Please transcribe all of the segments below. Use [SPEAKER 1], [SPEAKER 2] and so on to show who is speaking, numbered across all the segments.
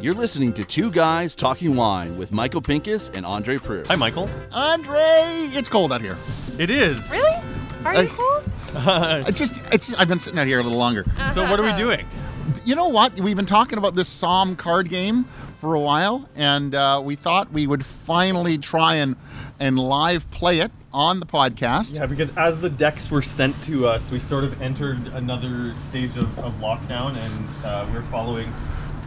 [SPEAKER 1] You're listening to Two Guys Talking Wine with Michael Pincus and Andre Prue.
[SPEAKER 2] Hi, Michael.
[SPEAKER 3] Andre, it's cold out here.
[SPEAKER 2] It is.
[SPEAKER 4] Really? Are
[SPEAKER 3] Uh,
[SPEAKER 4] you cold?
[SPEAKER 3] It's just, it's. I've been sitting out here a little longer.
[SPEAKER 2] So what are
[SPEAKER 3] Uh-huh.
[SPEAKER 2] we doing?
[SPEAKER 3] You know what? We've been talking about this Psalm card game for a while, and uh, we thought we would finally try and and live play it on the podcast.
[SPEAKER 5] Yeah, because as the decks were sent to us, we sort of entered another stage of, of lockdown, and uh, we're following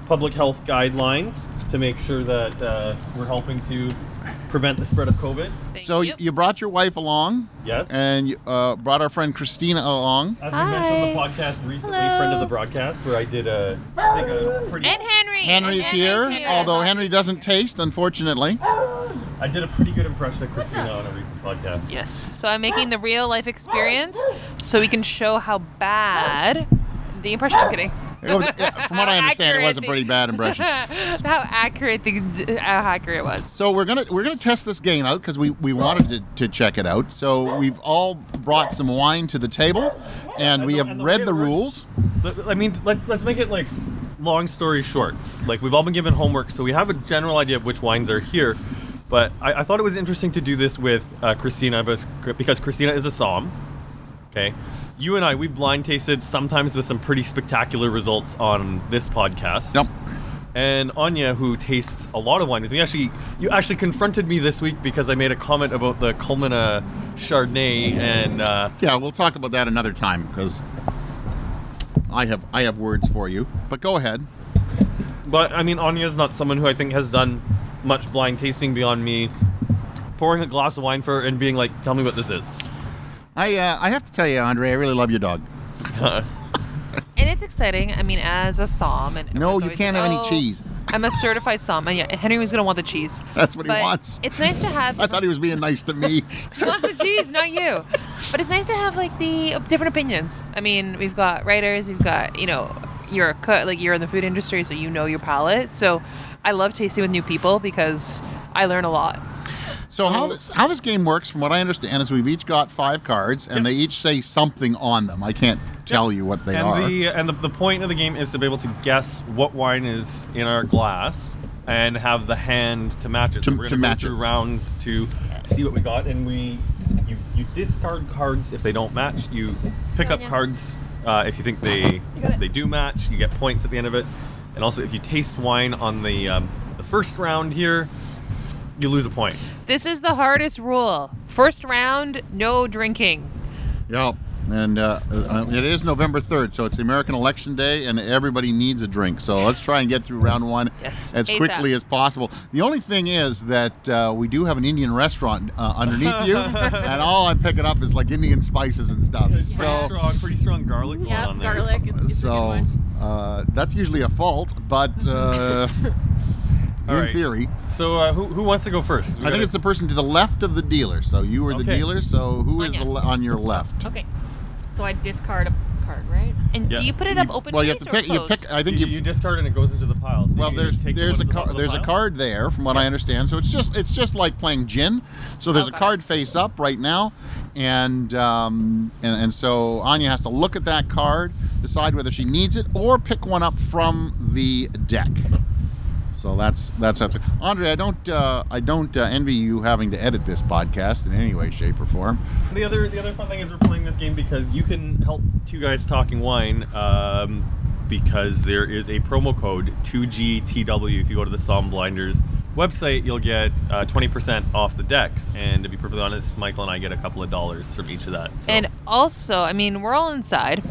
[SPEAKER 5] public health guidelines to make sure that uh, we're helping to prevent the spread of COVID.
[SPEAKER 4] Thank
[SPEAKER 3] So
[SPEAKER 4] you.
[SPEAKER 3] you brought your wife along,
[SPEAKER 5] Yes.
[SPEAKER 3] and you uh, brought our friend Christina along.
[SPEAKER 5] As we mentioned on the
[SPEAKER 4] Hi.
[SPEAKER 5] podcast recently,
[SPEAKER 4] Hello.
[SPEAKER 5] friend of the broadcast, where I did a, I think a pretty,
[SPEAKER 4] and Henry.
[SPEAKER 3] Henry's
[SPEAKER 4] and
[SPEAKER 3] here,
[SPEAKER 4] Henry's
[SPEAKER 3] although Henry doesn't taste, unfortunately.
[SPEAKER 5] I did a pretty good impression of Christina
[SPEAKER 4] up?
[SPEAKER 5] on a recent podcast.
[SPEAKER 4] Yes. So I'm making the real life experience so we can show how bad the impression. I'm kidding.
[SPEAKER 3] It was, yeah, from what I
[SPEAKER 4] How
[SPEAKER 3] understand, it was a
[SPEAKER 4] accurate
[SPEAKER 3] pretty bad impression.
[SPEAKER 4] the- how accurate the uh, how accurate it was.
[SPEAKER 3] So we're gonna we're gonna test this game out because we, we wanted to, to check it out. So we've all brought some wine to the table, and we
[SPEAKER 5] the-
[SPEAKER 3] have
[SPEAKER 5] and the way
[SPEAKER 3] read
[SPEAKER 5] it
[SPEAKER 3] the
[SPEAKER 5] works-
[SPEAKER 3] rules.
[SPEAKER 5] Let- I mean, let, let's make it like long story short. Like we've all been given homework, so we have a general idea of which wines are here. But I, I thought it was interesting to do this with uh, Christina because- because Christina is a psalm. Okay, you and I we blind tasted sometimes with some pretty spectacular results on this podcast.
[SPEAKER 3] Yep.
[SPEAKER 5] And Anya, who tastes a lot of wine with me, actually you actually confronted me this week because I made a comment about the Culmina Chardonnay and. Uh,
[SPEAKER 3] Yeah, we'll talk about that another time because I have I have words for you. But go ahead.
[SPEAKER 5] But I mean, Anya's not someone who I think has done much blind tasting beyond me pouring a glass of wine for her and being like, "Tell me what this is."
[SPEAKER 3] I uh, I have to tell you, Andre, I really love your dog.
[SPEAKER 4] And it's exciting. I mean, as a psalm and
[SPEAKER 3] No,
[SPEAKER 4] everyone's
[SPEAKER 3] you
[SPEAKER 4] always
[SPEAKER 3] can't
[SPEAKER 4] like,
[SPEAKER 3] have any
[SPEAKER 4] "Oh,
[SPEAKER 3] cheese.
[SPEAKER 4] I'm a certified psalm, and yeah, Henry was gonna want the cheese.
[SPEAKER 3] That's what he
[SPEAKER 4] But
[SPEAKER 3] wants.
[SPEAKER 4] It's nice to have.
[SPEAKER 3] I thought he was being nice to me.
[SPEAKER 4] He wants the cheese, not you. But it's nice to have like the uh, different opinions. I mean, we've got writers, we've got you know, you're a cook, like you're in the food industry, so you know your palate. So I love tasting with new people because I learn a lot.
[SPEAKER 3] So how this how this game works, from what I understand, is we've each got five cards, and they each say something on them. I can't tell you what they
[SPEAKER 5] and
[SPEAKER 3] are.
[SPEAKER 5] the and the, the point of the game is to be able to guess what wine is in our glass and have the hand to match it.
[SPEAKER 3] To-
[SPEAKER 5] we're gonna
[SPEAKER 3] to
[SPEAKER 5] go
[SPEAKER 3] match
[SPEAKER 5] through
[SPEAKER 3] it.
[SPEAKER 5] rounds to see what we got, and we you you discard cards if they don't match. You pick up
[SPEAKER 4] Anya.
[SPEAKER 5] cards uh, if you think they
[SPEAKER 4] got it.
[SPEAKER 5] they do match. You get points at the end of it, and also if you taste wine on the um, the first round here, you lose a point.
[SPEAKER 4] This is the hardest rule. First round, no drinking.
[SPEAKER 3] Yep. And uh, uh, it is November 3rd, so it's the American Election Day, and everybody needs a drink. So let's try and get through round one
[SPEAKER 4] Yes.
[SPEAKER 3] as
[SPEAKER 4] ASAP.
[SPEAKER 3] quickly as possible. The only thing is that uh, we do have an Indian restaurant uh, underneath you, and all I'm picking up is like Indian spices and stuff.
[SPEAKER 5] pretty
[SPEAKER 3] So,
[SPEAKER 5] strong, pretty strong garlic going on there.
[SPEAKER 6] garlic. It's, it's a good
[SPEAKER 3] so
[SPEAKER 6] one.
[SPEAKER 3] uh, that's usually a fault, but uh, in
[SPEAKER 5] All right.
[SPEAKER 3] theory,
[SPEAKER 5] So uh, who who wants to go first? We
[SPEAKER 3] I think
[SPEAKER 5] gotta-
[SPEAKER 3] it's the person to the left of the dealer. So you were the
[SPEAKER 5] Okay.
[SPEAKER 3] dealer. So who is
[SPEAKER 6] Anya.
[SPEAKER 3] the le- on your left?
[SPEAKER 6] Okay. So I discard a card, right?
[SPEAKER 4] And
[SPEAKER 5] Yeah.
[SPEAKER 4] do you put it up open?
[SPEAKER 3] Well, you have
[SPEAKER 4] face
[SPEAKER 3] to
[SPEAKER 4] or
[SPEAKER 3] pick. You
[SPEAKER 4] closed?
[SPEAKER 3] pick. I
[SPEAKER 5] You,
[SPEAKER 3] think you
[SPEAKER 5] you discard and it goes into the pile. So
[SPEAKER 3] Well,
[SPEAKER 5] you
[SPEAKER 3] there's
[SPEAKER 5] take the
[SPEAKER 3] there's
[SPEAKER 5] one at
[SPEAKER 3] a
[SPEAKER 5] the bottom
[SPEAKER 3] card
[SPEAKER 5] of the
[SPEAKER 3] there's a
[SPEAKER 5] pile.
[SPEAKER 3] card there from what I understand. So it's just it's just like playing gin. So there's a
[SPEAKER 4] Okay.
[SPEAKER 3] card face up right now, and um, and and so Anya has to look at that card, decide whether she needs it or pick one up from the deck. So that's that's that's Andre. I don't uh, I don't uh, envy you having to edit this podcast in any way, shape, or form.
[SPEAKER 5] The other the other fun thing is we're playing this game because you can help two guys talking wine. Um, because there is a promo code 2GTW. If you go to the Psalm Blinders website, you'll get uh, 20% off the decks. And to be perfectly honest, Michael and I get a couple of dollars from each of that. So.
[SPEAKER 4] And also, I mean, we're all inside.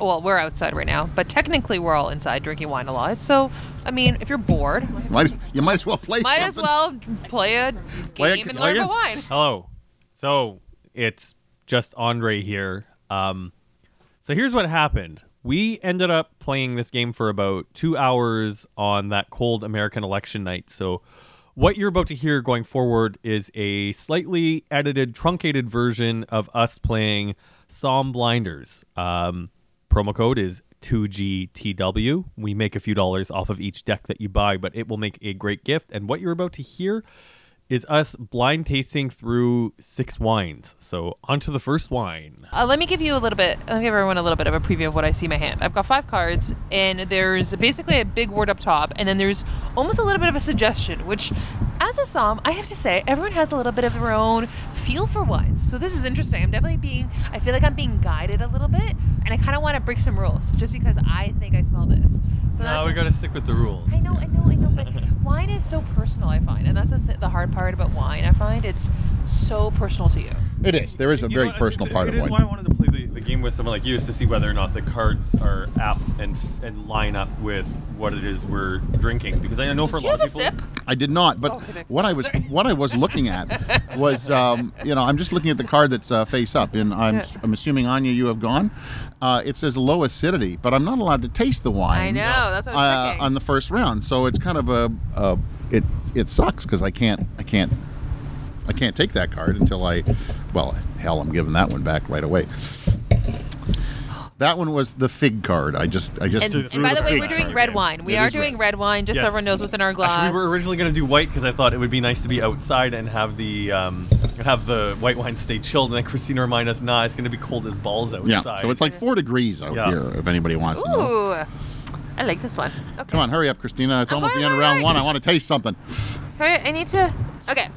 [SPEAKER 4] Well, we're outside right now, but technically we're all inside drinking wine a lot. So, I mean, if you're bored,
[SPEAKER 3] Might, you might as well play.
[SPEAKER 4] might as
[SPEAKER 3] something.
[SPEAKER 4] well play a game
[SPEAKER 3] Play a-
[SPEAKER 4] and
[SPEAKER 3] play
[SPEAKER 4] learn
[SPEAKER 3] a-
[SPEAKER 4] about wine.
[SPEAKER 5] Hello. So it's just Andre here. Um, so here's what happened. We ended up playing this game for about two hours on that cold American election night. So what you're about to hear going forward is a slightly edited, truncated version of us playing Psalm Blinders. Um, promo code is 2GTW. We make a few dollars off of each deck that you buy, but it will make a great gift. And what you're about to hear is us blind tasting through six wines. So onto the first wine.
[SPEAKER 4] Uh, let me give you a little bit. Let me give everyone a little bit of a preview of what I see in my hand. I've got five cards, and there's basically a big word up top, and then there's almost a little bit of a suggestion, which, as a psalm, I have to say, everyone has a little bit of their own feel for wines. So this is interesting. I'm definitely being. I feel like I'm being guided a little bit, and I kind of want to break some rules just because I think I smell this. So that's.
[SPEAKER 5] Now we gotta stick with the rules.
[SPEAKER 4] I know, I know, I know, but wine is so personal. I find, and that's the, th- the hard part about wine. I find it's so personal to you.
[SPEAKER 3] It is. There is a
[SPEAKER 5] You
[SPEAKER 3] very
[SPEAKER 5] know what,
[SPEAKER 3] personal
[SPEAKER 5] it's-
[SPEAKER 3] part
[SPEAKER 5] it
[SPEAKER 3] of
[SPEAKER 5] is why I
[SPEAKER 3] wine.
[SPEAKER 5] wanted to play the, the game with someone like you is to see whether or not the cards are apt and and line up with what it is we're drinking. Because I know for a
[SPEAKER 4] Do
[SPEAKER 5] lot
[SPEAKER 4] you have
[SPEAKER 5] of
[SPEAKER 4] a
[SPEAKER 5] people,
[SPEAKER 4] sip?
[SPEAKER 3] I did not, but
[SPEAKER 4] Oh, okay, next
[SPEAKER 3] what I
[SPEAKER 4] time.
[SPEAKER 3] was
[SPEAKER 4] Sorry.
[SPEAKER 3] what I was looking at was, um, you know, I'm just looking at the card that's uh, face up, and I'm
[SPEAKER 4] Yeah.
[SPEAKER 3] I'm assuming Anya, you have gone. Uh, it says low acidity, but I'm not allowed to taste the wine.
[SPEAKER 4] I know. That's what I was
[SPEAKER 3] uh,
[SPEAKER 4] thinking.
[SPEAKER 3] on the first round. So it's kind of a, a it it sucks because I can't I can't I can't take that card until I well hell I'm giving that one back right away. That one was the fig card. I just I just
[SPEAKER 4] And, and
[SPEAKER 5] through
[SPEAKER 4] by
[SPEAKER 5] the
[SPEAKER 4] the way,
[SPEAKER 5] fig
[SPEAKER 4] we're doing
[SPEAKER 5] card
[SPEAKER 4] red
[SPEAKER 5] again.
[SPEAKER 4] wine. We
[SPEAKER 5] It
[SPEAKER 4] are
[SPEAKER 5] is
[SPEAKER 4] doing
[SPEAKER 5] red.
[SPEAKER 4] red wine, just so everyone knows what's in our glass.
[SPEAKER 5] Actually, we were originally going to do white because I thought it would be nice to be outside and have the um, have the white wine stay chilled. And then Christina reminded us, nah, it's going to be cold as balls outside.
[SPEAKER 3] yeah. So it's like four degrees out
[SPEAKER 5] Yeah.
[SPEAKER 3] here. If anybody wants to know.
[SPEAKER 4] Ooh, I like this one. Okay.
[SPEAKER 3] Come on, hurry up, Christina. It's
[SPEAKER 4] I'm
[SPEAKER 3] almost the end of
[SPEAKER 4] going,
[SPEAKER 3] round
[SPEAKER 4] I'm
[SPEAKER 3] one. I
[SPEAKER 4] going.
[SPEAKER 3] want to taste something.
[SPEAKER 4] All right, I need to. Okay.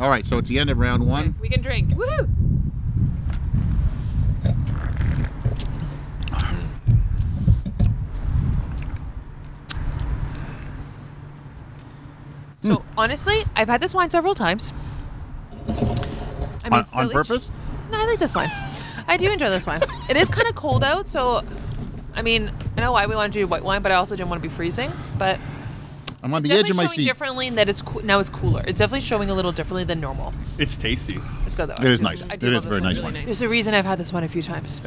[SPEAKER 3] All right, so it's the end of round one.
[SPEAKER 4] We can drink. Woohoo!
[SPEAKER 3] Hmm.
[SPEAKER 4] So honestly, I've had this wine several times. I mean,
[SPEAKER 3] On- on,
[SPEAKER 4] silly-
[SPEAKER 3] purpose?
[SPEAKER 4] No, I like this wine. I do enjoy this wine. It is kind of cold out, so I mean, I know why we want to do white wine, but I also didn't want to be freezing. But
[SPEAKER 3] I'm on
[SPEAKER 4] it's
[SPEAKER 3] the edge
[SPEAKER 4] definitely
[SPEAKER 3] of my
[SPEAKER 4] showing
[SPEAKER 3] seat.
[SPEAKER 4] differently in that it's coo- now it's cooler. It's definitely showing a little differently than normal.
[SPEAKER 5] it's tasty.
[SPEAKER 4] Let's go that way.
[SPEAKER 3] It is nice.
[SPEAKER 4] I
[SPEAKER 3] It
[SPEAKER 4] do
[SPEAKER 3] is
[SPEAKER 4] love
[SPEAKER 3] a
[SPEAKER 4] this
[SPEAKER 3] very
[SPEAKER 4] one.
[SPEAKER 3] nice
[SPEAKER 6] really
[SPEAKER 3] one.
[SPEAKER 6] nice.
[SPEAKER 4] There's a reason I've had this one a few times.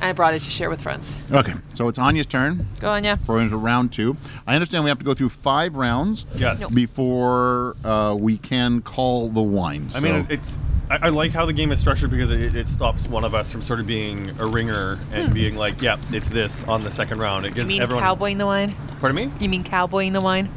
[SPEAKER 4] I brought it to share with friends.
[SPEAKER 3] Okay, so it's Anya's turn.
[SPEAKER 4] Go on, yeah.
[SPEAKER 3] We're into round two. I understand we have to go through five rounds
[SPEAKER 5] Yes. No.
[SPEAKER 3] before uh, we can call the wine.
[SPEAKER 5] I mean,
[SPEAKER 3] so-
[SPEAKER 5] it's. I, I like how the game is structured because it, it stops one of us from sort of being a ringer and being like, "Yep, it's this" on the second round. It
[SPEAKER 4] Hmm. You
[SPEAKER 5] gives
[SPEAKER 4] mean
[SPEAKER 5] everyone.
[SPEAKER 4] cowboying the wine?
[SPEAKER 5] Pardon me.
[SPEAKER 4] You mean cowboying the wine?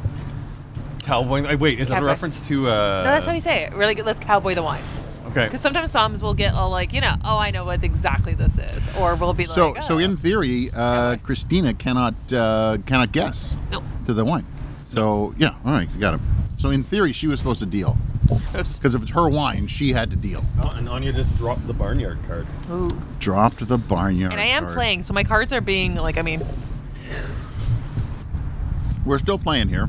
[SPEAKER 5] Cowboy. I- uh, Wait, is that a
[SPEAKER 4] Cowboy.
[SPEAKER 5] reference to? Uh,
[SPEAKER 4] No, that's how you say it. Really good. Let's cowboy the wine.
[SPEAKER 5] Okay.
[SPEAKER 4] Because sometimes Psalms will get all like, you know, oh, I know what exactly this is. Or we'll be like,
[SPEAKER 3] so
[SPEAKER 4] oh.
[SPEAKER 3] so in theory, uh, Christina cannot uh, cannot guess
[SPEAKER 4] Nope.
[SPEAKER 3] to the wine. So yeah, all right, you got him. So in theory, she was supposed to deal
[SPEAKER 4] "Oh, Oops.
[SPEAKER 3] because if it's her wine, she had to deal.
[SPEAKER 5] Oh, and Anya just dropped the barnyard card.
[SPEAKER 4] Ooh.
[SPEAKER 3] Dropped the barnyard.
[SPEAKER 4] And I am
[SPEAKER 3] card.
[SPEAKER 4] playing, so my cards are being, like, I mean,
[SPEAKER 3] We're still playing here.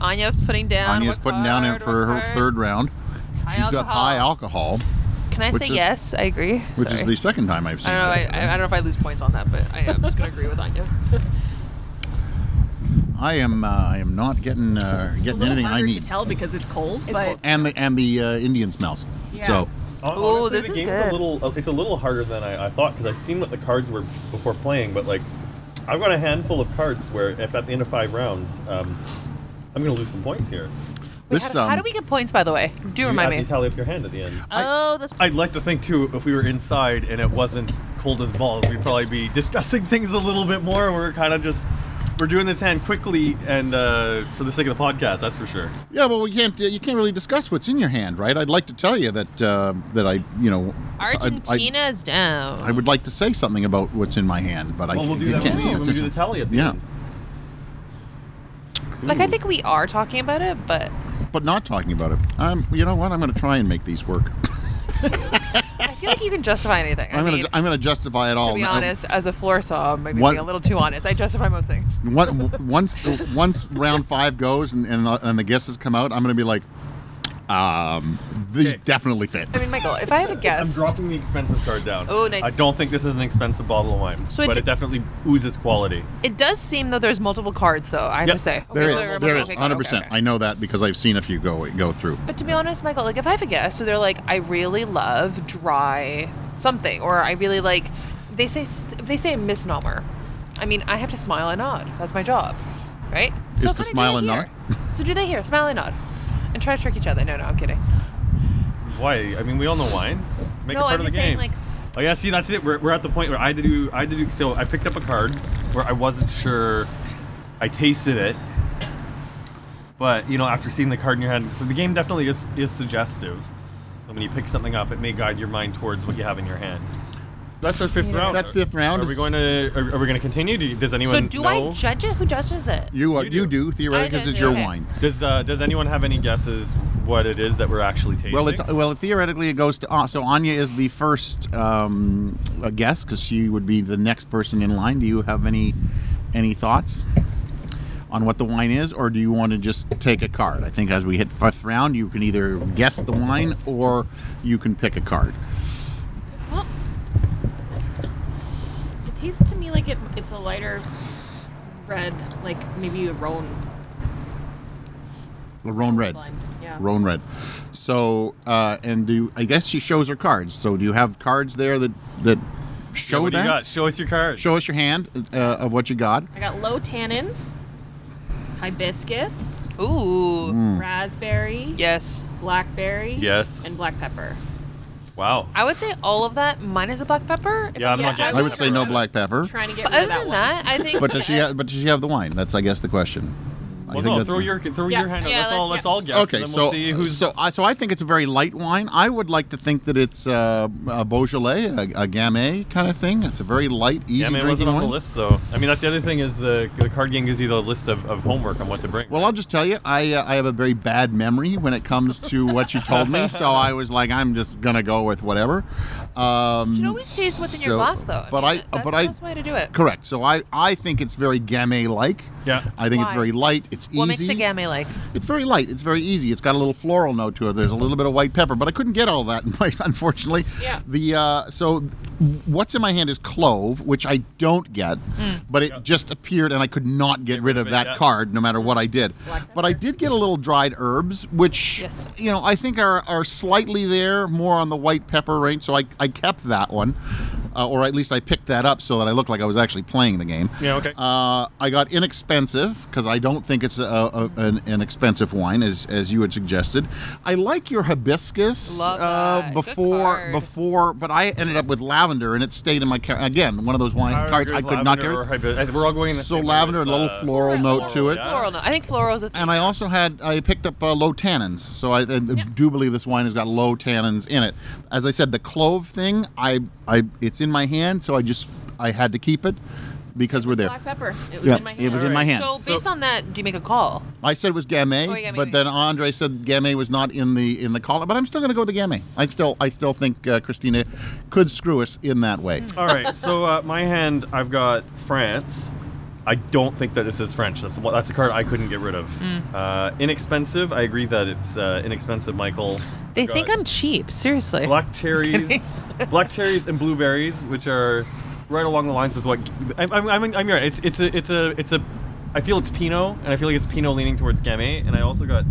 [SPEAKER 4] Anya's putting down.
[SPEAKER 3] Anya's
[SPEAKER 4] what
[SPEAKER 3] putting down in
[SPEAKER 4] card,
[SPEAKER 3] for
[SPEAKER 4] what
[SPEAKER 3] her
[SPEAKER 4] card.
[SPEAKER 3] third round.
[SPEAKER 4] High
[SPEAKER 3] She's got high
[SPEAKER 4] alcohol.
[SPEAKER 3] alcohol,
[SPEAKER 4] Can I
[SPEAKER 3] which
[SPEAKER 4] say
[SPEAKER 3] is-
[SPEAKER 4] yes? I agree.
[SPEAKER 3] which is
[SPEAKER 4] Sorry.
[SPEAKER 3] the second time I've
[SPEAKER 4] I
[SPEAKER 3] seen
[SPEAKER 4] don't know. I,
[SPEAKER 3] it.
[SPEAKER 4] I, I don't know if I lose points on that, but I, I'm just gonna agree with Anya.
[SPEAKER 3] I am uh, I am not getting uh,
[SPEAKER 6] A
[SPEAKER 3] getting
[SPEAKER 6] little
[SPEAKER 3] anything I
[SPEAKER 6] harder to
[SPEAKER 3] need.
[SPEAKER 6] tell because it's cold,
[SPEAKER 4] It's
[SPEAKER 6] but
[SPEAKER 4] cold.
[SPEAKER 3] And the and the uh, Indian smells.
[SPEAKER 6] Yeah.
[SPEAKER 3] So
[SPEAKER 5] Hon-
[SPEAKER 4] Ooh,
[SPEAKER 5] honestly,
[SPEAKER 4] Oh, this
[SPEAKER 5] the
[SPEAKER 4] is
[SPEAKER 5] game's
[SPEAKER 4] good.
[SPEAKER 5] a little. uh, It's a little harder than I, I thought because I've seen what the cards were before playing, but like, I've got a handful of cards where if at the end of five rounds, um, I'm gonna lose some points here.
[SPEAKER 4] Wait,
[SPEAKER 3] this
[SPEAKER 4] how, do- how
[SPEAKER 3] um,
[SPEAKER 4] do we get points, by the way? Do remind
[SPEAKER 5] you,
[SPEAKER 4] me.
[SPEAKER 5] You tally up your hand at the end.
[SPEAKER 4] oh, that's
[SPEAKER 5] I'd like to think too if we were inside and it wasn't cold as balls, we'd probably be discussing things a little bit more. We're kind of just we're doing this hand quickly and uh, for the sake of the podcast, that's for sure.
[SPEAKER 3] yeah, well, we can't. Uh, you can't really discuss what's in your hand, right? I'd like to tell you that uh, that I, you know, I- I,
[SPEAKER 4] Argentina's down.
[SPEAKER 3] I, would like to say something about what's in my hand, but I
[SPEAKER 5] well, we'll
[SPEAKER 3] can't.
[SPEAKER 5] do that
[SPEAKER 3] you
[SPEAKER 5] when
[SPEAKER 3] can't-
[SPEAKER 5] we, when we
[SPEAKER 3] it's
[SPEAKER 5] do the
[SPEAKER 3] just-
[SPEAKER 5] tally at the
[SPEAKER 3] yeah.
[SPEAKER 5] end.
[SPEAKER 4] like I
[SPEAKER 5] Ooh.
[SPEAKER 4] think we are talking about it, but
[SPEAKER 3] but not talking about it. I'm. You know what? I'm going to try and make these work.
[SPEAKER 4] I feel like you can justify anything. I
[SPEAKER 3] I'm going
[SPEAKER 4] mean,
[SPEAKER 3] to. I'm going to justify it all.
[SPEAKER 4] to be
[SPEAKER 3] Now,
[SPEAKER 4] honest, as a floor saw, I'm maybe
[SPEAKER 3] What-
[SPEAKER 4] being a little too honest. I justify most things.
[SPEAKER 3] One- once the, once round five goes and and the, and the guesses come out, I'm going to be like, um, these
[SPEAKER 5] Okay.
[SPEAKER 3] definitely fit.
[SPEAKER 4] I mean, Michael, if I have a
[SPEAKER 5] I'm
[SPEAKER 4] guess,
[SPEAKER 5] dropping the expensive card down.
[SPEAKER 4] Oh, nice.
[SPEAKER 5] I don't think this is an expensive bottle of wine,
[SPEAKER 4] So it
[SPEAKER 5] but
[SPEAKER 4] d-
[SPEAKER 5] it definitely oozes quality.
[SPEAKER 4] it does seem though there's multiple cards though. I have
[SPEAKER 5] Yep.
[SPEAKER 4] to say
[SPEAKER 3] There
[SPEAKER 4] Okay,
[SPEAKER 3] is,
[SPEAKER 4] so I remember-
[SPEAKER 3] there is,
[SPEAKER 4] okay, okay,
[SPEAKER 3] 100. percent
[SPEAKER 4] okay.
[SPEAKER 3] I know that because I've seen a few go go through.
[SPEAKER 4] But to be honest, Michael, like if I have a guest, so they're like, I really love dry something, or I really like, they say if they say a misnomer. I mean, I have to smile and nod. That's my job, right?
[SPEAKER 3] Is
[SPEAKER 4] can
[SPEAKER 3] to
[SPEAKER 4] I do
[SPEAKER 3] smile
[SPEAKER 4] that
[SPEAKER 3] and
[SPEAKER 4] here? So do they here? Smile and nod, and try to trick each other. No, no, I'm kidding.
[SPEAKER 5] Why? I mean, we all know wine. Make
[SPEAKER 4] no,
[SPEAKER 5] it part of
[SPEAKER 4] I'm just
[SPEAKER 5] the
[SPEAKER 4] saying
[SPEAKER 5] game.
[SPEAKER 4] like,
[SPEAKER 5] oh yeah, see, that's it. We're, we're at the point where I had to do. I had to do. So I picked up a card where I wasn't sure. I tasted it, But you know, after seeing the card in your hand, so the game definitely is is suggestive. So when you pick something up, it may guide your mind towards what you have in your hand. That's our fifth round.
[SPEAKER 3] That's fifth round.
[SPEAKER 5] Are we going to are, are we going to continue? Do you- does anyone
[SPEAKER 4] So do
[SPEAKER 5] know?
[SPEAKER 4] I judge it? Who judges it?
[SPEAKER 3] You are,
[SPEAKER 5] You
[SPEAKER 3] you,
[SPEAKER 5] do.
[SPEAKER 3] do. theoretically
[SPEAKER 4] I
[SPEAKER 3] because
[SPEAKER 4] do,
[SPEAKER 3] it's your
[SPEAKER 4] okay.
[SPEAKER 3] wine.
[SPEAKER 5] does uh, does anyone have any guesses what it is that we're actually tasting?
[SPEAKER 3] Well, it's uh, well theoretically it goes to uh, so Anya is the first um, uh, guest because she would be the next person in line. Do you have any any thoughts on what the wine is, or do you want to just take a card? I think as we hit fifth round, you can either guess the wine or you can pick a card.
[SPEAKER 6] Well, it tastes to me like it, it's a lighter red, like maybe a roan.
[SPEAKER 3] The Rhone Red.
[SPEAKER 6] Line. Yeah.
[SPEAKER 3] Roan Red. So, uh, and do I guess she shows her cards? So, do you have cards there that that
[SPEAKER 5] Yeah,
[SPEAKER 3] show
[SPEAKER 5] what do
[SPEAKER 3] that?
[SPEAKER 5] you got? Show us your card.
[SPEAKER 3] Show us your hand uh, of what you got.
[SPEAKER 6] I got low tannins, hibiscus,
[SPEAKER 4] Ooh.
[SPEAKER 6] raspberry,
[SPEAKER 4] Mm. Yes.
[SPEAKER 6] blackberry,
[SPEAKER 5] Yes.
[SPEAKER 6] and black pepper.
[SPEAKER 5] Wow.
[SPEAKER 4] I would say all of that minus a black pepper.
[SPEAKER 5] Yeah, I'm
[SPEAKER 6] Yeah,
[SPEAKER 5] not getting.
[SPEAKER 3] I
[SPEAKER 6] I
[SPEAKER 3] would
[SPEAKER 6] was-
[SPEAKER 3] say no black pepper.
[SPEAKER 6] Trying to get
[SPEAKER 4] But other
[SPEAKER 6] rid of that
[SPEAKER 4] than
[SPEAKER 6] one.
[SPEAKER 4] that, I think.
[SPEAKER 3] But does she? Have, but does she have the wine? That's I guess the question. I
[SPEAKER 5] Well,
[SPEAKER 3] think
[SPEAKER 5] no,
[SPEAKER 3] that's-
[SPEAKER 5] throw your throw
[SPEAKER 6] Yeah.
[SPEAKER 5] your hand out.
[SPEAKER 4] Yeah,
[SPEAKER 5] let's all
[SPEAKER 4] let's-
[SPEAKER 5] let's all guess.
[SPEAKER 3] Okay,
[SPEAKER 5] and then
[SPEAKER 3] so uh,
[SPEAKER 5] we'll see who's
[SPEAKER 3] so I so I think it's a very light wine. I would like to think that it's uh, a Beaujolais, a, a Gamay kind of thing. It's a very light, easy
[SPEAKER 5] Yeah, man, it
[SPEAKER 3] drinking
[SPEAKER 5] wasn't on
[SPEAKER 3] wine.
[SPEAKER 5] the list though. I mean, that's the other thing is the the card game gives you the list of, of homework on what to bring.
[SPEAKER 3] Well, I'll just tell you, I uh, I have a very bad memory when it comes to what you told me, so I was like, I'm just gonna go with whatever. Um,
[SPEAKER 4] You should always taste what's in
[SPEAKER 3] so-
[SPEAKER 4] your glass, though.
[SPEAKER 3] But
[SPEAKER 4] mean,
[SPEAKER 3] I,
[SPEAKER 4] that's
[SPEAKER 3] but
[SPEAKER 4] the
[SPEAKER 3] I,
[SPEAKER 4] best way to do it.
[SPEAKER 3] correct. So I I think it's very gamay like.
[SPEAKER 5] yeah.
[SPEAKER 3] I think it's
[SPEAKER 4] Why?
[SPEAKER 3] very light. It's
[SPEAKER 4] What makes
[SPEAKER 3] easy.
[SPEAKER 4] a gamay like?
[SPEAKER 3] It's very light. It's very easy. It's got a little floral note to it. There's a little bit of white pepper, but I couldn't get all that, unfortunately.
[SPEAKER 6] Yeah.
[SPEAKER 3] The uh, so what's in my hand is clove, which I don't get,
[SPEAKER 6] Mm.
[SPEAKER 3] but it
[SPEAKER 5] Yeah.
[SPEAKER 3] just appeared, and I could not get rid
[SPEAKER 5] of
[SPEAKER 3] of
[SPEAKER 5] it,
[SPEAKER 3] that
[SPEAKER 5] yeah.
[SPEAKER 3] card no matter what I did.
[SPEAKER 6] Black
[SPEAKER 3] But I did get a little dried herbs, which
[SPEAKER 4] Yes.
[SPEAKER 3] you know I think are are slightly there, more on the white pepper range. So I I kept that one. Uh, or at least I picked that up so that I looked like I was actually playing the game.
[SPEAKER 5] Yeah. Okay.
[SPEAKER 3] Uh, I got inexpensive because I don't think it's a, a, an, an expensive wine as, as you had suggested. I like your hibiscus
[SPEAKER 4] Love
[SPEAKER 3] uh,
[SPEAKER 4] that. Good
[SPEAKER 3] before
[SPEAKER 4] card.
[SPEAKER 3] before, but I ended up with lavender and it stayed in my car. Again, one of those wine
[SPEAKER 5] Power
[SPEAKER 3] cards I
[SPEAKER 5] Rangers,
[SPEAKER 3] could not get.
[SPEAKER 5] lavender
[SPEAKER 3] rid-
[SPEAKER 5] or hybrid- I think We're all going in the
[SPEAKER 3] So
[SPEAKER 5] same
[SPEAKER 3] lavender, a
[SPEAKER 5] with,
[SPEAKER 3] little
[SPEAKER 5] uh,
[SPEAKER 3] floral note to it.
[SPEAKER 5] yeah.
[SPEAKER 4] Floral. No, I think floral is a thing.
[SPEAKER 3] And I also had I picked up uh, low tannins, so I, I do believe this wine has got low tannins in it. As I said, the clove thing, I I it's in my hand, so I just I had to keep it because we're there.
[SPEAKER 6] Black pepper. It was
[SPEAKER 3] Yeah,
[SPEAKER 6] in my hand.
[SPEAKER 3] it was in my hand.
[SPEAKER 4] So
[SPEAKER 5] So-
[SPEAKER 4] based on that, do you make a call?
[SPEAKER 3] I said it was Gamay,
[SPEAKER 4] Oh, yeah, Gamay,
[SPEAKER 3] but
[SPEAKER 4] okay.
[SPEAKER 3] then Andre said Gamay was not in the in the column. But I'm still going to go with the Gamay. I still I still think uh, Christina could screw us in that way.
[SPEAKER 5] All right. So uh, my hand, I've got France. I don't think that this is French. That's what. That's a card I couldn't get rid of.
[SPEAKER 4] Hmm.
[SPEAKER 5] Uh, inexpensive. I agree that it's uh, inexpensive, Michael.
[SPEAKER 4] They
[SPEAKER 5] I've
[SPEAKER 4] think
[SPEAKER 5] got
[SPEAKER 4] I'm cheap. Seriously.
[SPEAKER 5] black cherries, black cherries and blueberries, which are right along the lines with what I'm. I'm, I'm, I'm right. It's it's a it's a it's a. I feel it's Pinot, and I feel like it's Pinot leaning towards Gamay, and I also got.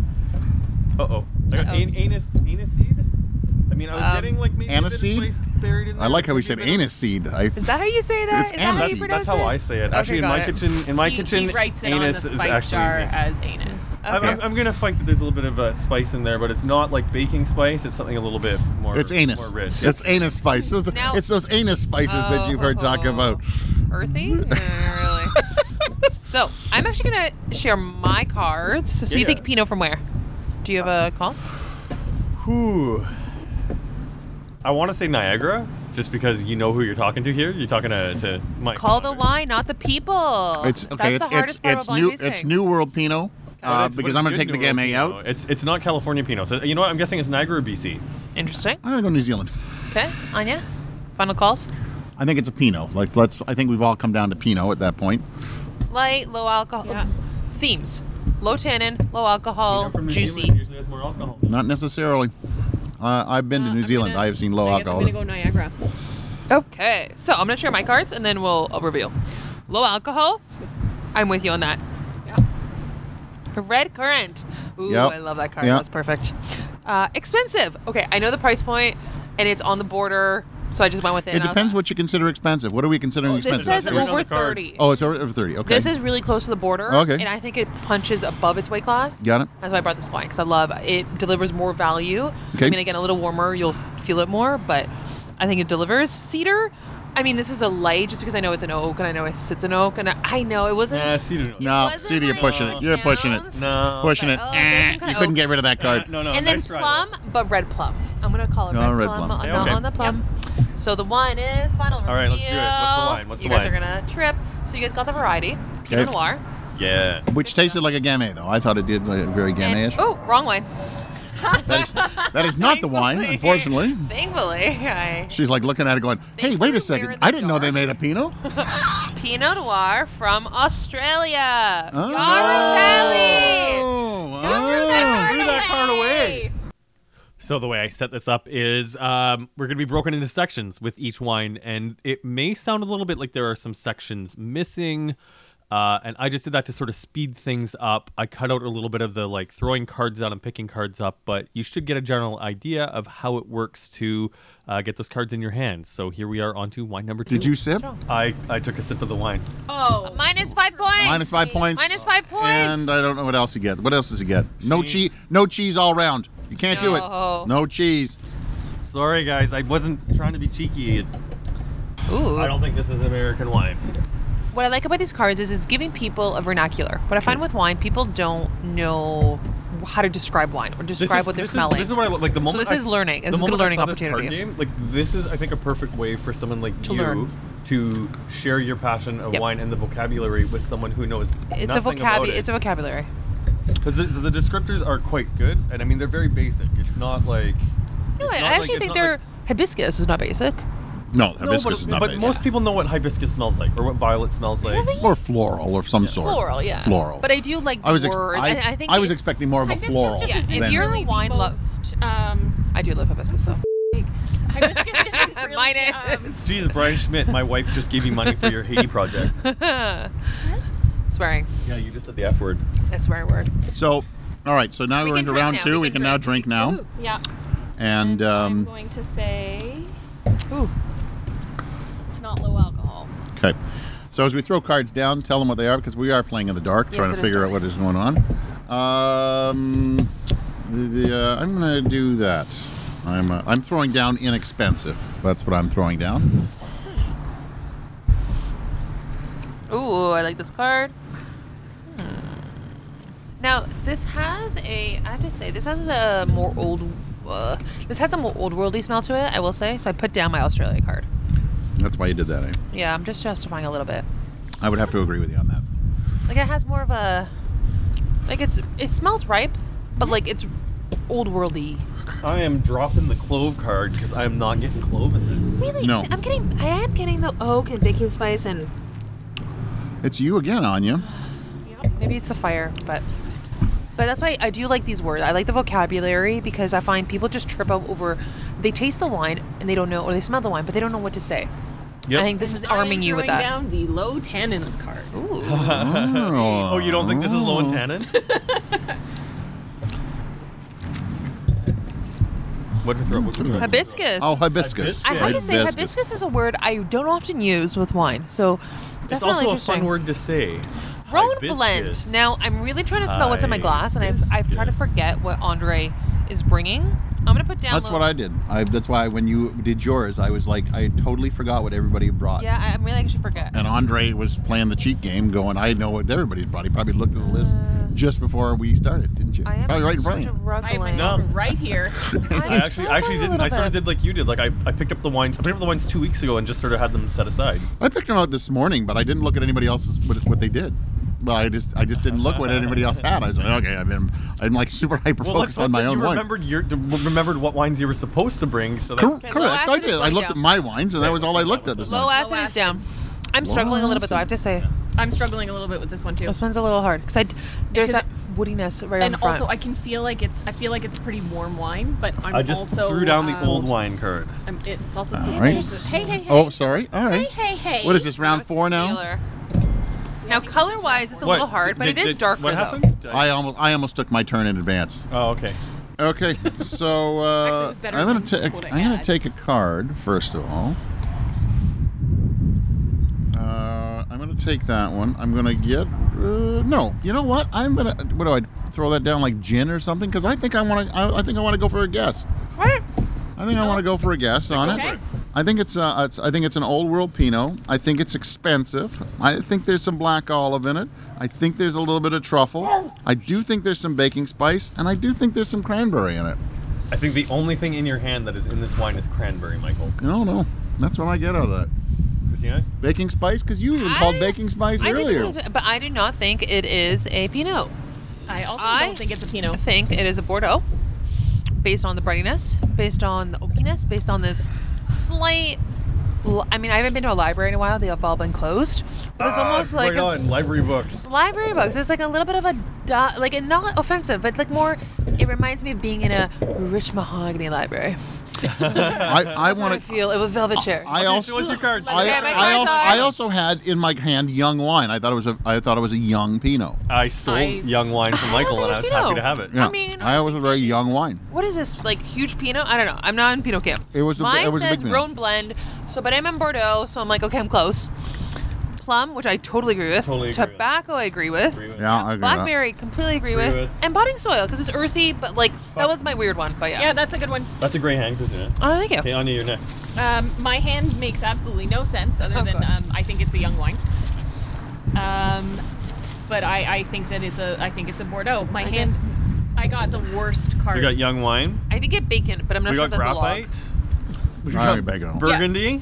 [SPEAKER 5] Uh oh, I got
[SPEAKER 4] Uh-oh.
[SPEAKER 5] an, anus anus seed. I mean, I was
[SPEAKER 4] Um,
[SPEAKER 5] getting like maybe a bit of
[SPEAKER 3] Aniseed?
[SPEAKER 5] spice buried in
[SPEAKER 3] I
[SPEAKER 5] there,
[SPEAKER 3] like how we
[SPEAKER 5] maybe a
[SPEAKER 3] said
[SPEAKER 5] bit of-
[SPEAKER 3] anus seed. I,
[SPEAKER 4] Is that how you say that?
[SPEAKER 3] It's
[SPEAKER 4] Is that how
[SPEAKER 3] aniseed.
[SPEAKER 4] you
[SPEAKER 5] That's
[SPEAKER 4] pronounce
[SPEAKER 5] how
[SPEAKER 4] it?
[SPEAKER 5] I say it. Actually, in
[SPEAKER 4] got
[SPEAKER 5] my
[SPEAKER 4] it.
[SPEAKER 5] kitchen, in my
[SPEAKER 6] he,
[SPEAKER 5] kitchen,
[SPEAKER 6] he writes it
[SPEAKER 5] anus
[SPEAKER 6] on the
[SPEAKER 5] is
[SPEAKER 6] spice
[SPEAKER 5] actually.
[SPEAKER 6] jar
[SPEAKER 5] anus.
[SPEAKER 6] as anus.
[SPEAKER 5] I'm, I'm,
[SPEAKER 3] Okay.
[SPEAKER 5] I'm gonna fight that there's a little bit of uh, spice in there, but it's not like baking spice. It's something a little bit more.
[SPEAKER 3] it's anus.
[SPEAKER 5] More rich.
[SPEAKER 3] It's anus spices.
[SPEAKER 4] Now-
[SPEAKER 3] it's those anus spices that you've heard talk
[SPEAKER 4] Oh.
[SPEAKER 3] about.
[SPEAKER 4] Earthy? Yeah, really. so I'm actually gonna share my cards. So
[SPEAKER 5] Yeah,
[SPEAKER 4] you think
[SPEAKER 5] yeah.
[SPEAKER 4] Pinot from where? Do you have a call?
[SPEAKER 5] Whew. I want to say Niagara, just because you know who you're talking to here. You're talking to, to Mike.
[SPEAKER 4] Call the wine, not the people.
[SPEAKER 3] It's okay.
[SPEAKER 4] That's
[SPEAKER 3] it's
[SPEAKER 4] the hardest
[SPEAKER 3] it's,
[SPEAKER 4] part
[SPEAKER 3] it's
[SPEAKER 4] about
[SPEAKER 3] new
[SPEAKER 4] tasting.
[SPEAKER 3] it's New World Pinot
[SPEAKER 5] But
[SPEAKER 3] uh,
[SPEAKER 5] it's-
[SPEAKER 3] because
[SPEAKER 5] but
[SPEAKER 3] I'm
[SPEAKER 5] Oh, it's
[SPEAKER 3] going to
[SPEAKER 5] good
[SPEAKER 3] take the
[SPEAKER 5] New World
[SPEAKER 3] Gamay
[SPEAKER 5] Pinot.
[SPEAKER 3] out.
[SPEAKER 5] It's it's not California Pinot. So you know what? I'm guessing it's Niagara, BC.
[SPEAKER 4] Interesting.
[SPEAKER 3] I'm going to go New Zealand.
[SPEAKER 4] Okay, Anya, final calls.
[SPEAKER 3] I think it's a Pinot. Like let's. I think we've all come down to Pinot at that point.
[SPEAKER 4] Light, low alcohol
[SPEAKER 6] Yeah.
[SPEAKER 4] themes. Low tannin, low alcohol, juicy.
[SPEAKER 5] usually has more alcohol.
[SPEAKER 3] Not necessarily. Uh, I've been to New Zealand. I have seen low
[SPEAKER 6] I guess
[SPEAKER 3] alcohol.
[SPEAKER 6] I'm gonna go Niagara. Oh.
[SPEAKER 4] Okay, so I'm gonna share my cards and then we'll I'll reveal. Low alcohol, I'm with you on that.
[SPEAKER 6] Yeah.
[SPEAKER 4] Red currant. Ooh,
[SPEAKER 3] Yep.
[SPEAKER 4] I love that card.
[SPEAKER 3] Yeah.
[SPEAKER 4] That was perfect. Uh, expensive. Okay, I know the price point, and it's on the border, so I just went with it.
[SPEAKER 3] It
[SPEAKER 4] and I was
[SPEAKER 3] depends
[SPEAKER 4] like,
[SPEAKER 3] what you consider expensive. What are we considering
[SPEAKER 4] "Oh, This
[SPEAKER 3] expensive?
[SPEAKER 4] says
[SPEAKER 5] It's on
[SPEAKER 4] over
[SPEAKER 5] the card.
[SPEAKER 4] thirty.
[SPEAKER 3] oh, it's over, over 30. Okay.
[SPEAKER 4] This is really close to the border.
[SPEAKER 3] Okay.
[SPEAKER 4] And I think it punches above its weight class.
[SPEAKER 3] Got it.
[SPEAKER 4] That's why I brought this wine because I love it. Delivers more value.
[SPEAKER 3] Okay.
[SPEAKER 4] I mean, again, a little warmer, you'll feel it more, but I think it delivers. Cedar, I mean, this is a light just because I know it's an oak and I know it's, it's an oak and I, I know it wasn't.
[SPEAKER 5] Nah, cedar.
[SPEAKER 3] No,
[SPEAKER 4] wasn't
[SPEAKER 3] CD, you're
[SPEAKER 4] like
[SPEAKER 3] pushing it. You're pushing it.
[SPEAKER 4] announced.
[SPEAKER 5] No.
[SPEAKER 3] Pushing it.
[SPEAKER 4] Like, oh,
[SPEAKER 3] Eh,
[SPEAKER 4] there's some kind
[SPEAKER 3] you
[SPEAKER 4] of
[SPEAKER 3] couldn't
[SPEAKER 4] oak.
[SPEAKER 3] get rid of that card.
[SPEAKER 5] No, no.
[SPEAKER 4] and then
[SPEAKER 5] nice try,
[SPEAKER 4] plum, but red plum. I'm gonna call it
[SPEAKER 3] No,
[SPEAKER 4] red,
[SPEAKER 3] red
[SPEAKER 4] plum,
[SPEAKER 3] plum.
[SPEAKER 4] on,
[SPEAKER 5] Yeah,
[SPEAKER 4] the-
[SPEAKER 5] okay.
[SPEAKER 4] on the plum. So the wine is final.
[SPEAKER 5] All right, let's do it. What's the
[SPEAKER 4] reveal.
[SPEAKER 5] wine? What's the
[SPEAKER 4] you guys
[SPEAKER 5] wine?
[SPEAKER 4] are gonna trip. So you guys got the variety. Pinot
[SPEAKER 3] Okay.
[SPEAKER 4] Noir.
[SPEAKER 5] Yeah.
[SPEAKER 3] Which tasted like a Gamay, though. I thought it did like very
[SPEAKER 4] And,
[SPEAKER 3] Gamay-ish.
[SPEAKER 4] oh, wrong wine.
[SPEAKER 3] That is, that is not the wine,
[SPEAKER 4] Thankfully-
[SPEAKER 3] unfortunately.
[SPEAKER 4] Thankfully, I,
[SPEAKER 3] She's like looking at it, going,
[SPEAKER 4] They
[SPEAKER 3] "Hey, wait a
[SPEAKER 4] kinda wear
[SPEAKER 3] second!
[SPEAKER 4] the
[SPEAKER 3] I didn't know they
[SPEAKER 4] dark.
[SPEAKER 3] made a Pinot."
[SPEAKER 4] Pinot Noir from Australia.
[SPEAKER 3] Oh.
[SPEAKER 4] Yarra Valley.
[SPEAKER 3] Oh,
[SPEAKER 4] that
[SPEAKER 3] oh.
[SPEAKER 5] Threw that card away. So the way I set this up is um, we're going to be broken into sections with each wine, and it may sound a little bit like there are some sections missing. Uh, and I just did that to sort of speed things up. I cut out a little bit of the like throwing cards out and picking cards up, but you should get a general idea of how it works to uh, get those cards in your hands. So here we are on to wine number two.
[SPEAKER 3] Did you sip?
[SPEAKER 5] I, I took a sip of the wine.
[SPEAKER 6] Oh,
[SPEAKER 4] Minus five points.
[SPEAKER 3] Minus five points.
[SPEAKER 4] Minus five points.
[SPEAKER 3] And uh, I don't know what else you get. What else does he get? No
[SPEAKER 5] Cheese.
[SPEAKER 3] cheese. No cheese all round. You can't do
[SPEAKER 4] No.
[SPEAKER 3] it. No cheese.
[SPEAKER 5] Sorry, guys. I wasn't trying to be cheeky.
[SPEAKER 4] Ooh.
[SPEAKER 5] I don't think this is American wine.
[SPEAKER 4] What I like about these cards is it's giving people a vernacular. What I find with wine, people don't know how to describe wine or describe what they're
[SPEAKER 5] this
[SPEAKER 4] smelling.
[SPEAKER 5] Is, this is what I lo- like the moment.
[SPEAKER 4] this is
[SPEAKER 5] I,
[SPEAKER 4] learning.
[SPEAKER 5] The
[SPEAKER 4] This is good
[SPEAKER 5] moment I
[SPEAKER 4] learning
[SPEAKER 5] saw this card
[SPEAKER 4] opportunity.
[SPEAKER 5] game, like this is, I think, a perfect way for someone like
[SPEAKER 4] To
[SPEAKER 5] you
[SPEAKER 4] learn.
[SPEAKER 5] to share your passion of
[SPEAKER 4] Yep.
[SPEAKER 5] wine and the vocabulary with someone who knows
[SPEAKER 4] it's a
[SPEAKER 5] nothing about
[SPEAKER 4] vocab.
[SPEAKER 5] it.
[SPEAKER 4] It's a vocabulary.
[SPEAKER 5] because the, the descriptors are quite good, and I mean they're very basic. It's not like.
[SPEAKER 4] No,
[SPEAKER 5] it's
[SPEAKER 4] I
[SPEAKER 5] not like-
[SPEAKER 4] actually
[SPEAKER 5] it's
[SPEAKER 4] think
[SPEAKER 5] not like-
[SPEAKER 4] their hibiscus is not basic.
[SPEAKER 3] No,
[SPEAKER 5] No,
[SPEAKER 3] hibiscus
[SPEAKER 5] but,
[SPEAKER 3] is not.
[SPEAKER 5] but
[SPEAKER 3] basic.
[SPEAKER 5] most people know what hibiscus smells like or what violet smells like.
[SPEAKER 3] or floral or some sort.
[SPEAKER 4] Floral, yeah.
[SPEAKER 3] Floral.
[SPEAKER 4] But I do like
[SPEAKER 3] I was ex-
[SPEAKER 4] word.
[SPEAKER 3] I,
[SPEAKER 4] I, I think
[SPEAKER 3] I was
[SPEAKER 4] it-
[SPEAKER 3] expecting more of a
[SPEAKER 6] hibiscus
[SPEAKER 3] floral.
[SPEAKER 6] just
[SPEAKER 4] Yes,
[SPEAKER 6] isn't
[SPEAKER 4] if
[SPEAKER 3] than-
[SPEAKER 4] you're a
[SPEAKER 6] really the
[SPEAKER 4] wine lo-
[SPEAKER 6] most, um,
[SPEAKER 4] I do love hibiscus though.
[SPEAKER 6] hibiscus isn't really,
[SPEAKER 4] Mine
[SPEAKER 6] um,
[SPEAKER 4] is
[SPEAKER 5] Jeez, Brian Schmidt, my wife just gave you money for your Haiti project.
[SPEAKER 4] swearing.
[SPEAKER 5] Yeah, you just said the F word.
[SPEAKER 4] That's swear word.
[SPEAKER 3] So, all right. So now
[SPEAKER 4] We
[SPEAKER 3] we are
[SPEAKER 4] can
[SPEAKER 3] into
[SPEAKER 4] drink
[SPEAKER 3] round
[SPEAKER 4] now,
[SPEAKER 3] two.
[SPEAKER 4] we
[SPEAKER 3] We,
[SPEAKER 4] can
[SPEAKER 3] can now
[SPEAKER 4] drink.
[SPEAKER 3] drink now.
[SPEAKER 4] Ooh.
[SPEAKER 6] yeah.
[SPEAKER 3] And
[SPEAKER 6] I'm
[SPEAKER 3] um,
[SPEAKER 6] going to say
[SPEAKER 4] Ooh.
[SPEAKER 6] it's not low alcohol.
[SPEAKER 3] okay. So as we throw cards down, tell them what they are because we are playing in the dark,
[SPEAKER 4] Yes,
[SPEAKER 3] trying
[SPEAKER 4] it
[SPEAKER 3] to
[SPEAKER 4] is
[SPEAKER 3] figure
[SPEAKER 4] dark.
[SPEAKER 3] out what is going on. Um, the, the, uh, I'm going to do that. I'm uh, I'm throwing down inexpensive. That's what I'm throwing down.
[SPEAKER 4] Ooh, I like this card. Hmm. Now this has a. I have to say this has a more old. Uh, this has a more old worldly smell to it. I will say. So I put down my Australia card.
[SPEAKER 3] That's why you did that. Eh?
[SPEAKER 4] Yeah, I'm just justifying a little bit.
[SPEAKER 3] I would have to agree with you on that.
[SPEAKER 4] Like it has more of a. Like it's it smells ripe, but like it's old worldly.
[SPEAKER 5] I am dropping the clove card because I am not getting clove in this.
[SPEAKER 4] Really,
[SPEAKER 3] No.
[SPEAKER 4] I'm getting. I am getting the oak and baking spice and
[SPEAKER 3] It's you again, Anya.
[SPEAKER 6] Yep.
[SPEAKER 4] Maybe it's the fire, but but that's why I do like these words. I like the vocabulary because I find people just trip up over. They taste the wine and they don't know, or they smell the wine, but they don't know what to say. I think this is arming you with that.
[SPEAKER 6] down the low tannins card.
[SPEAKER 4] Ooh,
[SPEAKER 3] Oh,
[SPEAKER 5] Oh, you don't think this is low in tannin? what did we throw? What did we throw?
[SPEAKER 4] hibiscus.
[SPEAKER 3] Oh, hibiscus.
[SPEAKER 4] I had to say
[SPEAKER 3] Hibiscus.
[SPEAKER 4] hibiscus is a word I don't often use with wine, so
[SPEAKER 5] It's
[SPEAKER 4] definitely
[SPEAKER 5] also a
[SPEAKER 4] interesting.
[SPEAKER 5] fun word to say.
[SPEAKER 4] Roan
[SPEAKER 5] Hibiscus.
[SPEAKER 4] blend. Now I'm really trying to smell what's in my glass, and I've I've tried to
[SPEAKER 5] Hibiscus.
[SPEAKER 4] forget what Andre is bringing. I'm gonna put down.
[SPEAKER 3] That's
[SPEAKER 4] low-
[SPEAKER 3] what I did. I, that's why when you did yours, I was like, I totally forgot what everybody brought.
[SPEAKER 4] Yeah, I- I'm really actually forget.
[SPEAKER 3] And Andre was playing the cheat game, going, I know what everybody's brought. He probably looked at the list just before we started, didn't you?
[SPEAKER 4] I am
[SPEAKER 3] probably Oh, right in front of you.
[SPEAKER 4] struggling.
[SPEAKER 6] I'm
[SPEAKER 5] Numb.
[SPEAKER 6] right here.
[SPEAKER 5] I
[SPEAKER 4] I'm
[SPEAKER 5] actually
[SPEAKER 4] struggling
[SPEAKER 5] I actually
[SPEAKER 4] a
[SPEAKER 5] didn't.
[SPEAKER 4] little
[SPEAKER 5] I sort of
[SPEAKER 4] bit.
[SPEAKER 5] did like you did. Like I, I picked up the wines. I picked up the wines two weeks ago and just sort of had them set aside.
[SPEAKER 3] I picked them out this morning, but I didn't look at anybody else's what, what they did. Well, I just I just didn't look what anybody else had. I was like, okay, I've been I'm like super hyper
[SPEAKER 5] Well,
[SPEAKER 3] focused
[SPEAKER 5] let's hope
[SPEAKER 3] on my
[SPEAKER 5] that
[SPEAKER 3] own
[SPEAKER 5] you
[SPEAKER 3] wine.
[SPEAKER 5] remembered your remembered what wines you were supposed to bring. So that
[SPEAKER 3] Cor-
[SPEAKER 4] Okay,
[SPEAKER 3] correct,
[SPEAKER 4] low
[SPEAKER 3] I
[SPEAKER 4] acid is
[SPEAKER 3] did. I
[SPEAKER 4] way
[SPEAKER 3] looked at
[SPEAKER 4] down.
[SPEAKER 3] my wines, and that was all I looked at this
[SPEAKER 4] Low
[SPEAKER 3] morning.
[SPEAKER 4] acid, is
[SPEAKER 6] acid.
[SPEAKER 4] down. I'm
[SPEAKER 3] Low
[SPEAKER 4] struggling a little bit though. I have to say,
[SPEAKER 6] I'm struggling a little bit with this one too.
[SPEAKER 4] this one's a little hard because I d- there's
[SPEAKER 6] Because-
[SPEAKER 4] that woodiness right
[SPEAKER 6] and
[SPEAKER 4] in front.
[SPEAKER 6] also, I can feel like it's. I feel like it's pretty warm wine, but I'm
[SPEAKER 5] I just
[SPEAKER 6] also
[SPEAKER 5] threw down the
[SPEAKER 6] um,
[SPEAKER 5] old wine card.
[SPEAKER 6] I'm, it's also
[SPEAKER 3] All
[SPEAKER 6] super
[SPEAKER 3] right.
[SPEAKER 6] cold. Hey, hey, hey.
[SPEAKER 3] Oh, sorry. All
[SPEAKER 6] hey,
[SPEAKER 3] right.
[SPEAKER 6] hey, hey.
[SPEAKER 3] What is this round
[SPEAKER 4] That's
[SPEAKER 3] four now?
[SPEAKER 4] Steeler. Now, color-wise, it's a little hard, but
[SPEAKER 5] Did-
[SPEAKER 4] it is
[SPEAKER 5] did-
[SPEAKER 4] darker
[SPEAKER 5] What
[SPEAKER 4] though.
[SPEAKER 5] happened? Did I-
[SPEAKER 3] I uh, almost I almost took my turn in advance.
[SPEAKER 5] oh, okay.
[SPEAKER 3] Okay, so
[SPEAKER 6] Actually, it
[SPEAKER 3] uh,
[SPEAKER 6] was better
[SPEAKER 3] I'm gonna
[SPEAKER 6] than
[SPEAKER 3] take
[SPEAKER 6] what I
[SPEAKER 3] I'm gonna
[SPEAKER 6] had.
[SPEAKER 3] take a card first of all. Uh, I'm gonna take that one. I'm gonna get uh, no. You know what? I'm gonna what do I throw that down like gin or something? Because I think I want to I, I think I want to go for a guess.
[SPEAKER 4] What?
[SPEAKER 3] I think I want to go for a guess on
[SPEAKER 6] Okay.
[SPEAKER 3] it. I I think it's, uh, it's I think it's an old world Pinot. I think it's expensive. I think there's some black olive in it. I think there's a little bit of truffle. I do think there's some baking spice, and I do think there's some cranberry in it.
[SPEAKER 5] I think the only thing in your hand that is in this wine is cranberry, Michael.
[SPEAKER 3] No, no, that's what I get out of that
[SPEAKER 5] Christina?
[SPEAKER 3] baking spice because you even called
[SPEAKER 4] I-
[SPEAKER 3] baking spice
[SPEAKER 4] I did
[SPEAKER 3] earlier.
[SPEAKER 4] think it was- but I do not think it is a Pinot.
[SPEAKER 6] I also
[SPEAKER 4] I-
[SPEAKER 6] don't think it's a
[SPEAKER 4] I
[SPEAKER 6] Pinot.
[SPEAKER 4] think it is a Bordeaux, based on the brightiness, based on the oakiness, based on this slight. l- I mean, I haven't been to a library in a while. They have all been closed. But there's
[SPEAKER 3] Ah,
[SPEAKER 4] almost like a
[SPEAKER 5] Ah, library books.
[SPEAKER 4] library books. There's like a little bit of a du- like and not offensive, but like more. It reminds me of being in a rich mahogany library.
[SPEAKER 3] I, I
[SPEAKER 4] That's how I
[SPEAKER 3] want to.
[SPEAKER 4] feel it with velvet chairs.
[SPEAKER 3] I also.
[SPEAKER 5] what's your card?
[SPEAKER 3] I,
[SPEAKER 4] Yeah, my
[SPEAKER 3] I
[SPEAKER 4] cards
[SPEAKER 3] also,
[SPEAKER 4] are-
[SPEAKER 3] I also had in my hand young wine. I thought it was a I thought it was a young Pinot.
[SPEAKER 5] I stole
[SPEAKER 6] I-
[SPEAKER 5] young wine from
[SPEAKER 4] I don't
[SPEAKER 5] Michael, and
[SPEAKER 4] think
[SPEAKER 5] I was
[SPEAKER 4] it's
[SPEAKER 5] happy
[SPEAKER 4] Pinot.
[SPEAKER 5] to have it.
[SPEAKER 3] Yeah.
[SPEAKER 4] mean,
[SPEAKER 3] I was a very young wine.
[SPEAKER 4] What is this like huge Pinot? I don't know. I'm not in Pinot camp.
[SPEAKER 3] It was a-
[SPEAKER 4] mine
[SPEAKER 3] it was a big
[SPEAKER 4] says
[SPEAKER 3] Pinot.
[SPEAKER 4] Rhone blend. So, but I'm in Bordeaux, so I'm like, okay, I'm close. Plum, which I totally agree with.
[SPEAKER 5] Totally agree with.
[SPEAKER 4] Tobacco, I agree with.
[SPEAKER 5] Agree with-
[SPEAKER 3] Yeah, I agree with that.
[SPEAKER 4] Blackberry, completely agree,
[SPEAKER 5] Agree
[SPEAKER 4] with.
[SPEAKER 5] with.
[SPEAKER 4] And potting soil, because it's earthy, but like that
[SPEAKER 5] Fuck.
[SPEAKER 4] was my weird one. But yeah.
[SPEAKER 6] Yeah, that's a good one.
[SPEAKER 5] That's a great hand, Christina.
[SPEAKER 4] Oh, thank you.
[SPEAKER 5] Okay, Anya, you're next.
[SPEAKER 6] Um, my hand makes absolutely no sense other
[SPEAKER 4] Of
[SPEAKER 6] than
[SPEAKER 4] course.
[SPEAKER 6] um, I think it's a young wine. Um, but I, I think that it's a I think it's a Bordeaux. My
[SPEAKER 4] Okay.
[SPEAKER 6] hand, I got the worst
[SPEAKER 5] So
[SPEAKER 6] cards.
[SPEAKER 5] we got young wine.
[SPEAKER 4] I think it bacon, but I'm not
[SPEAKER 5] we
[SPEAKER 4] sure
[SPEAKER 5] got
[SPEAKER 4] if that's a log.
[SPEAKER 5] graphite. We
[SPEAKER 3] I
[SPEAKER 5] got
[SPEAKER 3] ain't baking on.
[SPEAKER 5] burgundy.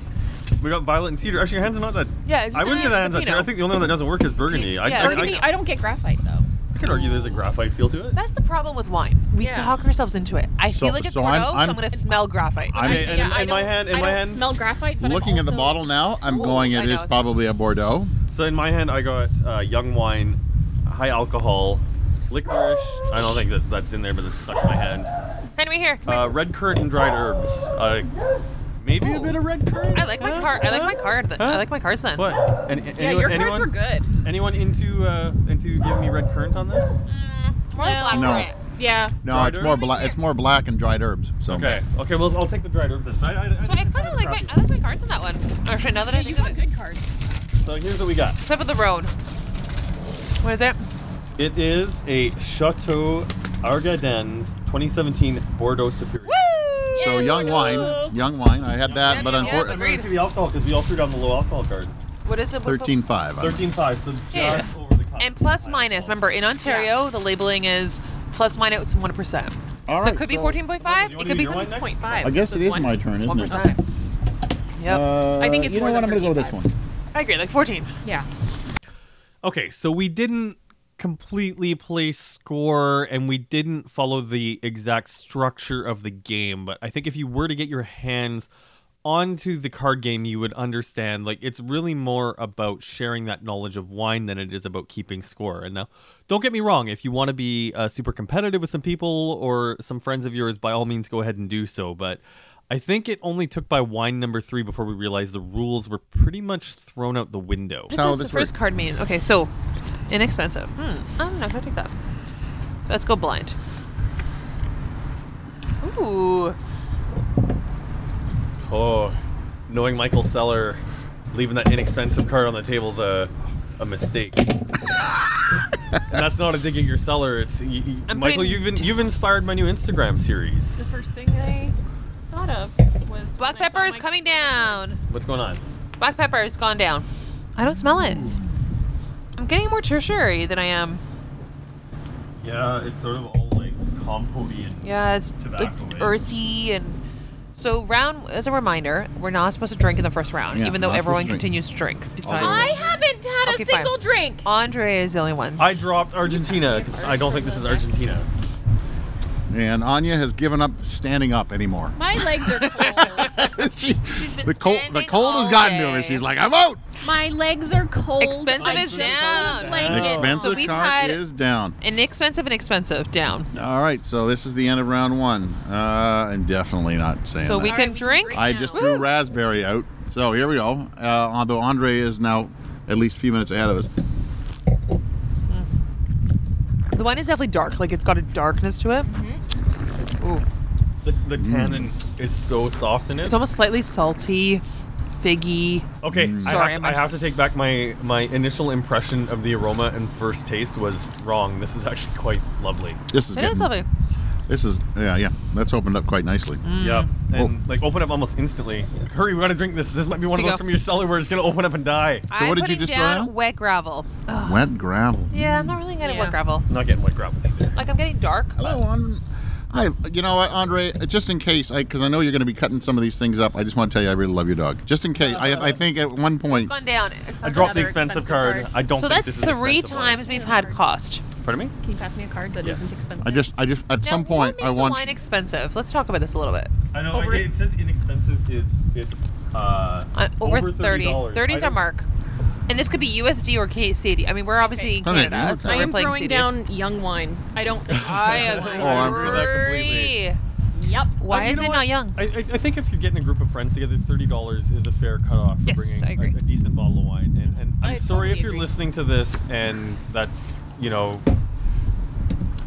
[SPEAKER 5] We got violet and cedar. Actually, your hand's not that.
[SPEAKER 4] Yeah, it's
[SPEAKER 5] I wouldn't
[SPEAKER 4] just
[SPEAKER 5] say
[SPEAKER 4] a
[SPEAKER 5] that hand's that
[SPEAKER 4] Pinot.
[SPEAKER 5] terrible. I think the only one that doesn't work is burgundy. I,
[SPEAKER 4] Yeah,
[SPEAKER 5] I,
[SPEAKER 6] Burgundy,
[SPEAKER 5] I,
[SPEAKER 6] I don't get graphite though.
[SPEAKER 5] I could argue there's a graphite feel to it.
[SPEAKER 4] That's the problem with wine. We
[SPEAKER 6] Yeah.
[SPEAKER 4] talk ourselves into it. I
[SPEAKER 3] So-
[SPEAKER 4] feel like it's
[SPEAKER 3] so
[SPEAKER 4] Bordeaux,
[SPEAKER 3] I'm-
[SPEAKER 4] so
[SPEAKER 3] I'm-
[SPEAKER 4] I'm gonna smell graphite.
[SPEAKER 3] I'm-
[SPEAKER 5] Okay, and
[SPEAKER 6] yeah,
[SPEAKER 5] in-
[SPEAKER 6] I
[SPEAKER 5] in my
[SPEAKER 6] don't-
[SPEAKER 5] hand- in
[SPEAKER 6] I
[SPEAKER 5] my
[SPEAKER 6] don't
[SPEAKER 5] hand-
[SPEAKER 6] smell graphite. But I'm
[SPEAKER 3] Looking at the
[SPEAKER 6] also-
[SPEAKER 3] bottle now, I'm
[SPEAKER 4] Ooh,
[SPEAKER 3] going.
[SPEAKER 4] I
[SPEAKER 3] It
[SPEAKER 4] know,
[SPEAKER 3] is
[SPEAKER 4] it's-
[SPEAKER 3] probably a Bordeaux.
[SPEAKER 5] So in my hand, I got uh, young wine, high alcohol, licorice. I don't think that that's in there, but it's stuck in my hand.
[SPEAKER 4] Henry here. Come
[SPEAKER 5] Uh, red currant and dried herbs. Uh, maybe a bit of red currant.
[SPEAKER 4] here. I like my
[SPEAKER 5] Huh?
[SPEAKER 4] card. I like my
[SPEAKER 5] Huh?
[SPEAKER 4] card. Then.
[SPEAKER 5] Huh?
[SPEAKER 4] I like my cards then.
[SPEAKER 5] uh, What? And, and,
[SPEAKER 6] Yeah,
[SPEAKER 5] anyone,
[SPEAKER 6] your cards
[SPEAKER 5] anyone,
[SPEAKER 6] were good.
[SPEAKER 5] Anyone into uh, into giving me red currant on this?
[SPEAKER 4] Mm, more like black
[SPEAKER 6] No.
[SPEAKER 3] No.
[SPEAKER 4] currant.
[SPEAKER 6] Yeah.
[SPEAKER 3] No,
[SPEAKER 5] Dried
[SPEAKER 3] it's more
[SPEAKER 5] herbs?
[SPEAKER 3] black. It's more black and dried herbs. So
[SPEAKER 5] Okay. Okay. Well, I'll take the dried herbs. Inside. I, I,
[SPEAKER 4] So I kind of like my I like my cards on that one. Actually, now that I
[SPEAKER 6] you
[SPEAKER 4] think of
[SPEAKER 6] got
[SPEAKER 4] it,
[SPEAKER 6] good cards.
[SPEAKER 5] So here's what we got.
[SPEAKER 4] except for the road. What is it?
[SPEAKER 5] It is a Chateau Argadens 2017 Bordeaux Superior.
[SPEAKER 3] So
[SPEAKER 6] Yay,
[SPEAKER 3] young
[SPEAKER 6] Bordeaux.
[SPEAKER 3] wine, young wine. I had that,
[SPEAKER 4] Yeah,
[SPEAKER 3] but
[SPEAKER 4] yeah, yeah,
[SPEAKER 5] I'm
[SPEAKER 4] but-
[SPEAKER 3] unfortunately,
[SPEAKER 5] going to see the alcohol because we all threw down the low alcohol card.
[SPEAKER 4] What is it? What-
[SPEAKER 3] thirteen five.
[SPEAKER 5] 13.5, so just
[SPEAKER 4] Yeah.
[SPEAKER 5] over the cup.
[SPEAKER 4] And plus
[SPEAKER 5] High
[SPEAKER 4] minus.
[SPEAKER 5] alcohol.
[SPEAKER 4] Remember, in Ontario, the labeling is plus minus one percent.
[SPEAKER 3] All
[SPEAKER 4] so
[SPEAKER 3] right,
[SPEAKER 4] it could be
[SPEAKER 3] so-
[SPEAKER 4] fourteen point five.
[SPEAKER 5] Do you
[SPEAKER 4] It
[SPEAKER 5] wanna
[SPEAKER 4] could
[SPEAKER 5] do
[SPEAKER 4] be
[SPEAKER 5] your wine
[SPEAKER 4] thirteen
[SPEAKER 5] next?
[SPEAKER 4] point five.
[SPEAKER 3] I guess it is my turn, isn't it? Uh,
[SPEAKER 4] One percent. Yep.
[SPEAKER 6] I think it's
[SPEAKER 3] you know
[SPEAKER 6] more
[SPEAKER 3] what
[SPEAKER 6] than
[SPEAKER 3] I'm gonna go with this
[SPEAKER 6] 13.5.
[SPEAKER 3] one.
[SPEAKER 4] I agree. Like fourteen.
[SPEAKER 6] Yeah.
[SPEAKER 5] Okay, so we didn't completely play score and we didn't follow the exact structure of the game, but I think if you were to get your hands onto the card game, you would understand like it's really more about sharing that knowledge of wine than it is about keeping score. And now, don't get me wrong, if you want to be uh, super competitive with some people or some friends of yours, by all means go ahead and do so, but I think it only took by wine number three before we realized the rules were pretty much thrown out the window.
[SPEAKER 4] This
[SPEAKER 3] how
[SPEAKER 4] is the
[SPEAKER 3] this
[SPEAKER 4] first
[SPEAKER 3] works.
[SPEAKER 4] card mean. Okay, so inexpensive. Hmm. I'm not gonna take that. Let's go blind. Ooh.
[SPEAKER 5] Oh, knowing Michael Seller, leaving that inexpensive card on the table's a a mistake. and that's not a dig at your seller. It's y y-
[SPEAKER 4] I'm
[SPEAKER 5] Michael.
[SPEAKER 4] putting
[SPEAKER 5] You've been, you've inspired my new Instagram
[SPEAKER 6] The
[SPEAKER 5] series.
[SPEAKER 6] first thing I thought of was
[SPEAKER 4] Black
[SPEAKER 6] when I saw
[SPEAKER 4] pepper is
[SPEAKER 6] my
[SPEAKER 4] coming
[SPEAKER 6] cards.
[SPEAKER 4] down.
[SPEAKER 5] What's going on?
[SPEAKER 4] Black pepper has gone down. I don't smell it. I'm getting more tertiary than I am.
[SPEAKER 5] Yeah, it's sort of all like compotey and
[SPEAKER 4] Yeah, it's like
[SPEAKER 5] Tobacco, eh?
[SPEAKER 4] earthy and. So round as a reminder, we're not supposed to drink in the first round,
[SPEAKER 3] Yeah,
[SPEAKER 4] even though
[SPEAKER 3] not supposed
[SPEAKER 4] everyone
[SPEAKER 3] to drink.
[SPEAKER 4] continues to drink. Besides,
[SPEAKER 5] Although-
[SPEAKER 6] I haven't had
[SPEAKER 4] Okay,
[SPEAKER 6] a
[SPEAKER 4] fine.
[SPEAKER 6] single drink.
[SPEAKER 4] Andre is the only one.
[SPEAKER 5] I dropped Argentina because I don't think this is Argentina.
[SPEAKER 3] And Anya has given up standing up anymore.
[SPEAKER 6] My legs are cold.
[SPEAKER 3] she,
[SPEAKER 4] been
[SPEAKER 3] the cold, the
[SPEAKER 4] standing
[SPEAKER 3] cold has
[SPEAKER 4] all
[SPEAKER 3] gotten to
[SPEAKER 4] day.
[SPEAKER 3] her. She's like, I'm out.
[SPEAKER 6] My legs are cold.
[SPEAKER 4] Expensive
[SPEAKER 6] I
[SPEAKER 4] is
[SPEAKER 6] just
[SPEAKER 4] down.
[SPEAKER 6] don't Like it.
[SPEAKER 3] Expensive
[SPEAKER 4] Oh. we've
[SPEAKER 3] card
[SPEAKER 4] had-
[SPEAKER 3] is down.
[SPEAKER 4] Inexpensive and expensive down.
[SPEAKER 3] All right, so this is the end of round one. Uh, I'm definitely not saying
[SPEAKER 4] So
[SPEAKER 3] that.
[SPEAKER 4] we
[SPEAKER 6] All
[SPEAKER 4] can
[SPEAKER 6] right, we can
[SPEAKER 4] drink.
[SPEAKER 6] drink
[SPEAKER 3] I just
[SPEAKER 4] Woo!
[SPEAKER 3] threw raspberry out. So here we go. Uh, although Andre is now at least a few minutes ahead of us.
[SPEAKER 4] The wine is definitely dark. Like it's got a darkness to it. Ooh.
[SPEAKER 5] The, the tannin is so soft in it.
[SPEAKER 4] It's almost slightly salty, figgy.
[SPEAKER 5] Mm. Okay, I,
[SPEAKER 4] Sorry,
[SPEAKER 5] have
[SPEAKER 4] I'm
[SPEAKER 5] to, I have to take back my my initial impression of the aroma and first taste was wrong. This is actually quite lovely.
[SPEAKER 3] This is
[SPEAKER 4] It
[SPEAKER 3] getting,
[SPEAKER 4] is lovely.
[SPEAKER 3] This is yeah, yeah. That's opened up quite nicely.
[SPEAKER 4] Mm.
[SPEAKER 5] Yeah,
[SPEAKER 4] Oh.
[SPEAKER 5] and like open up almost instantly. Hurry, we gotta drink this. This might be one of
[SPEAKER 4] Here you
[SPEAKER 5] those
[SPEAKER 4] go.
[SPEAKER 5] from your cellar where it's gonna open up and die.
[SPEAKER 4] So I'm
[SPEAKER 3] what did you
[SPEAKER 4] putting
[SPEAKER 3] just throw
[SPEAKER 4] down
[SPEAKER 3] out?
[SPEAKER 4] wet gravel. Ugh.
[SPEAKER 3] Wet gravel.
[SPEAKER 4] Yeah, I'm not really good at
[SPEAKER 6] Yeah.
[SPEAKER 4] wet gravel.
[SPEAKER 5] I'm not getting wet gravel either.
[SPEAKER 4] Like I'm getting dark.
[SPEAKER 3] Hello, on. I, you know what, Andre? Just in case, because I, know you're going to be cutting some of these things up, I just want to tell you I really love your dog. Just in case, I, I think at one point,
[SPEAKER 4] It's gone down. It's
[SPEAKER 5] I
[SPEAKER 4] gone
[SPEAKER 5] dropped the
[SPEAKER 4] down.
[SPEAKER 5] expensive,
[SPEAKER 6] expensive
[SPEAKER 5] card.
[SPEAKER 6] card.
[SPEAKER 5] I don't.
[SPEAKER 4] So
[SPEAKER 5] think this
[SPEAKER 4] that's
[SPEAKER 5] is
[SPEAKER 4] three
[SPEAKER 5] expensive one.
[SPEAKER 4] times we've had cost.
[SPEAKER 5] Pardon me?
[SPEAKER 6] Can you pass me a card that
[SPEAKER 5] Yes.
[SPEAKER 6] not expensive?
[SPEAKER 3] I just, I just, at
[SPEAKER 4] Now,
[SPEAKER 3] some point,
[SPEAKER 4] what makes
[SPEAKER 3] I
[SPEAKER 4] a
[SPEAKER 3] want.
[SPEAKER 4] wine expensive? Let's talk about this a little bit.
[SPEAKER 5] I know.
[SPEAKER 4] Over-
[SPEAKER 5] I, it says inexpensive is is uh,
[SPEAKER 4] Uh, over,
[SPEAKER 5] thirty.
[SPEAKER 4] 30. 30s our mark. And this could be USD or KCD. I mean, we're obviously in
[SPEAKER 3] Okay.
[SPEAKER 4] Canada,
[SPEAKER 3] Okay,
[SPEAKER 4] so
[SPEAKER 6] I
[SPEAKER 4] we're
[SPEAKER 6] am
[SPEAKER 4] playing
[SPEAKER 6] throwing
[SPEAKER 4] CD.
[SPEAKER 6] down young wine. I don't.
[SPEAKER 4] I
[SPEAKER 3] Oh, I'm
[SPEAKER 5] for that
[SPEAKER 4] agree.
[SPEAKER 6] agree. Yep.
[SPEAKER 4] Why
[SPEAKER 5] Oh, you
[SPEAKER 4] is
[SPEAKER 5] know
[SPEAKER 4] it
[SPEAKER 5] what?
[SPEAKER 4] not young?
[SPEAKER 5] I, I, I think if you're getting a group of friends together, thirty dollars is a fair cutoff for
[SPEAKER 4] Yes,
[SPEAKER 5] bringing
[SPEAKER 4] I agree.
[SPEAKER 5] A, a decent bottle of wine. And, and I'm
[SPEAKER 6] I
[SPEAKER 5] sorry
[SPEAKER 6] totally
[SPEAKER 5] if you're
[SPEAKER 6] agree.
[SPEAKER 5] listening to this and that's you know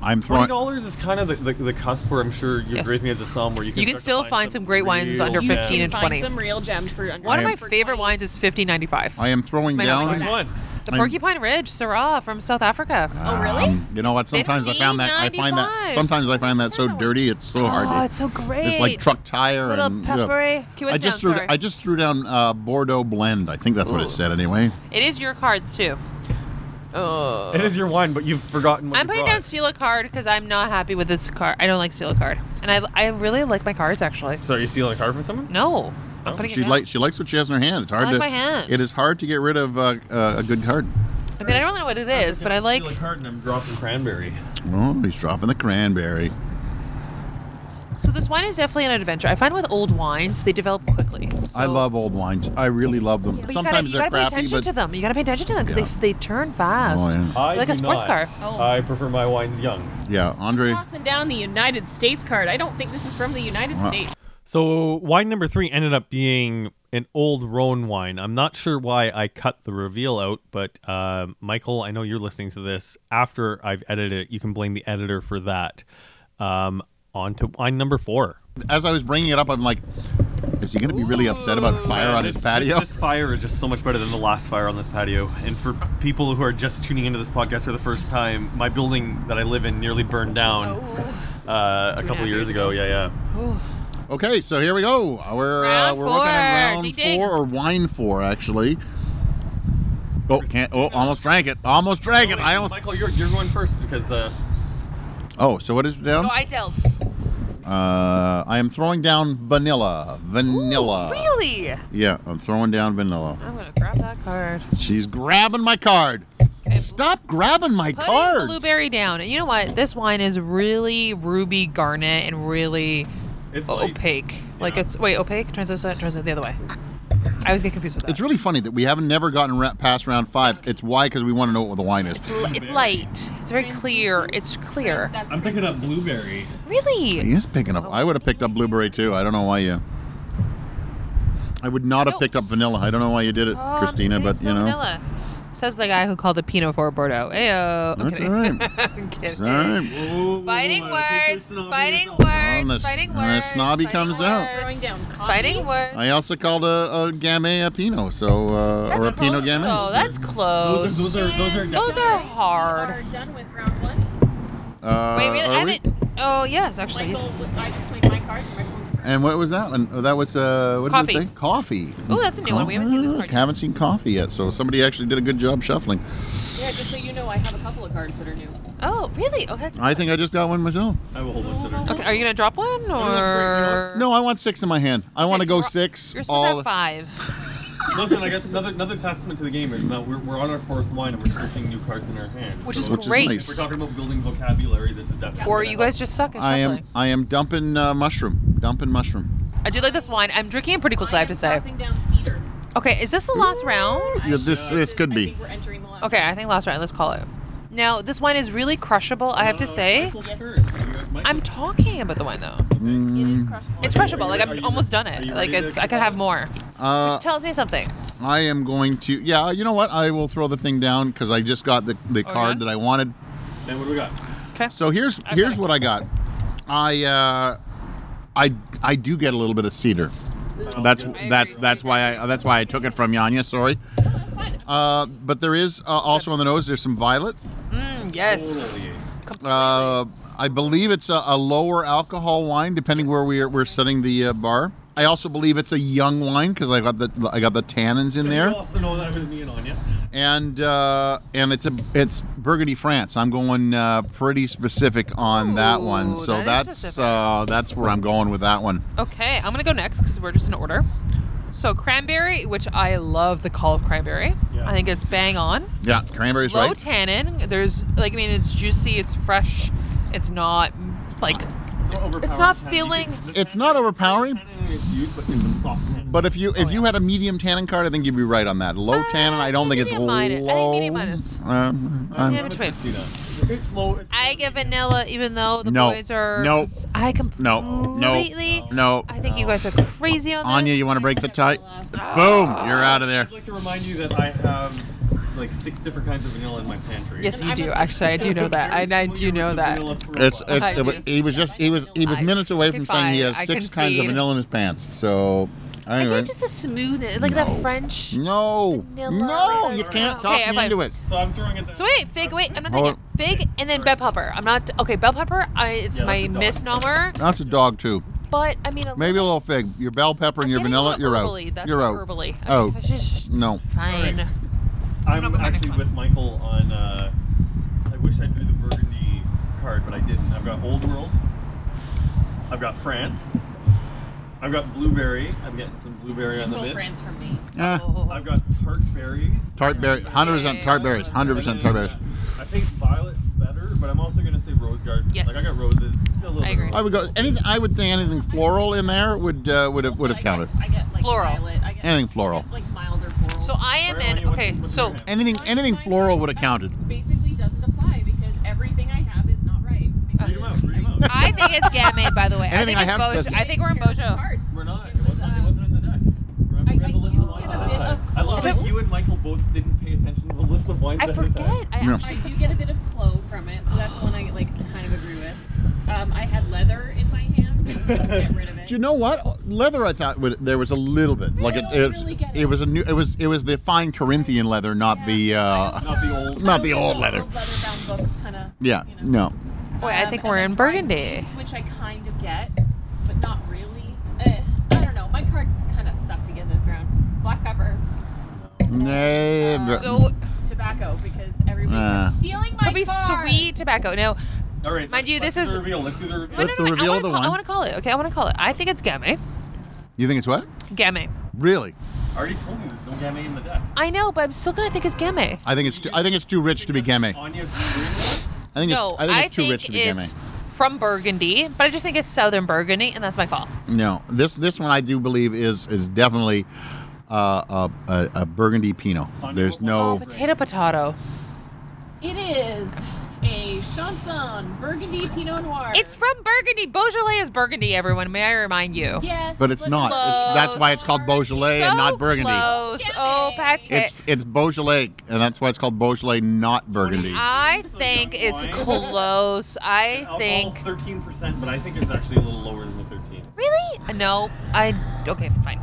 [SPEAKER 3] I'm
[SPEAKER 5] twenty
[SPEAKER 3] throwing.
[SPEAKER 5] dollars is kind of the, the, the cusp where I'm sure you're
[SPEAKER 4] Yes.
[SPEAKER 5] with me as a sum where you can
[SPEAKER 4] You can
[SPEAKER 5] start to
[SPEAKER 4] still find some great wines
[SPEAKER 5] real
[SPEAKER 4] under
[SPEAKER 6] You
[SPEAKER 5] gems.
[SPEAKER 4] 15 and
[SPEAKER 6] can
[SPEAKER 4] 20.
[SPEAKER 6] Find some real gems for under.
[SPEAKER 4] One of
[SPEAKER 3] am-
[SPEAKER 4] my favorite
[SPEAKER 6] 20.
[SPEAKER 4] wines is 50.95.
[SPEAKER 3] I am throwing
[SPEAKER 4] It's my
[SPEAKER 3] down.
[SPEAKER 5] Which
[SPEAKER 4] husband's
[SPEAKER 5] one?
[SPEAKER 4] The
[SPEAKER 3] I'm-
[SPEAKER 4] Porcupine Ridge Syrah from South Africa.
[SPEAKER 6] Oh, really?
[SPEAKER 3] um, you know what? Sometimes I found that. I find that.
[SPEAKER 4] 15.95.
[SPEAKER 3] Sometimes I find that so dirty. It's so hard.
[SPEAKER 4] Oh,
[SPEAKER 3] to-
[SPEAKER 4] it's so great.
[SPEAKER 3] it's like truck tire
[SPEAKER 4] Little
[SPEAKER 3] and. yeah.
[SPEAKER 4] peppery. Okay, what's
[SPEAKER 3] I just
[SPEAKER 4] down?
[SPEAKER 3] threw.
[SPEAKER 4] Sorry.
[SPEAKER 3] I just threw down uh, Bordeaux blend. I think that's what
[SPEAKER 1] Ooh.
[SPEAKER 3] it said anyway.
[SPEAKER 4] It is your card too. Oh.
[SPEAKER 5] It is your wine, but you've forgotten what
[SPEAKER 4] I'm
[SPEAKER 5] you
[SPEAKER 4] putting
[SPEAKER 5] brought.
[SPEAKER 4] down steal a card because I'm not happy with this card. I don't like steal a card, and I, I really like my cards actually.
[SPEAKER 5] So are you stealing a card from someone?
[SPEAKER 4] No, I'm
[SPEAKER 5] Oh.
[SPEAKER 4] putting
[SPEAKER 3] She
[SPEAKER 4] it down.
[SPEAKER 3] likes. She likes what she has in her hand. It's hard
[SPEAKER 4] like
[SPEAKER 3] to.
[SPEAKER 4] my hand.
[SPEAKER 3] It is hard to get rid of uh, uh, a good card.
[SPEAKER 4] I mean, I don't really know what it is, but I like.
[SPEAKER 5] Steal a card and I'm dropping cranberry.
[SPEAKER 3] Oh, he's dropping the cranberry.
[SPEAKER 4] So this wine is definitely an adventure. I find with old wines they develop quickly.
[SPEAKER 3] I
[SPEAKER 4] So-
[SPEAKER 3] love old wines. I really love them.
[SPEAKER 4] But you gotta,
[SPEAKER 3] Sometimes
[SPEAKER 4] you gotta
[SPEAKER 3] they're
[SPEAKER 4] pay
[SPEAKER 3] crappy,
[SPEAKER 4] attention
[SPEAKER 3] but
[SPEAKER 4] to them. You gotta pay attention to them because
[SPEAKER 3] Yeah.
[SPEAKER 4] they, they turn fast.
[SPEAKER 3] Oh, yeah.
[SPEAKER 5] I
[SPEAKER 4] Like a
[SPEAKER 5] do
[SPEAKER 4] sports
[SPEAKER 5] not.
[SPEAKER 4] car.
[SPEAKER 6] Oh.
[SPEAKER 5] I prefer my wines young.
[SPEAKER 3] yeah, Andre.
[SPEAKER 6] Tossing down the United States card. I don't think this is from the United
[SPEAKER 3] Wow.
[SPEAKER 6] States.
[SPEAKER 5] So wine number three ended up being an old Rhone wine. I'm not sure why I cut the reveal out, but uh, Michael, I know you're listening to this after I've edited it. You can blame the editor for that. Um, on to wine number four.
[SPEAKER 3] As I was bringing it up, I'm like, is he going to be really upset about fire on his
[SPEAKER 5] This-
[SPEAKER 3] patio?
[SPEAKER 5] This, this fire is just so much better than the last fire on this patio. And for people who are just tuning into this podcast for the first time, my building that I live in nearly burned down
[SPEAKER 4] Oh.
[SPEAKER 5] uh, a
[SPEAKER 6] and a
[SPEAKER 5] couple
[SPEAKER 6] half
[SPEAKER 5] years
[SPEAKER 6] years
[SPEAKER 5] ago.
[SPEAKER 6] ago.
[SPEAKER 5] Yeah, yeah.
[SPEAKER 3] Okay, so here we go. We're uh,
[SPEAKER 4] Round
[SPEAKER 3] we're working on round
[SPEAKER 4] four. Ding, ding.
[SPEAKER 3] four or wine four actually. Oh, can't. Oh, almost drank it. Almost drank it. I almost.
[SPEAKER 5] Michael, you're, you're going first because uh,
[SPEAKER 3] Oh, so what is it down?
[SPEAKER 4] Oh, I dealt.
[SPEAKER 3] Uh, I am throwing down vanilla. Vanilla.
[SPEAKER 4] Really?
[SPEAKER 3] Yeah, I'm throwing down vanilla.
[SPEAKER 4] I'm gonna grab that card.
[SPEAKER 3] She's grabbing my card. Stop grabbing my
[SPEAKER 4] Put
[SPEAKER 3] cards.
[SPEAKER 4] blueberry down. And you know what? This wine is really ruby garnet and really
[SPEAKER 5] it's
[SPEAKER 4] o-
[SPEAKER 5] light.
[SPEAKER 4] opaque. Like
[SPEAKER 5] Yeah.
[SPEAKER 4] it's wait, opaque turns out turns out the other way. I always get confused with that.
[SPEAKER 3] It's really funny that we haven't never gotten ra- past round five. It's why because we want to know what the wine is.
[SPEAKER 4] Li- it's light. It's very clear. It's clear.
[SPEAKER 6] That's
[SPEAKER 5] I'm picking up blueberry.
[SPEAKER 3] He
[SPEAKER 4] Really?
[SPEAKER 3] is picking up. I would have picked up blueberry too. I don't know why you. I would not have
[SPEAKER 4] No.
[SPEAKER 3] picked up vanilla. I don't know why you did it,
[SPEAKER 4] Oh, I'm
[SPEAKER 3] Christina.
[SPEAKER 4] just
[SPEAKER 3] But
[SPEAKER 4] getting
[SPEAKER 3] you
[SPEAKER 4] so
[SPEAKER 3] know,
[SPEAKER 4] vanilla. Says the guy who called a Pinot for Bordeaux. Ayo. I'm
[SPEAKER 3] That's
[SPEAKER 4] kidding.
[SPEAKER 3] all right.
[SPEAKER 4] I'm kidding.
[SPEAKER 3] it's all right.
[SPEAKER 4] Fighting words. Fighting
[SPEAKER 3] Oh,
[SPEAKER 4] words.
[SPEAKER 3] and the s-
[SPEAKER 4] fighting
[SPEAKER 3] and
[SPEAKER 4] words.
[SPEAKER 3] the snobby
[SPEAKER 4] fighting
[SPEAKER 3] comes
[SPEAKER 4] words,
[SPEAKER 3] out.
[SPEAKER 6] Throwing down coffee.
[SPEAKER 4] Fighting words.
[SPEAKER 3] I also called a, a Gamay a Pinot, so uh, or a Pinot Gamay.
[SPEAKER 4] Oh, that's close.
[SPEAKER 5] Those are those are
[SPEAKER 4] Those are hard.
[SPEAKER 6] We are done with round one.
[SPEAKER 3] Uh,
[SPEAKER 4] Wait, really?
[SPEAKER 3] are
[SPEAKER 4] I
[SPEAKER 3] we-
[SPEAKER 4] haven't. Oh, yes, actually.
[SPEAKER 6] Michael, I just played my card. Michael was first.
[SPEAKER 3] And what was that one? Oh, that was uh, what does it
[SPEAKER 4] Coffee.
[SPEAKER 3] say? Coffee.
[SPEAKER 4] Ooh, that's a new one. We haven't seen this card yet.
[SPEAKER 3] Haven't seen coffee yet, so somebody actually did a good job shuffling.
[SPEAKER 6] Yeah, just so you know, I have a couple of cards that are new.
[SPEAKER 4] Oh, really? Oh, that's.
[SPEAKER 3] I think I just got one myself.
[SPEAKER 5] I have a whole bunch of them.
[SPEAKER 4] Okay, are you gonna drop one or?
[SPEAKER 3] No, I want six in my hand. I want to
[SPEAKER 4] Okay,
[SPEAKER 3] go
[SPEAKER 4] you're-
[SPEAKER 3] six.
[SPEAKER 4] You're supposed to
[SPEAKER 3] all
[SPEAKER 4] have five.
[SPEAKER 5] Listen, I guess another another testament to the game is now we're, we're on our fourth wine and we're searching new cards in our hands.
[SPEAKER 4] Which
[SPEAKER 5] So
[SPEAKER 4] is
[SPEAKER 3] Which is
[SPEAKER 4] great.
[SPEAKER 3] nice.
[SPEAKER 5] if we're talking about building vocabulary, this is definitely.
[SPEAKER 4] Or
[SPEAKER 5] gonna
[SPEAKER 4] you
[SPEAKER 5] help.
[SPEAKER 4] guys just suck at
[SPEAKER 3] I am
[SPEAKER 4] shuffling.
[SPEAKER 3] I am dumping uh, mushroom. Dumping mushroom.
[SPEAKER 4] I do like this wine. I'm drinking it pretty quickly, I
[SPEAKER 6] I
[SPEAKER 4] have
[SPEAKER 6] am
[SPEAKER 4] to say.
[SPEAKER 6] tossing down cedar.
[SPEAKER 4] Okay, is this the last round?
[SPEAKER 3] Yeah, this this could
[SPEAKER 6] I
[SPEAKER 3] be.
[SPEAKER 6] think we're entering the last
[SPEAKER 4] Okay, I think last round. Let's call it. Now, this wine is really crushable. I have to
[SPEAKER 5] No, no,
[SPEAKER 4] say.
[SPEAKER 5] it's Michael's turn. You're- Michael's
[SPEAKER 4] I'm talking about the wine though.
[SPEAKER 3] Mm.
[SPEAKER 6] round. It is crushable.
[SPEAKER 4] It's
[SPEAKER 5] Are you-
[SPEAKER 4] crushable. Like
[SPEAKER 5] are
[SPEAKER 4] I'm
[SPEAKER 5] you-
[SPEAKER 4] almost done
[SPEAKER 5] are
[SPEAKER 4] it.
[SPEAKER 5] you
[SPEAKER 4] Like
[SPEAKER 5] ready to
[SPEAKER 4] it's. I could have more.
[SPEAKER 3] Uh,
[SPEAKER 4] Which tells me something.
[SPEAKER 3] I am going to. Yeah, you know what? I will throw the thing down because I just got the, the
[SPEAKER 4] Oh,
[SPEAKER 3] card
[SPEAKER 4] yeah?
[SPEAKER 3] that I wanted.
[SPEAKER 5] Then what do we got?
[SPEAKER 4] Okay.
[SPEAKER 3] So here's
[SPEAKER 4] I've
[SPEAKER 3] here's
[SPEAKER 4] got it.
[SPEAKER 3] what I got. I uh, I I do get a little bit of cedar. That's
[SPEAKER 5] I
[SPEAKER 3] that's that's why I that's why I took it from Yanya. Sorry.
[SPEAKER 4] mm,
[SPEAKER 3] Uh, but there is uh, also on the nose. There's some violet.
[SPEAKER 4] Mm, yes.
[SPEAKER 5] Totally.
[SPEAKER 4] Completely.
[SPEAKER 3] Uh, I believe it's a, a lower alcohol wine, depending where we are, we're setting the uh, bar. I also believe it's a young wine because I got the I got the tannins in there,
[SPEAKER 5] also know that was me and Anya.
[SPEAKER 3] and uh, and it's a it's Burgundy France. I'm going uh, pretty specific on that one,
[SPEAKER 4] Ooh,
[SPEAKER 3] so
[SPEAKER 4] that is
[SPEAKER 3] that's
[SPEAKER 4] specific.
[SPEAKER 3] uh, that's where I'm going with that one.
[SPEAKER 4] Okay, I'm gonna go next because we're just in order. So cranberry, which I love the call of cranberry.
[SPEAKER 5] Yeah.
[SPEAKER 4] I think it's bang on.
[SPEAKER 3] Yeah, cranberries,
[SPEAKER 4] Low
[SPEAKER 3] right?
[SPEAKER 4] tannin. There's like I mean, it's juicy. It's fresh. It's not like
[SPEAKER 5] It's not overpowering.
[SPEAKER 4] not tannin. feeling-
[SPEAKER 3] It's not overpowering.
[SPEAKER 5] It's used, but it's soft.
[SPEAKER 3] But if you if you had a medium tannin card, I think you'd be right on that. Low
[SPEAKER 4] Oh, Uh,
[SPEAKER 3] tannin, I don't think it's
[SPEAKER 4] medium minus. I think
[SPEAKER 3] low.
[SPEAKER 4] medium minus.
[SPEAKER 3] Um, um,
[SPEAKER 4] Yeah, between.
[SPEAKER 5] It's low. It's
[SPEAKER 4] I get vanilla, even though the
[SPEAKER 3] No.
[SPEAKER 4] boys are.
[SPEAKER 3] No.
[SPEAKER 4] I
[SPEAKER 3] No. No.
[SPEAKER 4] completely.
[SPEAKER 3] no,
[SPEAKER 4] I think you guys are crazy on
[SPEAKER 3] Oh. Anya,
[SPEAKER 4] this. Ah.
[SPEAKER 3] you want to break the tie?
[SPEAKER 6] Vanilla.
[SPEAKER 3] Boom! You're out of there.
[SPEAKER 5] like to remind you that I have like six different kinds of vanilla in my pantry.
[SPEAKER 4] Yes, you
[SPEAKER 6] I'm
[SPEAKER 4] do.
[SPEAKER 6] a-
[SPEAKER 4] Actually, I do know that. I, I do know that.
[SPEAKER 3] It's, it's
[SPEAKER 4] I
[SPEAKER 3] it was,
[SPEAKER 4] do.
[SPEAKER 3] he was just he was he was
[SPEAKER 4] I-
[SPEAKER 3] minutes away from saying he
[SPEAKER 4] fine,
[SPEAKER 3] has
[SPEAKER 4] I
[SPEAKER 3] six kinds of
[SPEAKER 4] concede.
[SPEAKER 3] vanilla in his pants. So
[SPEAKER 4] I
[SPEAKER 3] anyway,
[SPEAKER 4] think just a smooth, like
[SPEAKER 3] No. Mm.
[SPEAKER 4] that French.
[SPEAKER 3] no,
[SPEAKER 4] vanilla
[SPEAKER 3] no,
[SPEAKER 4] is
[SPEAKER 3] you
[SPEAKER 4] not-
[SPEAKER 3] can't
[SPEAKER 4] Okay,
[SPEAKER 3] talk
[SPEAKER 4] I'm
[SPEAKER 3] me into
[SPEAKER 4] fine.
[SPEAKER 3] it.
[SPEAKER 5] So I'm throwing it. Down.
[SPEAKER 4] So wait, fig. Wait, I'm not
[SPEAKER 3] Hold
[SPEAKER 4] thinking fig, and then bell pepper. I'm not okay. Bell pepper. I, it's
[SPEAKER 5] Yeah, that's a
[SPEAKER 4] my
[SPEAKER 5] dog.
[SPEAKER 4] misnomer,
[SPEAKER 3] That's a dog too.
[SPEAKER 4] but I mean, a
[SPEAKER 3] Maybe a little fig. Your bell pepper
[SPEAKER 4] I'm
[SPEAKER 3] and your
[SPEAKER 4] getting a
[SPEAKER 3] vanilla,
[SPEAKER 4] little
[SPEAKER 3] you're
[SPEAKER 4] herbally.
[SPEAKER 3] out.
[SPEAKER 4] That's
[SPEAKER 3] you're out.
[SPEAKER 4] herbally. I
[SPEAKER 3] Oh.
[SPEAKER 4] mean, sh- sh-
[SPEAKER 3] No.
[SPEAKER 4] Fine.
[SPEAKER 5] Alright.
[SPEAKER 4] I'm
[SPEAKER 5] I'm
[SPEAKER 4] gonna go
[SPEAKER 5] actually
[SPEAKER 4] next
[SPEAKER 5] with Michael on. Uh, I wish I drew the Burgundy card, but I didn't. I've got Old World. I've got France. I've got blueberry. I'm getting some blueberry on
[SPEAKER 6] This
[SPEAKER 5] the
[SPEAKER 6] whole
[SPEAKER 5] mid.
[SPEAKER 6] friends from me.
[SPEAKER 3] Eh,
[SPEAKER 4] Oh.
[SPEAKER 5] I've got tart berries.
[SPEAKER 3] tart berry, hundred percent tart berries, hundred percent tart berries.
[SPEAKER 5] I think violet's better, but I'm also gonna say rose garden.
[SPEAKER 4] Yes.
[SPEAKER 5] Like I got roses. It's got a little
[SPEAKER 4] I
[SPEAKER 5] bit of
[SPEAKER 4] agree.
[SPEAKER 3] I would go anything. I would think anything floral in there would uh, would have would have
[SPEAKER 6] I
[SPEAKER 3] counted.
[SPEAKER 6] Get, I get like
[SPEAKER 4] Floral.
[SPEAKER 6] Violet. I get,
[SPEAKER 3] Anything floral.
[SPEAKER 6] Like milder floral.
[SPEAKER 4] So I am
[SPEAKER 5] Alright,
[SPEAKER 4] in.
[SPEAKER 5] Anya, what's-
[SPEAKER 4] Okay,
[SPEAKER 5] what's
[SPEAKER 4] so
[SPEAKER 5] your hand?
[SPEAKER 3] Anything anything floral would have counted.
[SPEAKER 6] Basically doesn't apply because everything I have is not right.
[SPEAKER 5] Read 'em out. Read 'em out.
[SPEAKER 4] I think it's Gamay, by the way. I
[SPEAKER 3] Anything
[SPEAKER 4] think
[SPEAKER 3] I
[SPEAKER 4] it's
[SPEAKER 3] have
[SPEAKER 4] Bojo.
[SPEAKER 3] doesn't-
[SPEAKER 4] I think we're in Bojo.
[SPEAKER 5] We're not. It wasn't, it wasn't in the deck. Remember,
[SPEAKER 6] I-
[SPEAKER 5] we had
[SPEAKER 6] I
[SPEAKER 5] the list
[SPEAKER 6] do
[SPEAKER 5] of wines
[SPEAKER 6] get a
[SPEAKER 5] on the
[SPEAKER 6] bit
[SPEAKER 5] deck.
[SPEAKER 6] of
[SPEAKER 5] I love that
[SPEAKER 4] clove.
[SPEAKER 5] you and Michael both didn't pay attention to the list of wines.
[SPEAKER 4] I
[SPEAKER 5] that we had.
[SPEAKER 4] forget. I
[SPEAKER 3] Yeah.
[SPEAKER 6] I
[SPEAKER 4] actually
[SPEAKER 6] do get a bit of clove from it, so that's the one I like kind of agree with. Um, I had leather in my hand. I couldn't get rid of it.
[SPEAKER 3] Do you know what leather? I thought would, there was a little bit like it.
[SPEAKER 6] don't
[SPEAKER 3] It,
[SPEAKER 6] really get
[SPEAKER 3] it
[SPEAKER 6] it.
[SPEAKER 3] was a new. It was it was the fine Corinthian leather, not the. Uh,
[SPEAKER 5] Not the old.
[SPEAKER 3] Not the
[SPEAKER 6] I don't
[SPEAKER 3] old
[SPEAKER 6] know,
[SPEAKER 3] leather.
[SPEAKER 6] old leather-bound books, kind of.
[SPEAKER 3] yeah, no.
[SPEAKER 4] Boy, I
[SPEAKER 6] Um,
[SPEAKER 4] think we're in Burgundy.
[SPEAKER 6] Which I kind of get, but not really. Eh, I don't know. My cards kind of suck to get this round. Black pepper,
[SPEAKER 3] Never.
[SPEAKER 4] so
[SPEAKER 6] tobacco, because everybody
[SPEAKER 3] Uh.
[SPEAKER 6] kept stealing my
[SPEAKER 4] could be
[SPEAKER 6] card.
[SPEAKER 4] sweet tobacco. No,
[SPEAKER 5] All right.
[SPEAKER 4] Mind
[SPEAKER 5] let's-
[SPEAKER 4] you,
[SPEAKER 5] let's
[SPEAKER 4] this
[SPEAKER 5] do
[SPEAKER 4] is-
[SPEAKER 5] the reveal. Let's do the reveal.
[SPEAKER 4] no,
[SPEAKER 3] Let's
[SPEAKER 4] no, no,
[SPEAKER 3] reveal
[SPEAKER 4] I wanna
[SPEAKER 3] the
[SPEAKER 4] call, I
[SPEAKER 3] one.
[SPEAKER 4] want to call it. Okay, I want to call it. I think it's Gamay.
[SPEAKER 3] you think it's what?
[SPEAKER 4] Gamay.
[SPEAKER 3] Really?
[SPEAKER 5] I already told you there's no Gamay in the deck.
[SPEAKER 4] I know, but I'm still gonna think it's Gamay.
[SPEAKER 3] I think it's too, I think it's too rich to be gamay. I
[SPEAKER 5] Anya's screen was-
[SPEAKER 3] think it's
[SPEAKER 4] no,
[SPEAKER 3] I think it's too rich to be
[SPEAKER 4] it's
[SPEAKER 3] gamay.
[SPEAKER 4] from Burgundy, but I just think it's Southern Burgundy, and that's my call.
[SPEAKER 3] No, this this one I do believe is is definitely uh, a, a, a Burgundy Pinot. There's no.
[SPEAKER 4] Oh, potato, potato.
[SPEAKER 6] It is a Chanson Burgundy Pinot Noir.
[SPEAKER 4] It's from Burgundy. Beaujolais is Burgundy. Everyone, may I remind you?
[SPEAKER 6] Yes,
[SPEAKER 3] But it's not. It's, that's why it's called Beaujolais and not Burgundy.
[SPEAKER 4] Close.
[SPEAKER 6] Gamay.
[SPEAKER 4] Oh, Patrick.
[SPEAKER 3] It's it's Beaujolais, and that's why it's called Beaujolais, not Burgundy.
[SPEAKER 4] I
[SPEAKER 5] It's a
[SPEAKER 4] think
[SPEAKER 5] young
[SPEAKER 4] it's
[SPEAKER 5] wine.
[SPEAKER 4] close. I
[SPEAKER 5] Alcohol's
[SPEAKER 4] think.
[SPEAKER 5] 13%, but I think it's actually a little lower than the 13.
[SPEAKER 4] Really? No. I. Okay, fine.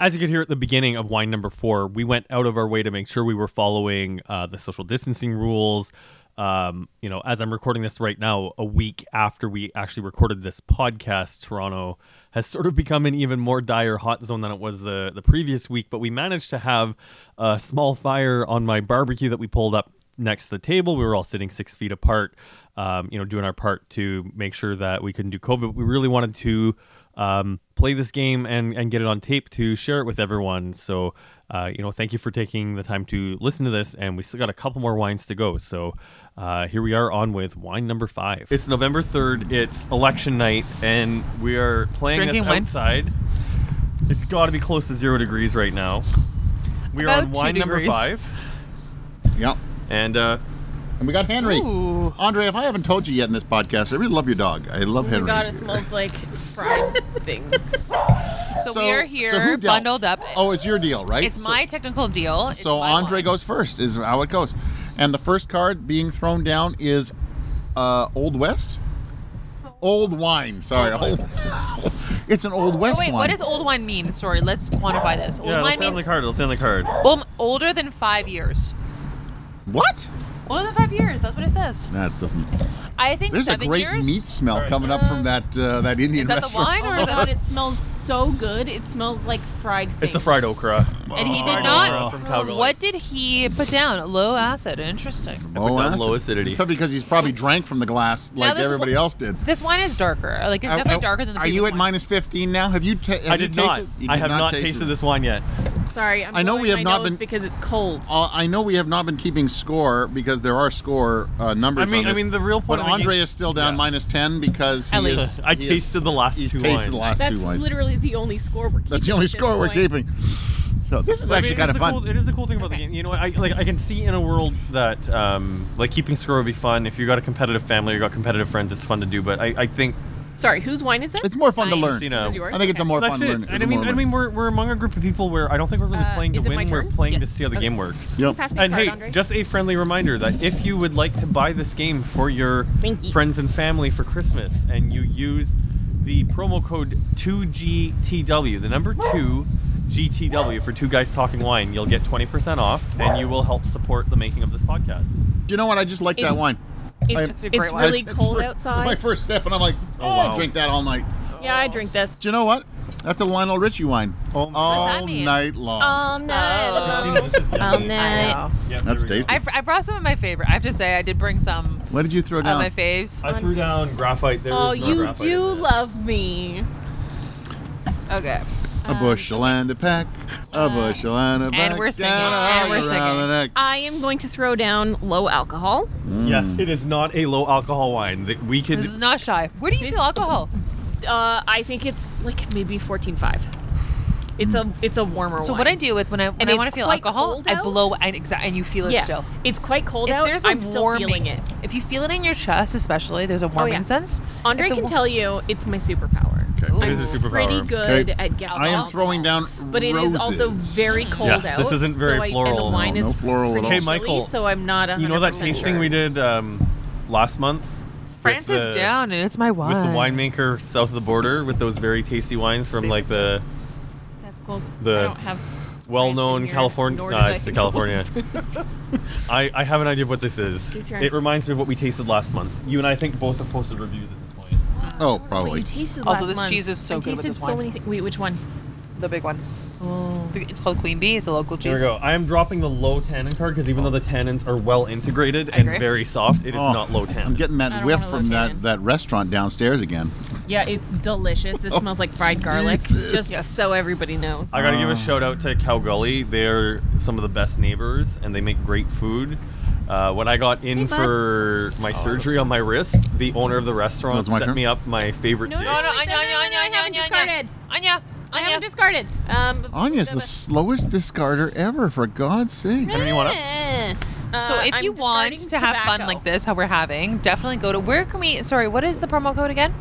[SPEAKER 5] as you could hear at the beginning of wine number four, we went out of our way to make sure we were following uh, the social distancing rules. Um, you know, as I'm recording this right now, a week after we actually recorded this podcast, Toronto has sort of become an even more dire hot zone than it was the the previous week. But we managed to have a small fire on my barbecue that we pulled up next to the table. We were all sitting six feet apart, um, you know, doing our part to make sure that we couldn't do COVID. We really wanted to um, play this game and, and get it on tape to share it with everyone. So, uh, you know, thank you for taking the time to listen to this. And we still got a couple more wines to go. So uh, here we are on with wine number five. It's November 3rd. It's election night. And we are playing
[SPEAKER 4] Drinking
[SPEAKER 5] this
[SPEAKER 4] wine.
[SPEAKER 5] outside. It's got to be close to zero degrees right now. We are
[SPEAKER 4] About
[SPEAKER 5] on
[SPEAKER 4] two
[SPEAKER 5] wine number
[SPEAKER 4] degrees.
[SPEAKER 5] five.
[SPEAKER 3] Yep.
[SPEAKER 5] And uh,
[SPEAKER 3] And we got Henry.
[SPEAKER 4] Ooh.
[SPEAKER 3] Andre, if I haven't told you yet in this podcast, I really love your dog. I love
[SPEAKER 6] Oh
[SPEAKER 3] Henry.
[SPEAKER 6] smells like fried things.
[SPEAKER 4] So,
[SPEAKER 3] So-
[SPEAKER 4] we are
[SPEAKER 3] so
[SPEAKER 4] here,
[SPEAKER 3] who dealt?
[SPEAKER 4] bundled up.
[SPEAKER 3] Oh, it's your deal, right?
[SPEAKER 4] it's
[SPEAKER 3] So-
[SPEAKER 4] my technical deal. It's
[SPEAKER 3] So
[SPEAKER 4] my
[SPEAKER 3] Andre
[SPEAKER 4] wine.
[SPEAKER 3] goes first, is how it goes. And the first card being thrown down is uh, Old West? Old wine, sorry. Old it's an Old
[SPEAKER 4] Oh,
[SPEAKER 3] West
[SPEAKER 4] wait,
[SPEAKER 3] wine.
[SPEAKER 4] what does old wine mean? Sorry, let's quantify this. Old
[SPEAKER 5] yeah, it'll
[SPEAKER 4] wine
[SPEAKER 5] stay on
[SPEAKER 4] means
[SPEAKER 5] the card. It'll stay on the card.
[SPEAKER 4] um, older than five years.
[SPEAKER 3] What?
[SPEAKER 4] More than five years. That's what it says.
[SPEAKER 3] That doesn't.
[SPEAKER 4] I think
[SPEAKER 3] There's a
[SPEAKER 4] seven
[SPEAKER 3] great
[SPEAKER 4] years.
[SPEAKER 3] meat smell coming up from that uh, that Indian
[SPEAKER 4] Is that the
[SPEAKER 3] restaurant.
[SPEAKER 4] wine or
[SPEAKER 6] Oh my
[SPEAKER 4] the?
[SPEAKER 6] god, it smells so good. It smells like fried.
[SPEAKER 5] It's the
[SPEAKER 6] things.
[SPEAKER 5] fried okra.
[SPEAKER 4] And he did
[SPEAKER 5] Fried
[SPEAKER 4] not.
[SPEAKER 5] okra from Calgary.
[SPEAKER 4] What did he put down? Low acid.
[SPEAKER 5] I
[SPEAKER 4] Interesting.
[SPEAKER 5] put
[SPEAKER 3] Oh,
[SPEAKER 5] down
[SPEAKER 3] acid.
[SPEAKER 5] low acidity.
[SPEAKER 3] It's probably because he's probably drank from the glass like
[SPEAKER 4] this
[SPEAKER 3] everybody
[SPEAKER 4] wa-
[SPEAKER 3] else did.
[SPEAKER 4] This wine is darker. Like it's
[SPEAKER 3] Are-
[SPEAKER 4] definitely
[SPEAKER 3] are-
[SPEAKER 4] darker than the.
[SPEAKER 3] Are you
[SPEAKER 4] previous
[SPEAKER 3] at
[SPEAKER 4] one.
[SPEAKER 3] minus 15 now? Have you, ta- have
[SPEAKER 5] I
[SPEAKER 3] you
[SPEAKER 5] did
[SPEAKER 3] tasted?
[SPEAKER 5] not.
[SPEAKER 3] You
[SPEAKER 5] I
[SPEAKER 3] did
[SPEAKER 5] have
[SPEAKER 3] not
[SPEAKER 5] not
[SPEAKER 3] taste
[SPEAKER 5] tasted
[SPEAKER 3] it.
[SPEAKER 5] this wine yet.
[SPEAKER 6] Sorry, I'm
[SPEAKER 3] I know
[SPEAKER 6] blowing
[SPEAKER 3] we have
[SPEAKER 6] my
[SPEAKER 3] not
[SPEAKER 6] nose
[SPEAKER 3] been-
[SPEAKER 6] because it's cold.
[SPEAKER 3] Uh, I know we have not been keeping score because there are score uh, numbers.
[SPEAKER 5] I mean- I
[SPEAKER 3] on this,
[SPEAKER 5] mean, the real point
[SPEAKER 3] But
[SPEAKER 5] of the
[SPEAKER 3] Andre
[SPEAKER 5] game-
[SPEAKER 3] is still down
[SPEAKER 5] Yeah.
[SPEAKER 3] minus ten because he
[SPEAKER 4] At least.
[SPEAKER 3] is-
[SPEAKER 5] I
[SPEAKER 3] he
[SPEAKER 5] tasted
[SPEAKER 3] is-
[SPEAKER 5] the last
[SPEAKER 3] He's
[SPEAKER 5] two wines.
[SPEAKER 3] tasted the last
[SPEAKER 6] That's
[SPEAKER 3] two wines.
[SPEAKER 6] literally the only score we're keeping.
[SPEAKER 3] That's the only
[SPEAKER 6] at this
[SPEAKER 3] score we're
[SPEAKER 6] point.
[SPEAKER 3] keeping. So this is
[SPEAKER 5] I mean,
[SPEAKER 3] actually
[SPEAKER 5] it
[SPEAKER 3] kind
[SPEAKER 5] is
[SPEAKER 3] of
[SPEAKER 5] the
[SPEAKER 3] fun.
[SPEAKER 5] cool- it is the cool thing about the
[SPEAKER 4] Okay.
[SPEAKER 5] game. You know, I like I can see in a world that um, like keeping score would be fun. If you got a competitive family, or you got competitive friends, it's fun to do. But I, I think
[SPEAKER 6] Sorry, whose wine is this?
[SPEAKER 3] It's more fun to
[SPEAKER 6] Mine.
[SPEAKER 3] learn.
[SPEAKER 5] Casino.
[SPEAKER 6] This is yours?
[SPEAKER 3] I think it's a more
[SPEAKER 5] that's
[SPEAKER 3] fun
[SPEAKER 5] it.
[SPEAKER 3] learn. it's
[SPEAKER 5] And
[SPEAKER 3] a
[SPEAKER 5] I mean,
[SPEAKER 3] more
[SPEAKER 5] I
[SPEAKER 3] learn.
[SPEAKER 5] mean, we're, we're among a group of people where I don't think we're really
[SPEAKER 6] Uh,
[SPEAKER 5] playing to
[SPEAKER 6] is it my
[SPEAKER 5] win. We're
[SPEAKER 6] turn?
[SPEAKER 5] playing to
[SPEAKER 6] Yes.
[SPEAKER 5] see how the
[SPEAKER 6] Okay.
[SPEAKER 5] game works.
[SPEAKER 3] Yep.
[SPEAKER 6] Pass me the
[SPEAKER 5] And
[SPEAKER 6] card,
[SPEAKER 5] hey,
[SPEAKER 6] Andre.
[SPEAKER 5] just a friendly reminder that if you would like to buy this game for your
[SPEAKER 6] Thank you.
[SPEAKER 5] friends and family for Christmas, and you use the promo code 2GTW, the number 2 GTW for Two Guys Talking Wine, you'll get 20% off, and you will help support the making of this podcast.
[SPEAKER 3] Do you know what? I just like that
[SPEAKER 6] It's-
[SPEAKER 3] wine. I-
[SPEAKER 6] It's,
[SPEAKER 4] It's
[SPEAKER 6] it's,
[SPEAKER 4] a great wine.
[SPEAKER 6] really
[SPEAKER 3] It's- it's
[SPEAKER 6] cold
[SPEAKER 3] fir- My
[SPEAKER 6] outside.
[SPEAKER 3] first sip, and I'm like, oh, I'll
[SPEAKER 5] wow.
[SPEAKER 3] drink that all night.
[SPEAKER 6] Yeah, I drink this.
[SPEAKER 3] Do you know what? That's a Lionel Richie wine.
[SPEAKER 5] Oh my-
[SPEAKER 3] all
[SPEAKER 4] What's that mean?
[SPEAKER 3] night long.
[SPEAKER 6] Um, no.
[SPEAKER 4] Oh.
[SPEAKER 5] This is yummy.
[SPEAKER 6] Um,
[SPEAKER 4] I know.
[SPEAKER 6] no.
[SPEAKER 5] Yep,
[SPEAKER 3] That's
[SPEAKER 5] there we go.
[SPEAKER 3] tasty.
[SPEAKER 4] I, I brought some of my favorite. I have to say, I did bring some
[SPEAKER 3] what did you throw
[SPEAKER 4] of
[SPEAKER 3] down?
[SPEAKER 4] my faves.
[SPEAKER 5] I threw down graphite. There
[SPEAKER 6] Oh,
[SPEAKER 5] is no
[SPEAKER 6] you
[SPEAKER 5] graphite in
[SPEAKER 6] do
[SPEAKER 5] this.
[SPEAKER 6] love me.
[SPEAKER 4] Okay.
[SPEAKER 3] a
[SPEAKER 6] um,
[SPEAKER 3] bushel and a peck, a
[SPEAKER 6] uh,
[SPEAKER 3] bushel and a peck.
[SPEAKER 4] and we're singing,
[SPEAKER 3] down a
[SPEAKER 4] and
[SPEAKER 3] hog
[SPEAKER 4] we're
[SPEAKER 3] around the
[SPEAKER 4] singing.
[SPEAKER 3] neck.
[SPEAKER 6] I am going to throw down low alcohol.
[SPEAKER 3] Mm.
[SPEAKER 5] Yes, it is not a low alcohol wine. That we could.
[SPEAKER 4] This is not shy. Where do you
[SPEAKER 6] This-
[SPEAKER 4] feel alcohol?
[SPEAKER 6] Uh, I think it's like maybe 14.5. It's a it's a warmer
[SPEAKER 4] So
[SPEAKER 6] one.
[SPEAKER 4] what I do with when I when
[SPEAKER 6] And
[SPEAKER 4] I
[SPEAKER 6] it's
[SPEAKER 4] want to feel
[SPEAKER 6] quite
[SPEAKER 4] alcohol,
[SPEAKER 6] cold
[SPEAKER 4] I
[SPEAKER 6] out?
[SPEAKER 4] blow and exa- and you feel it
[SPEAKER 6] yeah,
[SPEAKER 4] still.
[SPEAKER 6] it's quite cold
[SPEAKER 4] If
[SPEAKER 6] out.
[SPEAKER 4] there's a
[SPEAKER 6] I'm still
[SPEAKER 4] warming,
[SPEAKER 6] feeling it. Oh,
[SPEAKER 4] if you feel it in your chest, especially, there's a warming
[SPEAKER 6] yeah.
[SPEAKER 4] sense.
[SPEAKER 6] Andre
[SPEAKER 4] If the
[SPEAKER 6] can
[SPEAKER 4] wa-
[SPEAKER 6] tell you it's my superpower.
[SPEAKER 3] Okay.
[SPEAKER 5] It is a
[SPEAKER 6] I'm
[SPEAKER 5] superpower.
[SPEAKER 6] Pretty good
[SPEAKER 3] Okay.
[SPEAKER 6] at guessing.
[SPEAKER 3] I am throwing down
[SPEAKER 6] but it is also
[SPEAKER 3] roses.
[SPEAKER 6] very cold
[SPEAKER 5] Yes,
[SPEAKER 6] out.
[SPEAKER 5] this isn't very
[SPEAKER 6] so I- and
[SPEAKER 5] floral.
[SPEAKER 6] the wine
[SPEAKER 3] No,
[SPEAKER 6] is
[SPEAKER 3] no floral at
[SPEAKER 6] pretty
[SPEAKER 3] all. Hey,
[SPEAKER 6] chilly,
[SPEAKER 5] Michael,
[SPEAKER 6] so I'm not. 100%
[SPEAKER 5] You know that tasting
[SPEAKER 6] sure.
[SPEAKER 5] we did um, last month. with
[SPEAKER 4] France is
[SPEAKER 5] the-
[SPEAKER 4] down, and it's my wine.
[SPEAKER 5] With the winemaker south of the border, with those very tasty wines from like the
[SPEAKER 6] That's cool.
[SPEAKER 5] the
[SPEAKER 6] I don't have
[SPEAKER 5] well-known
[SPEAKER 6] France in here,
[SPEAKER 5] California.
[SPEAKER 6] nor
[SPEAKER 5] No,
[SPEAKER 6] did I
[SPEAKER 5] it's the
[SPEAKER 6] think it was
[SPEAKER 5] California.
[SPEAKER 6] France.
[SPEAKER 5] I, I have an idea of what this is.
[SPEAKER 6] Your turn.
[SPEAKER 5] It reminds me of what we tasted last month. You and I think both have posted reviews at this point.
[SPEAKER 3] Oh,
[SPEAKER 6] That's what
[SPEAKER 3] probably.
[SPEAKER 6] you tasted
[SPEAKER 4] Also,
[SPEAKER 6] last
[SPEAKER 4] this
[SPEAKER 6] month.
[SPEAKER 4] cheese is so
[SPEAKER 6] I
[SPEAKER 4] good with
[SPEAKER 6] tasted
[SPEAKER 4] this
[SPEAKER 6] so
[SPEAKER 4] wine.
[SPEAKER 6] many. Th- wait, which one?
[SPEAKER 4] the big one.
[SPEAKER 6] Oh.
[SPEAKER 4] It's called Queen Bee. It's a local cheese.
[SPEAKER 5] Here we go. I am dropping the low tannin card because even though the tannins are well integrated
[SPEAKER 4] I
[SPEAKER 5] and
[SPEAKER 4] agree.
[SPEAKER 5] very soft, it is
[SPEAKER 3] Oh,
[SPEAKER 5] not low tannin.
[SPEAKER 3] I'm getting
[SPEAKER 6] I
[SPEAKER 3] that
[SPEAKER 6] don't
[SPEAKER 3] whiff
[SPEAKER 6] wanna
[SPEAKER 3] from
[SPEAKER 6] look
[SPEAKER 3] that,
[SPEAKER 6] in.
[SPEAKER 3] that restaurant downstairs again.
[SPEAKER 6] Yeah, it's delicious. This
[SPEAKER 3] Oh,
[SPEAKER 6] smells like fried garlic.
[SPEAKER 3] Jesus.
[SPEAKER 6] Just
[SPEAKER 4] Yes.
[SPEAKER 6] so everybody knows.
[SPEAKER 5] I gotta give
[SPEAKER 3] Uh.
[SPEAKER 5] a shout out to Cowgully. They're some of the best neighbors, and they make great food. Uh, when I got in
[SPEAKER 6] Hey, bud.
[SPEAKER 5] for
[SPEAKER 3] Oh,
[SPEAKER 5] my surgery on my wrist, the owner of the restaurant
[SPEAKER 3] That's my
[SPEAKER 5] set
[SPEAKER 3] turn?
[SPEAKER 5] me up my favorite
[SPEAKER 6] No,
[SPEAKER 5] dish.
[SPEAKER 6] no,
[SPEAKER 4] No, no,
[SPEAKER 6] Wait,
[SPEAKER 4] Anya, Anya,
[SPEAKER 6] no, no, no,
[SPEAKER 4] Anya,
[SPEAKER 6] I haven't
[SPEAKER 4] Anya, Anya,
[SPEAKER 6] discarded.
[SPEAKER 4] Anya,
[SPEAKER 6] I haven't
[SPEAKER 4] Anya.
[SPEAKER 6] discarded. Um,
[SPEAKER 3] Anya's the slowest discarder ever, for God's sake.
[SPEAKER 5] Anyone want it?
[SPEAKER 6] Uh,
[SPEAKER 4] So if you want to have fun like this, how we're having, definitely go to where can we? Sorry, what is the promo code again?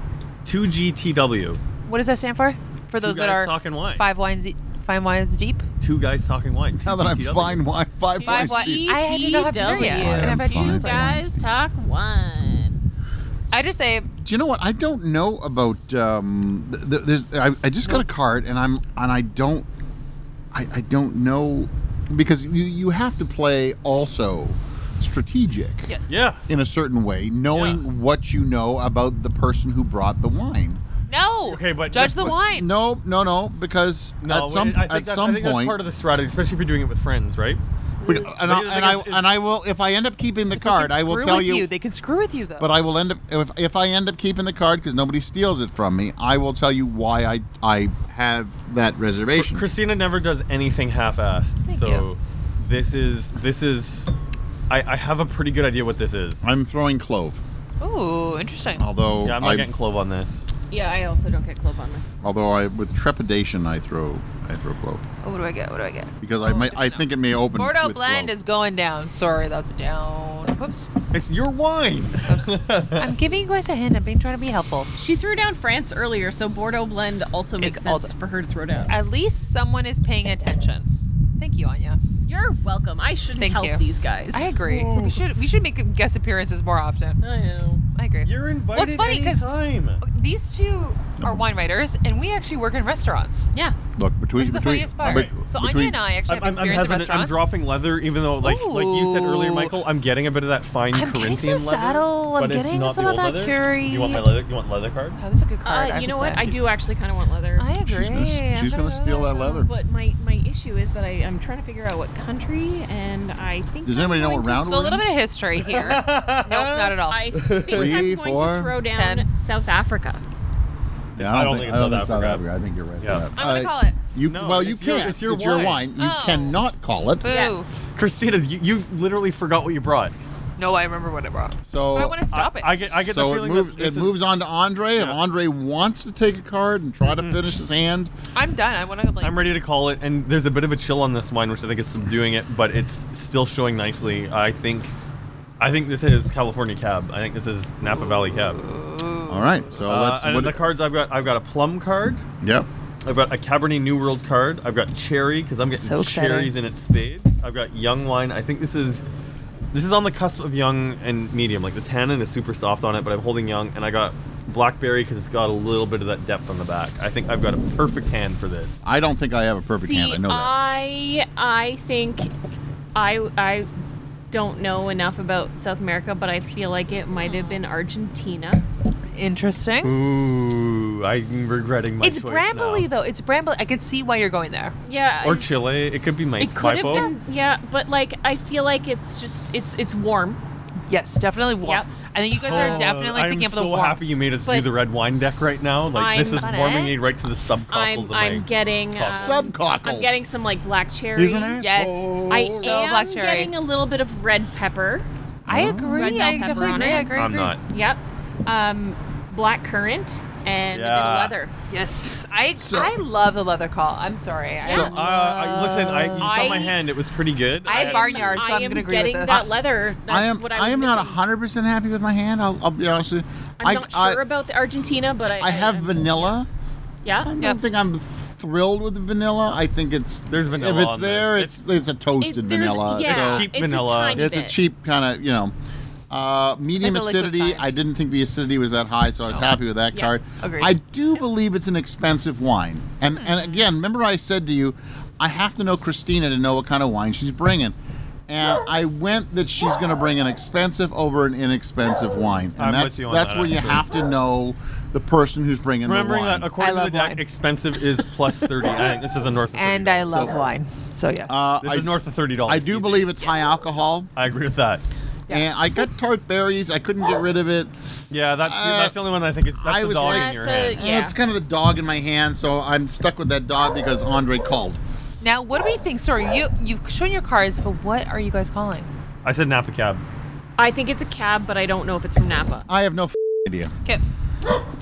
[SPEAKER 5] 2GTW.
[SPEAKER 4] What does that stand for? For those
[SPEAKER 5] Two
[SPEAKER 4] that
[SPEAKER 5] guys
[SPEAKER 4] are
[SPEAKER 5] talking wine.
[SPEAKER 4] five wines, e- five wines deep.
[SPEAKER 5] Two guys talking wine.
[SPEAKER 3] Now that I'm
[SPEAKER 5] 2GTW.
[SPEAKER 3] fine wine, five wines
[SPEAKER 4] Five wine-
[SPEAKER 3] deep.
[SPEAKER 4] I had to know how to hear
[SPEAKER 3] I am
[SPEAKER 4] Have I
[SPEAKER 3] fine.
[SPEAKER 4] used
[SPEAKER 3] Five wines
[SPEAKER 6] guys
[SPEAKER 3] deep.
[SPEAKER 6] talk one.
[SPEAKER 4] I just say
[SPEAKER 3] Do you know what? I don't know about. Um, th- th- there's. I, I just got a card, and I'm and I don't. I, I don't know because you you have to play also strategic
[SPEAKER 4] yes.
[SPEAKER 5] Yeah.
[SPEAKER 3] in a certain way, knowing
[SPEAKER 5] Yeah.
[SPEAKER 3] what you know about the person who brought the wine.
[SPEAKER 4] No.
[SPEAKER 5] Okay, but-
[SPEAKER 4] judge the
[SPEAKER 3] But
[SPEAKER 4] wine.
[SPEAKER 3] No, no, no. Because
[SPEAKER 5] No,
[SPEAKER 3] at some
[SPEAKER 5] I think
[SPEAKER 3] at
[SPEAKER 5] that's,
[SPEAKER 3] some
[SPEAKER 5] I think that's
[SPEAKER 3] point,
[SPEAKER 5] part of the strategy, especially if you're doing it with friends, right?
[SPEAKER 3] beca- and, I,
[SPEAKER 5] But the
[SPEAKER 3] and
[SPEAKER 5] thing
[SPEAKER 3] I
[SPEAKER 5] is- is-
[SPEAKER 3] and I will if I end up keeping the
[SPEAKER 4] They can
[SPEAKER 3] card, I will
[SPEAKER 4] screw
[SPEAKER 3] tell
[SPEAKER 4] with
[SPEAKER 3] you.
[SPEAKER 4] They can screw with you though.
[SPEAKER 3] But I will end up if, if I end up keeping the card because nobody steals it from me. I will tell you why I I have that reservation.
[SPEAKER 5] Christina never does anything half-assed,
[SPEAKER 4] Thank
[SPEAKER 5] so
[SPEAKER 4] you.
[SPEAKER 5] this is this is. I, I have a pretty good idea what this is.
[SPEAKER 3] I'm throwing clove,
[SPEAKER 4] Ooh, interesting.
[SPEAKER 3] although
[SPEAKER 5] yeah, I'm not
[SPEAKER 3] I,
[SPEAKER 5] getting clove on this.
[SPEAKER 6] Yeah, I also don't get club on this.
[SPEAKER 3] although I with trepidation I throw I throw clove
[SPEAKER 4] Oh, what do I get? What do Oh, I get?
[SPEAKER 3] because I might I think it may open.
[SPEAKER 4] Bordeaux
[SPEAKER 3] with
[SPEAKER 4] blend
[SPEAKER 3] clove.
[SPEAKER 4] is going down. Sorry, that's down. Whoops.
[SPEAKER 5] It's your wine.
[SPEAKER 4] I'm giving you guys a hint. I'm being trying to be helpful.
[SPEAKER 6] She threw down France earlier, so Bordeaux blend also makes
[SPEAKER 4] It's
[SPEAKER 6] sense
[SPEAKER 4] also-
[SPEAKER 6] for her to throw down.
[SPEAKER 4] At least someone is paying attention. Thank you, Anya.
[SPEAKER 6] You're welcome. I shouldn't
[SPEAKER 4] Thank
[SPEAKER 6] help
[SPEAKER 4] you.
[SPEAKER 6] these guys.
[SPEAKER 4] I agree. We should we should make guest appearances more often.
[SPEAKER 6] I know.
[SPEAKER 4] I agree.
[SPEAKER 2] You're invited
[SPEAKER 4] funny 'cause-
[SPEAKER 2] anytime.
[SPEAKER 4] These two are wine writers, and we actually work in restaurants.
[SPEAKER 6] Yeah.
[SPEAKER 3] Look between
[SPEAKER 4] Which is the
[SPEAKER 3] between,
[SPEAKER 4] funniest part.
[SPEAKER 3] bet-
[SPEAKER 4] so
[SPEAKER 3] between,
[SPEAKER 4] Anya and I actually
[SPEAKER 5] I'm,
[SPEAKER 4] have
[SPEAKER 5] I'm, I'm
[SPEAKER 4] experience in
[SPEAKER 5] hesitant. I'm
[SPEAKER 4] restaurants.
[SPEAKER 5] dropping leather, even though, like, like you said earlier,
[SPEAKER 4] Ooh.
[SPEAKER 5] Michael, I'm getting a bit of that fine
[SPEAKER 4] I'm getting
[SPEAKER 5] Corinthian
[SPEAKER 4] some
[SPEAKER 5] leather.
[SPEAKER 4] saddle, I'm
[SPEAKER 5] but it's
[SPEAKER 4] getting
[SPEAKER 5] not
[SPEAKER 4] some
[SPEAKER 5] the
[SPEAKER 4] of
[SPEAKER 5] old
[SPEAKER 4] that
[SPEAKER 5] leather. You want my
[SPEAKER 4] curry.
[SPEAKER 5] leather? You want leather card?
[SPEAKER 4] Oh, that's a good card.
[SPEAKER 6] Uh, you
[SPEAKER 4] have
[SPEAKER 6] know
[SPEAKER 4] to
[SPEAKER 6] what?
[SPEAKER 4] say.
[SPEAKER 6] I do actually kind of want leather.
[SPEAKER 4] I agree.
[SPEAKER 3] She's gonna, she's
[SPEAKER 4] I'm
[SPEAKER 3] gonna steal that leather.
[SPEAKER 6] But my, my issue is that I, I'm trying to figure out what country, and I think.
[SPEAKER 3] Does
[SPEAKER 6] I'm
[SPEAKER 3] anybody know
[SPEAKER 6] going
[SPEAKER 3] what
[SPEAKER 6] to
[SPEAKER 3] round
[SPEAKER 4] So a little bit of history here. nope, not at all.
[SPEAKER 6] I think
[SPEAKER 3] Three,
[SPEAKER 6] I'm going
[SPEAKER 3] four,
[SPEAKER 6] to throw down
[SPEAKER 4] ten.
[SPEAKER 6] South Africa.
[SPEAKER 3] Yeah,
[SPEAKER 5] I
[SPEAKER 3] I
[SPEAKER 5] don't
[SPEAKER 3] don't,
[SPEAKER 5] think
[SPEAKER 3] think,
[SPEAKER 5] it's
[SPEAKER 3] I don't
[SPEAKER 5] South
[SPEAKER 3] think South
[SPEAKER 5] Africa.
[SPEAKER 3] Africa. I think you're right.
[SPEAKER 5] Yeah.
[SPEAKER 3] for that.
[SPEAKER 4] I'm gonna
[SPEAKER 3] Uh,
[SPEAKER 4] call it.
[SPEAKER 3] You
[SPEAKER 5] No,
[SPEAKER 3] well, you
[SPEAKER 5] it's your-
[SPEAKER 3] can't.
[SPEAKER 5] it's your
[SPEAKER 3] wine.
[SPEAKER 5] wine.
[SPEAKER 3] You
[SPEAKER 4] Oh.
[SPEAKER 3] cannot call it.
[SPEAKER 4] Boo.
[SPEAKER 6] Yeah.
[SPEAKER 5] Christina, you, you literally forgot what you brought.
[SPEAKER 4] No, I remember what it brought.
[SPEAKER 3] So
[SPEAKER 4] But I want to stop
[SPEAKER 5] I,
[SPEAKER 4] it.
[SPEAKER 5] I get, I get
[SPEAKER 3] so
[SPEAKER 5] the
[SPEAKER 3] it
[SPEAKER 5] feeling
[SPEAKER 3] moves.
[SPEAKER 5] that this
[SPEAKER 3] it moves
[SPEAKER 5] is,
[SPEAKER 3] on to Andre. If
[SPEAKER 5] Yeah. Mm-hmm.
[SPEAKER 3] Andre wants to take a card and try to finish his hand,
[SPEAKER 4] I'm done. I want to like.
[SPEAKER 5] I'm ready to call it, and there's a bit of a chill on this wine, which I think is subduing it, but it's still showing nicely. I think, I think this is California Cab. I think this is Napa Valley Cab.
[SPEAKER 3] all right. So
[SPEAKER 5] Uh,
[SPEAKER 3] let's.
[SPEAKER 5] and
[SPEAKER 3] what-
[SPEAKER 5] the cards I've got, I've got a plum card,
[SPEAKER 3] Yep.
[SPEAKER 5] I've got a Cabernet New World card, I've got cherry because I'm getting
[SPEAKER 4] So exciting.
[SPEAKER 5] cherries in its spades. I've got young wine. I think this is, this is on the cusp of young and medium. Like the tannin is super soft on it, but I'm holding young, and I got blackberry because it's got a little bit of that depth on the back. I think I've got a perfect hand for this.
[SPEAKER 3] I don't think I have a Oh, perfect
[SPEAKER 6] See, uh,
[SPEAKER 3] hand. I know that.
[SPEAKER 6] I I think I I don't know enough about South America, but I feel like it might have been Argentina.
[SPEAKER 4] Interesting.
[SPEAKER 5] Ooh, I'm regretting my
[SPEAKER 4] it's
[SPEAKER 5] choice
[SPEAKER 4] brambly
[SPEAKER 5] now.
[SPEAKER 4] though. It's brambly. I can see why you're going there.
[SPEAKER 6] Yeah.
[SPEAKER 5] Or
[SPEAKER 6] it's-
[SPEAKER 5] Chile. It could be my
[SPEAKER 6] It could have
[SPEAKER 5] Maipo.
[SPEAKER 6] been. Yeah, but like I feel like it's just it's it's warm.
[SPEAKER 4] Yes, definitely warm.
[SPEAKER 6] Yep.
[SPEAKER 4] I think you guys are definitely
[SPEAKER 5] Oh, I'm
[SPEAKER 4] picking up the
[SPEAKER 5] so
[SPEAKER 4] warmth.
[SPEAKER 5] happy you made us do
[SPEAKER 6] But-
[SPEAKER 5] the red wine deck right now. Like this
[SPEAKER 6] I'm-
[SPEAKER 5] is warming me right to the subcockles of
[SPEAKER 6] I'm
[SPEAKER 5] my.
[SPEAKER 6] I'm getting um,
[SPEAKER 5] cockles.
[SPEAKER 3] Subcockles.
[SPEAKER 6] I'm getting some like black cherry.
[SPEAKER 3] He's an asshole.
[SPEAKER 4] Yes.
[SPEAKER 5] Oh.
[SPEAKER 6] I
[SPEAKER 4] So
[SPEAKER 6] am
[SPEAKER 4] black cherry.
[SPEAKER 6] getting a little bit of red pepper.
[SPEAKER 4] I agree.
[SPEAKER 6] Red bell
[SPEAKER 4] I
[SPEAKER 6] pepper
[SPEAKER 4] definitely
[SPEAKER 6] on
[SPEAKER 4] agree.
[SPEAKER 6] it.
[SPEAKER 4] I agree.
[SPEAKER 5] I'm not.
[SPEAKER 6] Yep. Um, black currant and
[SPEAKER 5] Yeah.
[SPEAKER 6] a bit of leather.
[SPEAKER 4] Yes, I
[SPEAKER 3] So-
[SPEAKER 4] I love the leather call. I'm sorry. I-
[SPEAKER 5] So, uh, I, listen, I, you saw my
[SPEAKER 6] I-
[SPEAKER 5] hand; it was pretty good.
[SPEAKER 4] I
[SPEAKER 5] had-
[SPEAKER 4] barnyard. so
[SPEAKER 6] I
[SPEAKER 4] I'm
[SPEAKER 6] am
[SPEAKER 4] gonna agree with
[SPEAKER 6] getting
[SPEAKER 4] this.
[SPEAKER 6] that leather. That's
[SPEAKER 3] I am.
[SPEAKER 6] what I, was
[SPEAKER 3] I am not
[SPEAKER 6] missing.
[SPEAKER 3] hundred percent happy with my hand. I'll, I'll be honest with you.
[SPEAKER 6] I'm
[SPEAKER 3] I-
[SPEAKER 6] not
[SPEAKER 3] I-
[SPEAKER 6] sure about the Argentina, but I
[SPEAKER 3] I have
[SPEAKER 6] I'm-
[SPEAKER 3] vanilla. I
[SPEAKER 6] Yeah.
[SPEAKER 3] don't
[SPEAKER 4] Yep.
[SPEAKER 3] think I'm thrilled with the vanilla. I think it's
[SPEAKER 5] There's vanilla
[SPEAKER 3] If it's
[SPEAKER 5] on this.
[SPEAKER 3] there, it's it's a toasted
[SPEAKER 6] It- there's-
[SPEAKER 3] vanilla.
[SPEAKER 6] Yeah,
[SPEAKER 3] So
[SPEAKER 5] cheap
[SPEAKER 6] it's
[SPEAKER 5] vanilla.
[SPEAKER 6] A tiny
[SPEAKER 3] it's a
[SPEAKER 6] bit.
[SPEAKER 3] cheap kind of you know. Uh, medium
[SPEAKER 4] Like a liquid
[SPEAKER 3] acidity.
[SPEAKER 4] kind. Oh.
[SPEAKER 3] I didn't think the acidity was that high, so I was happy with that
[SPEAKER 6] Yeah,
[SPEAKER 3] card.
[SPEAKER 4] agreed. Hmm.
[SPEAKER 3] I do believe it's an expensive wine, and and again, remember I said to you, I have to know Christina to know what kind of wine she's bringing, and I went that she's going to bring an expensive over an inexpensive wine, and
[SPEAKER 5] I'm with
[SPEAKER 3] that's
[SPEAKER 5] you on
[SPEAKER 3] that's
[SPEAKER 5] that,
[SPEAKER 3] where you
[SPEAKER 5] actually.
[SPEAKER 3] have to know the person who's bringing
[SPEAKER 5] Remembering
[SPEAKER 3] the wine.
[SPEAKER 5] that, according
[SPEAKER 4] I
[SPEAKER 5] to the
[SPEAKER 4] love
[SPEAKER 5] deck,
[SPEAKER 4] wine.
[SPEAKER 5] expensive is plus thirty. I think this is a north. Of
[SPEAKER 4] and I
[SPEAKER 5] $30.
[SPEAKER 4] love
[SPEAKER 3] So-
[SPEAKER 4] wine. So yes.
[SPEAKER 3] Uh,
[SPEAKER 5] This
[SPEAKER 3] I-
[SPEAKER 5] is north of thirty dollars.
[SPEAKER 3] I do believe it's high alcohol.
[SPEAKER 5] I agree with that.
[SPEAKER 4] Yeah.
[SPEAKER 3] And I got tart berries. I couldn't get rid of it.
[SPEAKER 5] Yeah, that's
[SPEAKER 3] Uh,
[SPEAKER 5] that's the only one I think is. That's
[SPEAKER 3] I
[SPEAKER 5] the
[SPEAKER 3] was
[SPEAKER 5] dog
[SPEAKER 3] like-
[SPEAKER 5] in your
[SPEAKER 6] That's a-
[SPEAKER 5] hand.
[SPEAKER 3] And
[SPEAKER 6] Yeah.
[SPEAKER 3] It's kind of the dog in my hand, so I'm stuck with that dog because Andre called.
[SPEAKER 4] now, what do we think? Sorry, you you've shown your cards, but what are you guys calling?
[SPEAKER 5] I said Napa cab.
[SPEAKER 6] I think it's a cab, but I don't know if it's from Napa.
[SPEAKER 3] I have no f- idea.
[SPEAKER 4] Okay,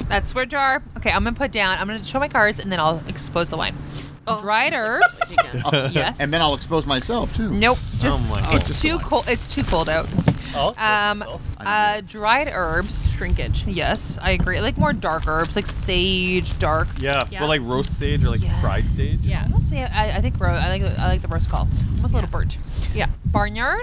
[SPEAKER 4] that's where jar. Okay, I'm gonna put down. I'm gonna show my cards, and then I'll expose the wine.
[SPEAKER 6] Oh.
[SPEAKER 4] Dried herbs. yes.
[SPEAKER 3] And then I'll expose myself too.
[SPEAKER 4] Nope. Just
[SPEAKER 5] my God.
[SPEAKER 4] it's
[SPEAKER 3] Just the
[SPEAKER 4] too
[SPEAKER 3] wine.
[SPEAKER 4] cold. It's too cold out. Um,
[SPEAKER 5] Oh,
[SPEAKER 4] uh, dried herbs.
[SPEAKER 6] Shrinkage.
[SPEAKER 4] Yes, I agree. I like more dark herbs, like sage, dark.
[SPEAKER 5] yeah,
[SPEAKER 6] yeah.
[SPEAKER 5] but like roast sage or like
[SPEAKER 4] Yes.
[SPEAKER 5] fried sage.
[SPEAKER 6] Yeah.
[SPEAKER 4] I don't see- I, I think ro- I like I like the roast call. Almost a little burnt.
[SPEAKER 6] Yeah.
[SPEAKER 4] Barnyard.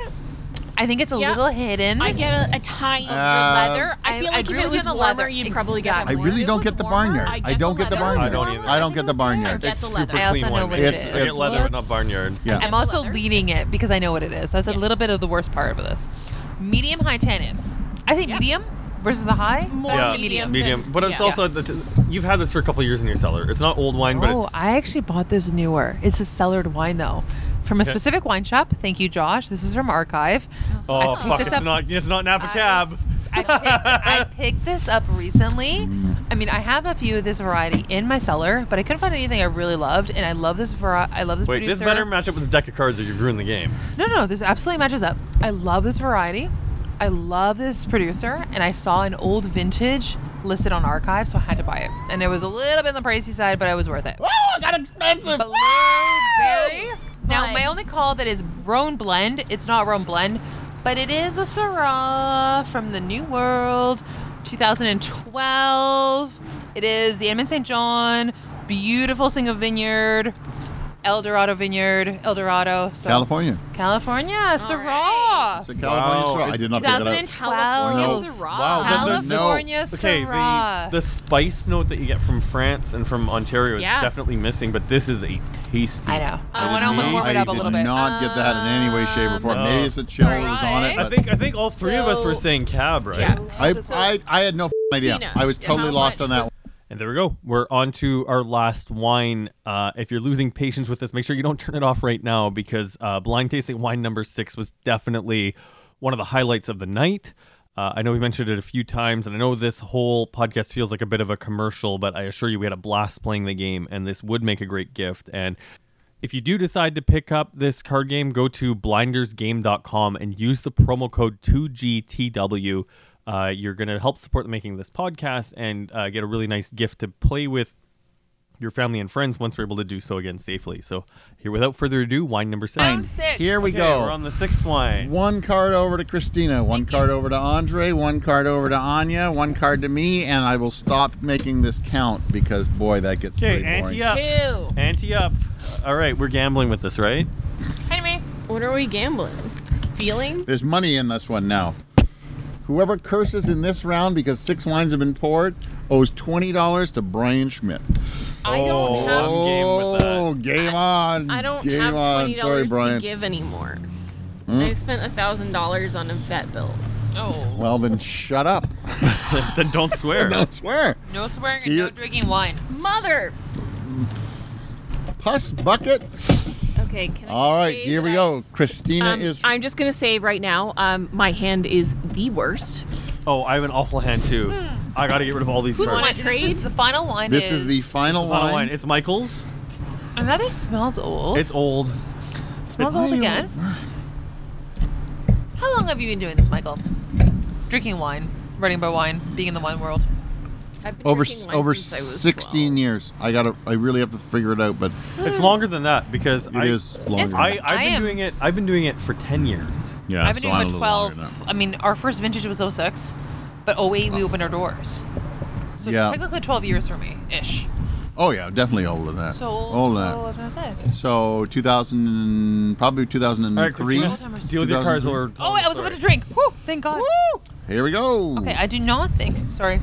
[SPEAKER 4] I think it's a
[SPEAKER 6] Yeah.
[SPEAKER 4] little hidden.
[SPEAKER 6] I get a, a tiny.
[SPEAKER 3] Uh,
[SPEAKER 4] leather.
[SPEAKER 6] I feel like if
[SPEAKER 4] agree
[SPEAKER 6] it
[SPEAKER 4] with you
[SPEAKER 6] was
[SPEAKER 4] on the
[SPEAKER 6] warmer,
[SPEAKER 4] leather.
[SPEAKER 6] you'd probably get
[SPEAKER 3] I
[SPEAKER 4] exactly.
[SPEAKER 6] more.
[SPEAKER 3] really
[SPEAKER 6] It
[SPEAKER 3] don't
[SPEAKER 6] was
[SPEAKER 3] get the
[SPEAKER 6] warmer.
[SPEAKER 3] barnyard.
[SPEAKER 6] I
[SPEAKER 3] I
[SPEAKER 6] get
[SPEAKER 3] don't
[SPEAKER 6] the
[SPEAKER 3] get the
[SPEAKER 6] leather.
[SPEAKER 3] barnyard.
[SPEAKER 5] I don't either.
[SPEAKER 3] I don't get the
[SPEAKER 4] I
[SPEAKER 3] barnyard.
[SPEAKER 6] get
[SPEAKER 3] It's
[SPEAKER 6] the
[SPEAKER 3] super
[SPEAKER 6] leather.
[SPEAKER 4] I
[SPEAKER 5] clean
[SPEAKER 4] also know
[SPEAKER 5] wine.
[SPEAKER 4] what
[SPEAKER 3] It's-
[SPEAKER 4] it is.
[SPEAKER 5] I get leather, but not
[SPEAKER 6] Yes.
[SPEAKER 5] barnyard.
[SPEAKER 3] Yeah.
[SPEAKER 4] I'm
[SPEAKER 6] the
[SPEAKER 4] also
[SPEAKER 6] leather.
[SPEAKER 4] leading it because I know what it is. That's a
[SPEAKER 6] Yeah.
[SPEAKER 4] little bit of the worst part of this. Medium high tannin. I think
[SPEAKER 6] Yeah.
[SPEAKER 4] medium versus the high.
[SPEAKER 6] More
[SPEAKER 5] Yeah,
[SPEAKER 6] medium.
[SPEAKER 5] medium. But it's
[SPEAKER 6] Yeah.
[SPEAKER 5] also the t- you've had this for a couple years in your cellar. It's not old wine, but
[SPEAKER 4] Oh,
[SPEAKER 5] it's
[SPEAKER 4] I actually bought this newer. It's a cellared wine though, from a
[SPEAKER 5] Okay.
[SPEAKER 4] specific wine shop. Thank you, Josh. This is from Archive.
[SPEAKER 5] oh
[SPEAKER 4] I picked
[SPEAKER 5] fuck,
[SPEAKER 4] this
[SPEAKER 5] it's
[SPEAKER 4] up-
[SPEAKER 5] not it's not Napa
[SPEAKER 4] I
[SPEAKER 5] cab.
[SPEAKER 4] s- I picked, I picked this up recently. I mean, I have a few of this variety in my cellar, but I couldn't find anything I really loved. And I love this variety. I love this
[SPEAKER 5] Wait,
[SPEAKER 4] producer.
[SPEAKER 5] this better match up with the deck of cards or you've ruined the game.
[SPEAKER 4] No, no, this absolutely matches up. I love this variety. I love this producer, and I saw an old vintage listed on archive, so I had to buy it. And it was a little bit on the pricey side, but it was worth it.
[SPEAKER 3] Oh, I got expensive.
[SPEAKER 4] Blueberry. Now,
[SPEAKER 6] Fine.
[SPEAKER 4] my only call that is Rhone blend. It's not Rhone blend, but it is a Syrah from the New World, 2012. It is the Edmond St. John, beautiful single vineyard. El Dorado Vineyard, El Dorado, so
[SPEAKER 3] California.
[SPEAKER 4] California, Syrah.
[SPEAKER 6] right.
[SPEAKER 3] So California
[SPEAKER 5] Wow,
[SPEAKER 3] Syrah. I did not figure that out.
[SPEAKER 4] 2012.
[SPEAKER 6] California
[SPEAKER 3] No.
[SPEAKER 6] Syrah.
[SPEAKER 3] Wow, that-
[SPEAKER 6] Cali-
[SPEAKER 3] that-
[SPEAKER 4] California
[SPEAKER 5] Okay, the,
[SPEAKER 4] Syrah.
[SPEAKER 5] the spice note that you get from France and from Ontario is
[SPEAKER 6] Yeah.
[SPEAKER 5] definitely missing, but this is a tasty.
[SPEAKER 4] I know. I
[SPEAKER 6] I
[SPEAKER 4] want
[SPEAKER 6] did
[SPEAKER 4] to almost
[SPEAKER 6] not-
[SPEAKER 4] warm it
[SPEAKER 3] I
[SPEAKER 4] up a
[SPEAKER 3] did
[SPEAKER 4] little bit.
[SPEAKER 3] not get that in any way, shape, or form.
[SPEAKER 5] Um,
[SPEAKER 3] Maybe it's the chill that was on it.
[SPEAKER 5] I
[SPEAKER 3] But
[SPEAKER 5] think I think all three of us were
[SPEAKER 6] So-
[SPEAKER 5] saying cab, right?
[SPEAKER 6] Yeah.
[SPEAKER 3] I,
[SPEAKER 6] So-
[SPEAKER 3] I, I had no f- idea.
[SPEAKER 6] Cena.
[SPEAKER 3] I was
[SPEAKER 6] Yeah.
[SPEAKER 3] totally
[SPEAKER 6] How
[SPEAKER 3] lost
[SPEAKER 6] much
[SPEAKER 3] on that
[SPEAKER 6] was-
[SPEAKER 5] And there we go. We're on to our last wine. Uh, if you're losing patience with this, make sure you don't turn it off right now because uh, blind tasting wine number six was definitely one of the highlights of the night. Uh, I know we mentioned it a few times, and I know this whole podcast feels like a bit of a commercial, but I assure you we had a blast playing the game, and this would make a great gift. And if you do decide to pick up this card game, go to blindersgame.com and use the promo code 2GTW. Uh, you're going to help support the making of this podcast and uh, get a really nice gift to play with your family and friends once we're able to do so again safely. So, here, without further ado, wine number six.
[SPEAKER 4] Wine.
[SPEAKER 3] one.
[SPEAKER 4] Six.
[SPEAKER 3] Here we
[SPEAKER 5] Okay,
[SPEAKER 3] go.
[SPEAKER 5] We're on the sixth wine.
[SPEAKER 3] one card over to Christina, one card over to Andre, one card over to Anya, one card to me, and I will stop making this count because boy, that gets
[SPEAKER 5] Okay, uh,
[SPEAKER 3] pretty boring.
[SPEAKER 5] ante up.
[SPEAKER 6] Ew.
[SPEAKER 5] Ante up. Uh, All right, we're gambling with this, right?
[SPEAKER 4] Anyway,
[SPEAKER 6] What are we gambling? Feelings?
[SPEAKER 3] There's money in this one now. Whoever curses in this round because six wines have been poured owes twenty dollars to Brian Schmidt.
[SPEAKER 6] I don't
[SPEAKER 5] Oh,
[SPEAKER 6] have.
[SPEAKER 5] I'm game with that.
[SPEAKER 3] Oh, game on!
[SPEAKER 6] I don't
[SPEAKER 3] game
[SPEAKER 6] have
[SPEAKER 3] on.
[SPEAKER 6] twenty
[SPEAKER 3] Sorry,
[SPEAKER 6] dollars to
[SPEAKER 3] Brian.
[SPEAKER 6] give anymore.
[SPEAKER 3] Hmm?
[SPEAKER 6] I've spent a thousand dollars on a vet bills.
[SPEAKER 4] oh,
[SPEAKER 3] Well, then shut up.
[SPEAKER 5] then don't swear.
[SPEAKER 3] don't swear.
[SPEAKER 4] no swearing and
[SPEAKER 3] You-
[SPEAKER 4] no drinking wine.
[SPEAKER 6] Mother.
[SPEAKER 3] Puss bucket.
[SPEAKER 6] Okay. Can I
[SPEAKER 3] All right,
[SPEAKER 6] say
[SPEAKER 3] here we
[SPEAKER 6] that-
[SPEAKER 3] go. Christina
[SPEAKER 6] Um,
[SPEAKER 3] is.
[SPEAKER 6] I'm just gonna say right now, um, my hand is the worst.
[SPEAKER 5] Oh, I have an awful hand too. I got to get rid of all these
[SPEAKER 4] Hmm. Who's
[SPEAKER 5] cards.
[SPEAKER 6] Wanna
[SPEAKER 4] wine? This
[SPEAKER 6] trade?
[SPEAKER 4] is the final wine.
[SPEAKER 3] This is the final
[SPEAKER 5] Not
[SPEAKER 3] wine.
[SPEAKER 5] wine. It's Michael's.
[SPEAKER 4] Another smells old.
[SPEAKER 5] It's old.
[SPEAKER 4] smells
[SPEAKER 3] Why
[SPEAKER 4] old
[SPEAKER 3] you-
[SPEAKER 4] again. How long have you been doing this, Michael? Drinking wine, writing about wine, being in the wine world.
[SPEAKER 6] I've been
[SPEAKER 3] over
[SPEAKER 6] drinking wine
[SPEAKER 3] over
[SPEAKER 6] since I was
[SPEAKER 3] 16
[SPEAKER 6] 12.
[SPEAKER 3] years. I gotta. I really have to figure it out, but
[SPEAKER 5] It's longer than that because
[SPEAKER 3] it
[SPEAKER 5] I,
[SPEAKER 3] is longer.
[SPEAKER 5] I, I've
[SPEAKER 4] I
[SPEAKER 5] been
[SPEAKER 4] am-
[SPEAKER 5] doing it. I've been doing it for ten years.
[SPEAKER 3] yeah,
[SPEAKER 4] I've been doing it 12. I mean, our first vintage was 06, but 08 we opened our doors. So
[SPEAKER 3] Oh. Yeah.
[SPEAKER 4] technically 12 years for me, ish.
[SPEAKER 3] Oh yeah, definitely older than that.
[SPEAKER 4] So,
[SPEAKER 3] older.
[SPEAKER 4] so I
[SPEAKER 3] than
[SPEAKER 4] was gonna say.
[SPEAKER 3] that. So 2000, probably
[SPEAKER 5] All right,
[SPEAKER 3] 2003.
[SPEAKER 5] Christina,
[SPEAKER 4] Three?
[SPEAKER 5] deal with your cards or.
[SPEAKER 4] Oh, wait, I was about to drink. Whew, thank God.
[SPEAKER 3] Here we go.
[SPEAKER 4] Okay, I do not think. Sorry.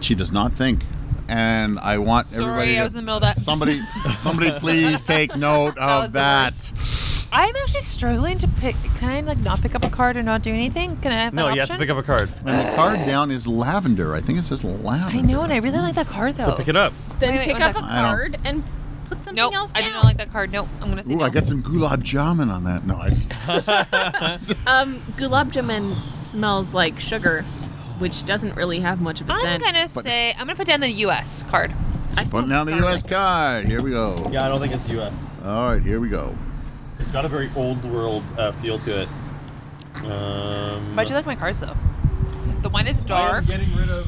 [SPEAKER 3] She does not think, and I want everybody.
[SPEAKER 4] Sorry,
[SPEAKER 3] to-
[SPEAKER 4] I was in the middle of that.
[SPEAKER 3] Somebody, somebody, please take note of
[SPEAKER 4] was the
[SPEAKER 3] that.
[SPEAKER 4] worst. I'm actually struggling to pick. Can I like not pick up a card or not do anything? Can I have
[SPEAKER 5] No,
[SPEAKER 4] that
[SPEAKER 5] you have
[SPEAKER 4] option?
[SPEAKER 5] to pick up a card.
[SPEAKER 3] And the card down is lavender. I think it says lavender.
[SPEAKER 4] I know, and I really like that card though.
[SPEAKER 5] So pick it up.
[SPEAKER 6] Then
[SPEAKER 4] Wait, wait,
[SPEAKER 6] pick
[SPEAKER 4] one
[SPEAKER 6] up a
[SPEAKER 4] second.
[SPEAKER 3] I don't-
[SPEAKER 6] card and put something
[SPEAKER 4] Nope,
[SPEAKER 6] else
[SPEAKER 4] I
[SPEAKER 6] down.
[SPEAKER 4] do not like that card. Nope, I'm gonna say
[SPEAKER 3] Ooh,
[SPEAKER 4] no.
[SPEAKER 3] I got some gulab jamun on that. No, I just.
[SPEAKER 6] Um, gulab jamun smells like sugar, which doesn't really have much of a
[SPEAKER 4] I'm
[SPEAKER 6] scent.
[SPEAKER 4] gonna say I'm gonna put down the U.S. card.
[SPEAKER 6] I smell
[SPEAKER 3] Putting down the
[SPEAKER 6] garlic.
[SPEAKER 3] U.S. card. Here we go.
[SPEAKER 5] Yeah, I don't think it's U.S.
[SPEAKER 3] All right, here we go.
[SPEAKER 5] It's got a very old world uh, feel to it. Um,
[SPEAKER 4] Why'd you like my cards though? The wine is
[SPEAKER 5] I am
[SPEAKER 4] dark.
[SPEAKER 5] Getting rid of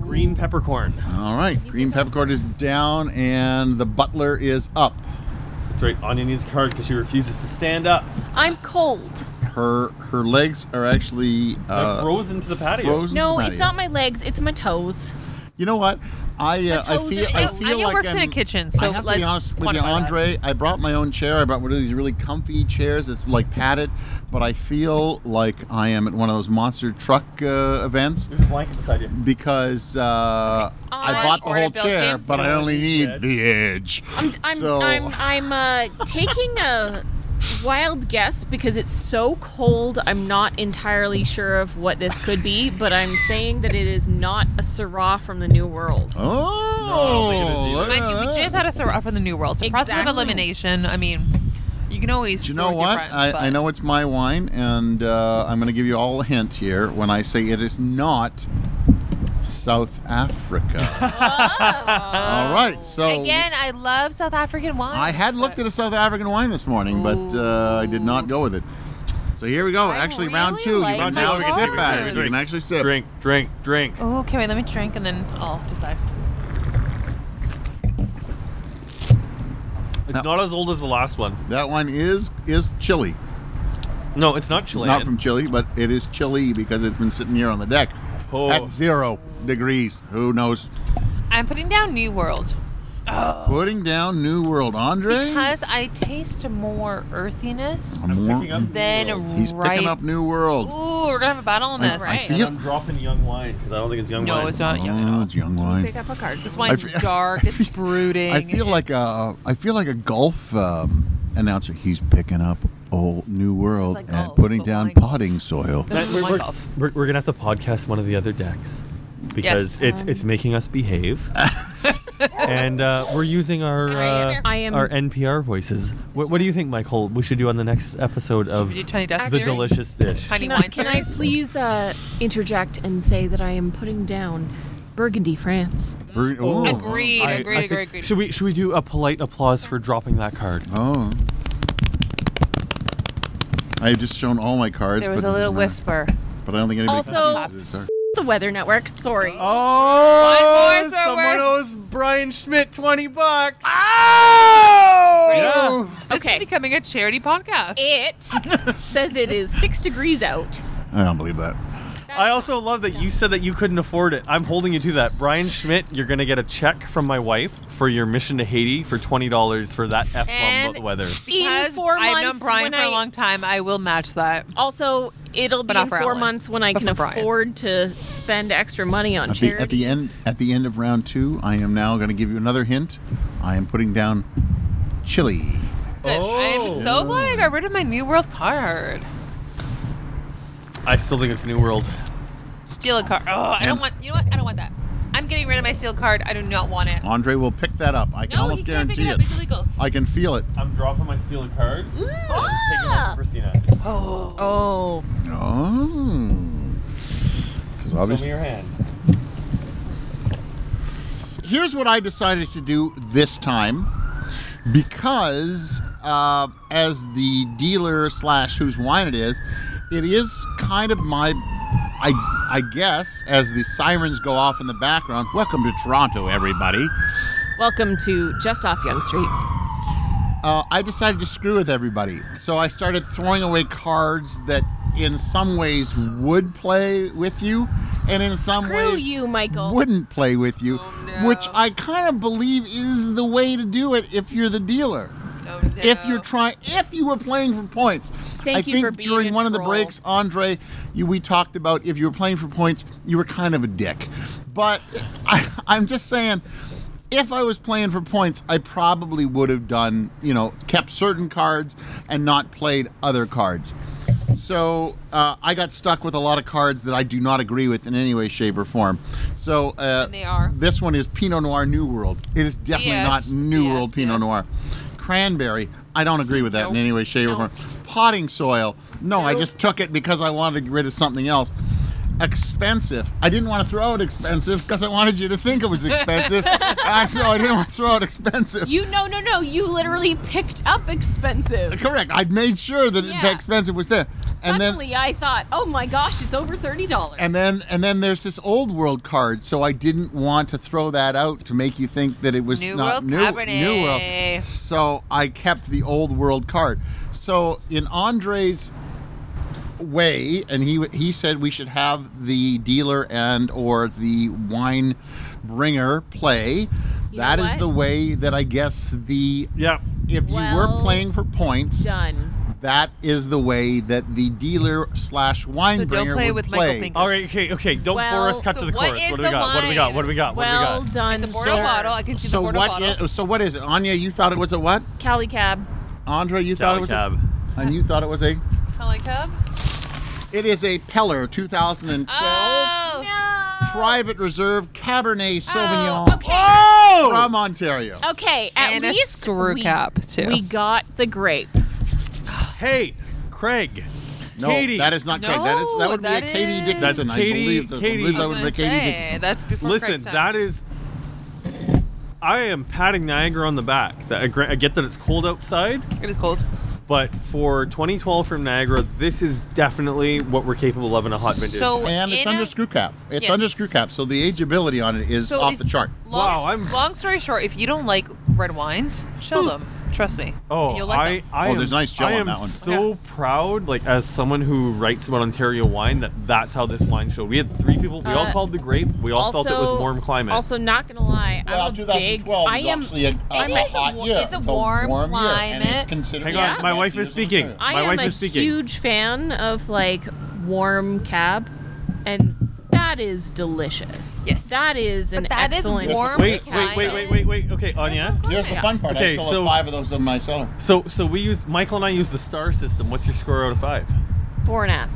[SPEAKER 5] green peppercorn.
[SPEAKER 3] All right, green peppercorn is down and the butler is up.
[SPEAKER 5] That's right. Anya needs a card because she refuses to stand up.
[SPEAKER 6] I'm cold.
[SPEAKER 3] Her her legs are actually
[SPEAKER 5] They're
[SPEAKER 3] uh,
[SPEAKER 5] frozen to the patio.
[SPEAKER 3] frozen.
[SPEAKER 6] No,
[SPEAKER 3] to the
[SPEAKER 6] it's
[SPEAKER 3] patio.
[SPEAKER 6] not my legs. It's my toes.
[SPEAKER 3] You know what? I uh, I
[SPEAKER 6] toes
[SPEAKER 3] feel
[SPEAKER 6] are
[SPEAKER 3] I
[SPEAKER 6] out.
[SPEAKER 3] feel
[SPEAKER 4] Anya
[SPEAKER 3] like
[SPEAKER 4] works
[SPEAKER 3] I'm,
[SPEAKER 4] in a kitchen, so
[SPEAKER 3] I have to
[SPEAKER 4] let's
[SPEAKER 3] be honest with you,
[SPEAKER 4] quantify that.
[SPEAKER 3] Andre. I brought my own chair. I brought one of these really comfy chairs. It's like padded, but I feel like I am at one of those monster truck uh, events
[SPEAKER 5] There's a blanket beside you.
[SPEAKER 3] because uh, I,
[SPEAKER 6] I
[SPEAKER 3] bought the
[SPEAKER 4] ordered
[SPEAKER 3] whole
[SPEAKER 4] Bill's
[SPEAKER 3] chair,
[SPEAKER 4] game.
[SPEAKER 3] but I only need
[SPEAKER 5] Yeah.
[SPEAKER 3] the edge.
[SPEAKER 6] I'm I'm
[SPEAKER 3] So-
[SPEAKER 6] I'm, I'm uh, taking a wild guess because it's so cold. I'm not entirely sure of what this could be, but I'm saying that it is not a Syrah from the New World.
[SPEAKER 3] Oh,
[SPEAKER 5] I don't think it is either.
[SPEAKER 3] look
[SPEAKER 4] Mind you,
[SPEAKER 3] at
[SPEAKER 4] we
[SPEAKER 3] that.
[SPEAKER 4] just had a Syrah from the New World, so process of
[SPEAKER 6] Exactly.
[SPEAKER 4] elimination. I mean, you can always.
[SPEAKER 3] Do you
[SPEAKER 4] screw
[SPEAKER 3] know
[SPEAKER 4] with your
[SPEAKER 3] what?
[SPEAKER 4] friends,
[SPEAKER 3] I, I
[SPEAKER 4] but-
[SPEAKER 3] know it's my wine, and uh, I'm going to give you all a hint here when I say it is not South Africa. all right, so
[SPEAKER 4] Oh. Again, I love South African wine.
[SPEAKER 3] I had looked at a South African wine this morning, but uh, I did not go with it. So here we go.
[SPEAKER 4] I
[SPEAKER 3] actually, round
[SPEAKER 4] really
[SPEAKER 3] two.
[SPEAKER 4] like
[SPEAKER 3] you can
[SPEAKER 5] Round two,
[SPEAKER 3] now
[SPEAKER 5] we
[SPEAKER 4] my
[SPEAKER 5] can
[SPEAKER 3] sip
[SPEAKER 5] take a
[SPEAKER 3] at
[SPEAKER 5] drink,
[SPEAKER 3] it.
[SPEAKER 4] wine.
[SPEAKER 3] You can actually sip.
[SPEAKER 5] Drink, drink, drink.
[SPEAKER 4] Oh, okay, wait. Let me drink and then I'll decide.
[SPEAKER 5] It's not as old as the last one.
[SPEAKER 3] That one is is chili.
[SPEAKER 5] No, it's not Chilean.
[SPEAKER 3] Not from Chile, but it is chili because it's been sitting here on the deck
[SPEAKER 5] Oh.
[SPEAKER 3] at zero degrees. Who knows?
[SPEAKER 4] I'm putting down New World. Oh,
[SPEAKER 3] Putting down New World, Andre.
[SPEAKER 4] Because I taste more earthiness.
[SPEAKER 3] I'm more-
[SPEAKER 5] picking up New
[SPEAKER 4] Then
[SPEAKER 5] World.
[SPEAKER 3] He's
[SPEAKER 4] right.
[SPEAKER 3] picking up New World.
[SPEAKER 4] Ooh, we're gonna have a battle on
[SPEAKER 3] I-
[SPEAKER 4] this.
[SPEAKER 3] I
[SPEAKER 6] Right.
[SPEAKER 3] feel-
[SPEAKER 5] I'm dropping young wine because I don't think it's young wine.
[SPEAKER 4] No, it's not. Yeah.
[SPEAKER 3] Oh, it's young
[SPEAKER 6] Pick
[SPEAKER 3] wine.
[SPEAKER 6] up a card.
[SPEAKER 4] This wine's
[SPEAKER 3] I feel-
[SPEAKER 4] dark. It's brooding.
[SPEAKER 3] I feel like
[SPEAKER 4] it's-
[SPEAKER 3] a I feel like a golf um, announcer. He's picking up old New World
[SPEAKER 4] like
[SPEAKER 3] and
[SPEAKER 4] golf,
[SPEAKER 3] putting
[SPEAKER 4] but
[SPEAKER 3] down
[SPEAKER 4] wine golf.
[SPEAKER 3] potting soil.
[SPEAKER 4] This is
[SPEAKER 5] we're,
[SPEAKER 4] my
[SPEAKER 5] we're,
[SPEAKER 4] golf.
[SPEAKER 5] we're, we're gonna have to podcast one of the other decks because it's
[SPEAKER 4] Yes.
[SPEAKER 5] it's making us behave, and uh, we're using our uh,
[SPEAKER 6] I am-
[SPEAKER 5] our NPR voices. What, what do you think, Michael? We should do on the next episode of
[SPEAKER 4] Did you do tiny
[SPEAKER 5] the
[SPEAKER 4] dexterous?
[SPEAKER 5] delicious dish.
[SPEAKER 4] Tiny
[SPEAKER 6] Can
[SPEAKER 4] wine
[SPEAKER 6] I, can I
[SPEAKER 4] series?
[SPEAKER 6] please uh, interject and say that I am putting down Burgundy, France?
[SPEAKER 3] Bur- ooh.
[SPEAKER 4] Agreed.
[SPEAKER 5] I-
[SPEAKER 4] agreed,
[SPEAKER 5] I
[SPEAKER 4] agreed,
[SPEAKER 5] think-
[SPEAKER 4] agreed.
[SPEAKER 5] Should we should we do a polite applause for dropping that card?
[SPEAKER 3] Oh. I have just shown all my cards.
[SPEAKER 4] There was
[SPEAKER 3] but
[SPEAKER 4] a
[SPEAKER 3] it
[SPEAKER 4] little
[SPEAKER 3] doesn't matter.
[SPEAKER 4] whisper.
[SPEAKER 3] But I don't think anybody
[SPEAKER 6] Also-
[SPEAKER 3] can see it.
[SPEAKER 6] The Weather Network. Sorry.
[SPEAKER 5] Oh,
[SPEAKER 4] Five more, so someone we're-
[SPEAKER 5] owes Brian Schmidt twenty bucks.
[SPEAKER 3] Oh!
[SPEAKER 4] This
[SPEAKER 6] Okay.
[SPEAKER 4] is becoming a charity podcast.
[SPEAKER 6] It says it is six degrees out.
[SPEAKER 3] I don't believe that.
[SPEAKER 5] I also love that you said that you couldn't afford it. I'm holding you to that. Brian Schmidt, you're going to get a check from my wife for your mission to Haiti for $20 for that F
[SPEAKER 4] And-
[SPEAKER 5] bomb weather.
[SPEAKER 4] Because
[SPEAKER 6] in four months
[SPEAKER 4] I've known Brian
[SPEAKER 6] when
[SPEAKER 4] for a
[SPEAKER 6] I-
[SPEAKER 4] long time. I will match that.
[SPEAKER 3] Oh.
[SPEAKER 6] Also, it'll
[SPEAKER 4] But
[SPEAKER 6] be
[SPEAKER 4] not
[SPEAKER 6] in
[SPEAKER 4] for
[SPEAKER 6] four
[SPEAKER 4] Ellen,
[SPEAKER 6] months when I
[SPEAKER 4] but
[SPEAKER 6] can
[SPEAKER 4] for Brian.
[SPEAKER 6] afford to spend extra money on
[SPEAKER 3] At the, at the end
[SPEAKER 6] charities.
[SPEAKER 3] at the end of round two, I am now going to give you another hint. I am putting down chili.
[SPEAKER 5] Oh.
[SPEAKER 4] I'm so glad I got rid of my New World card.
[SPEAKER 5] I still think it's New World.
[SPEAKER 4] Steal a card. Oh, I don't
[SPEAKER 3] And-
[SPEAKER 4] want. You know what? I don't want that. I'm getting rid of my steal card. I do not want it.
[SPEAKER 3] Andre will pick that up. I can
[SPEAKER 4] No,
[SPEAKER 3] almost
[SPEAKER 4] he can't pick
[SPEAKER 3] guarantee
[SPEAKER 4] it up. It's illegal.
[SPEAKER 3] I can feel it.
[SPEAKER 5] I'm dropping my stealer card.
[SPEAKER 6] Ah!
[SPEAKER 5] Christina.
[SPEAKER 4] Oh.
[SPEAKER 6] Oh,
[SPEAKER 3] Oh. 'Cause obviously-
[SPEAKER 5] hand.
[SPEAKER 3] here's what I decided to do this time because uh, as the dealer slash whose wine it is, it is kind of my I I guess as the sirens go off in the background. Welcome to Toronto, everybody.
[SPEAKER 6] welcome to just off Young Street.
[SPEAKER 3] Uh, I decided to screw with everybody, so I started throwing away cards that in some ways would play with you, and in some
[SPEAKER 6] Screw
[SPEAKER 3] ways
[SPEAKER 6] you, Michael.
[SPEAKER 3] wouldn't play with you,
[SPEAKER 4] Oh, no.
[SPEAKER 3] which I kind of believe is the way to do it if you're the dealer.
[SPEAKER 4] no.
[SPEAKER 3] If you're trying, if you were playing for points,
[SPEAKER 6] Thank
[SPEAKER 3] I
[SPEAKER 6] you
[SPEAKER 3] think
[SPEAKER 6] for being
[SPEAKER 3] during
[SPEAKER 6] a
[SPEAKER 3] one of the
[SPEAKER 6] troll.
[SPEAKER 3] breaks, Andre, you, we talked about if you were playing for points, you were kind of a dick. But I, I'm just saying, if I was playing for points, I probably would have done, you know, kept certain cards and not played other cards. So uh, I got stuck with a lot of cards that I do not agree with in any way, shape, or form. So uh,
[SPEAKER 4] And they are.
[SPEAKER 3] this one is Pinot Noir New World. It is definitely
[SPEAKER 4] Yes,
[SPEAKER 3] not New
[SPEAKER 4] yes,
[SPEAKER 3] World Pinot
[SPEAKER 4] yes.
[SPEAKER 3] Noir. Cranberry, I don't agree with that in
[SPEAKER 4] No,
[SPEAKER 3] any way, shape, or
[SPEAKER 4] no.
[SPEAKER 3] form. Potting soil, no, I
[SPEAKER 4] No.
[SPEAKER 3] just took it because I wanted to get rid of something else. Expensive. I didn't want to throw out expensive because I wanted you to think it was expensive. and so I didn't want to throw out expensive.
[SPEAKER 6] You no no no. You literally picked up expensive.
[SPEAKER 3] Correct. I made sure that
[SPEAKER 6] Yeah.
[SPEAKER 3] the expensive was there. and then
[SPEAKER 6] Suddenly, I thought, oh my gosh, it's over thirty dollars.
[SPEAKER 3] and then and then there's this old world card, so I didn't want to throw that out to make you think that it was
[SPEAKER 4] New
[SPEAKER 3] not
[SPEAKER 4] World
[SPEAKER 3] new,
[SPEAKER 4] Cabernet.
[SPEAKER 3] new world. So I kept the old world card. So in Andre's way, and he he said we should have the dealer and or the wine bringer play.
[SPEAKER 6] You know
[SPEAKER 3] That is
[SPEAKER 6] what?
[SPEAKER 3] the way that I guess the
[SPEAKER 5] Yeah.
[SPEAKER 3] if you
[SPEAKER 6] Well
[SPEAKER 3] were playing for points,
[SPEAKER 6] done.
[SPEAKER 3] that is the way that the dealer slash wine
[SPEAKER 4] So don't
[SPEAKER 3] bringer
[SPEAKER 4] play
[SPEAKER 3] would
[SPEAKER 4] with Michael
[SPEAKER 3] play.
[SPEAKER 4] Finkel.
[SPEAKER 5] All right, okay, okay. Don't bore
[SPEAKER 6] Well,
[SPEAKER 5] us. Cut
[SPEAKER 4] so
[SPEAKER 5] to the
[SPEAKER 4] what
[SPEAKER 5] chorus.
[SPEAKER 4] is
[SPEAKER 5] What do
[SPEAKER 4] the
[SPEAKER 5] we got? What do we got?
[SPEAKER 4] wine?
[SPEAKER 5] What do we got? What do we
[SPEAKER 6] Well
[SPEAKER 5] got?
[SPEAKER 4] It's
[SPEAKER 6] done,
[SPEAKER 4] a
[SPEAKER 6] sir.
[SPEAKER 4] Bordeaux bottle. I can see
[SPEAKER 3] so
[SPEAKER 4] the Bordeaux
[SPEAKER 3] what
[SPEAKER 4] bottle.
[SPEAKER 3] is- so what is it anya you thought it was a what
[SPEAKER 6] Cali cab.
[SPEAKER 3] andre you thought it was
[SPEAKER 5] Cab.
[SPEAKER 3] a and you thought it was a
[SPEAKER 4] Telecub?
[SPEAKER 3] it is a peller 2012
[SPEAKER 4] Oh.
[SPEAKER 3] private reserve cabernet sauvignon
[SPEAKER 6] okay.
[SPEAKER 5] Oh!
[SPEAKER 3] from ontario
[SPEAKER 6] Okay, at
[SPEAKER 4] And a
[SPEAKER 6] least
[SPEAKER 4] screw
[SPEAKER 6] we,
[SPEAKER 4] cap, too.
[SPEAKER 6] We got the grape.
[SPEAKER 5] Hey, Craig.
[SPEAKER 3] no
[SPEAKER 5] Katie.
[SPEAKER 3] that is not correct that is that
[SPEAKER 4] No,
[SPEAKER 3] would
[SPEAKER 4] that
[SPEAKER 3] be a katie
[SPEAKER 4] is-
[SPEAKER 3] dickinson
[SPEAKER 5] That's
[SPEAKER 3] i
[SPEAKER 5] Katie-
[SPEAKER 3] believe that, I
[SPEAKER 5] Katie-
[SPEAKER 3] believe
[SPEAKER 4] I
[SPEAKER 3] that would
[SPEAKER 4] was gonna
[SPEAKER 3] be katie
[SPEAKER 4] say,
[SPEAKER 3] dickinson
[SPEAKER 4] That's before
[SPEAKER 5] Listen, that is. I am patting Niagara on the back. That- I gra- I get that it's cold outside,
[SPEAKER 4] It is cold.
[SPEAKER 5] but for 2012 from Niagara, this is definitely what we're capable of in a hot vintage.
[SPEAKER 4] So-
[SPEAKER 3] and it's
[SPEAKER 4] In a-
[SPEAKER 3] under screw cap it's
[SPEAKER 4] Yes.
[SPEAKER 3] under screw cap so the ageability on it is
[SPEAKER 4] So
[SPEAKER 3] off
[SPEAKER 4] if-
[SPEAKER 3] the chart
[SPEAKER 4] Long,
[SPEAKER 5] Wow, I'm-
[SPEAKER 3] Hmm.
[SPEAKER 4] long story short, if you don't like red wines, chill them. Trust me.
[SPEAKER 5] Oh,
[SPEAKER 4] you'll like
[SPEAKER 5] I,
[SPEAKER 4] them.
[SPEAKER 5] I
[SPEAKER 3] Oh,
[SPEAKER 5] am,
[SPEAKER 3] there's nice gel
[SPEAKER 5] I
[SPEAKER 3] on
[SPEAKER 5] am
[SPEAKER 3] that one.
[SPEAKER 5] so proud, like as someone who writes about Ontario wine, that that's how this wine showed. We had three people. We all
[SPEAKER 6] Uh,
[SPEAKER 5] called the grape. We all
[SPEAKER 6] also,
[SPEAKER 5] felt it was warm climate.
[SPEAKER 6] Also, not gonna lie,
[SPEAKER 3] Well,
[SPEAKER 6] I'm a big.
[SPEAKER 3] 2012
[SPEAKER 6] I
[SPEAKER 3] is
[SPEAKER 6] am.
[SPEAKER 3] actually a, a,
[SPEAKER 6] I'm
[SPEAKER 3] a
[SPEAKER 6] like-
[SPEAKER 3] hot
[SPEAKER 2] it's a
[SPEAKER 3] year.
[SPEAKER 2] wa- it's a warm
[SPEAKER 3] year, and it's
[SPEAKER 2] climate.
[SPEAKER 3] considered
[SPEAKER 5] Hang
[SPEAKER 3] one of
[SPEAKER 5] on,
[SPEAKER 3] the
[SPEAKER 5] my
[SPEAKER 3] best
[SPEAKER 5] wife is
[SPEAKER 3] years in
[SPEAKER 5] speaking.
[SPEAKER 3] Ontario.
[SPEAKER 6] I
[SPEAKER 5] My
[SPEAKER 6] am
[SPEAKER 5] wife
[SPEAKER 6] a
[SPEAKER 5] is speaking.
[SPEAKER 6] huge fan of like warm cab, and that is delicious.
[SPEAKER 2] Yes.
[SPEAKER 6] that is an
[SPEAKER 2] But that is
[SPEAKER 6] excellent.
[SPEAKER 2] warm
[SPEAKER 5] wait, wait,
[SPEAKER 2] climate.
[SPEAKER 5] wait, wait, wait, wait. Okay, Anya.
[SPEAKER 3] Here's the fun part.
[SPEAKER 5] Okay,
[SPEAKER 3] I still
[SPEAKER 5] so-
[SPEAKER 3] have five of those in my cellar.
[SPEAKER 5] So, so we used Michael and I used the star system. What's your score out of five?
[SPEAKER 6] Four and a half.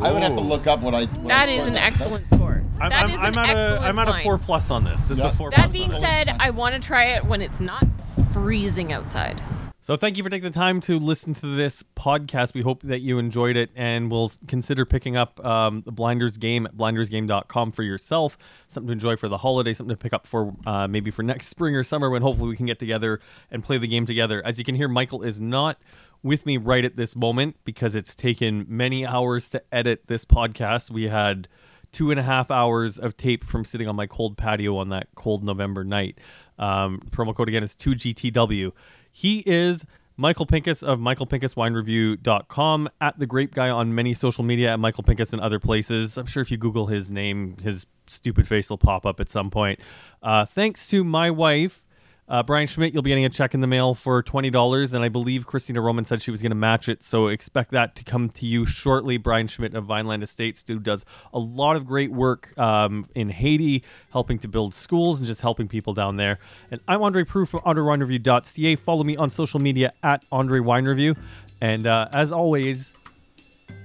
[SPEAKER 3] I would have to
[SPEAKER 5] Whoa.
[SPEAKER 3] look up what I. What
[SPEAKER 6] That
[SPEAKER 3] I
[SPEAKER 6] is
[SPEAKER 3] scored
[SPEAKER 6] an
[SPEAKER 3] that.
[SPEAKER 6] excellent score.
[SPEAKER 5] I'm,
[SPEAKER 6] That
[SPEAKER 5] I'm,
[SPEAKER 6] is
[SPEAKER 5] I'm
[SPEAKER 6] an
[SPEAKER 5] at
[SPEAKER 6] excellent
[SPEAKER 5] a I'm at a
[SPEAKER 6] wine.
[SPEAKER 5] four plus on this. This
[SPEAKER 3] Yeah.
[SPEAKER 5] is a four.
[SPEAKER 6] That
[SPEAKER 5] plus
[SPEAKER 6] being
[SPEAKER 5] on it.
[SPEAKER 6] said, I want to try it when it's not freezing outside.
[SPEAKER 5] So thank you for taking the time to listen to this podcast. We hope that you enjoyed it and will consider picking up um, the Blinders Game at blindersgame.com for yourself. Something to enjoy for the holiday, something to pick up for uh, maybe for next spring or summer when hopefully we can get together and play the game together. As you can hear, Michael is not with me right at this moment because it's taken many hours to edit this podcast. We had two and a half hours of tape from sitting on my cold patio on that cold November night. Um, promo code again is 2GTW. He is Michael Pincus of michaelpincuswinereview.com, at the grape guy on many social media, at Michael Pincus and other places. I'm sure if you Google his name, his stupid face will pop up at some point. Uh, thanks to my wife, uh, Brian Schmidt, you'll be getting a check in the mail for twenty dollars, and I believe Christina Roman said she was going to match it, so expect that to come to you shortly. Brian Schmidt of Vineland Estates, who does a lot of great work um, in Haiti, helping to build schools and just helping people down there. And I'm Andre Proof from AndreWineReview.ca. Follow me on social media at Andre Wine Review, and uh, as always,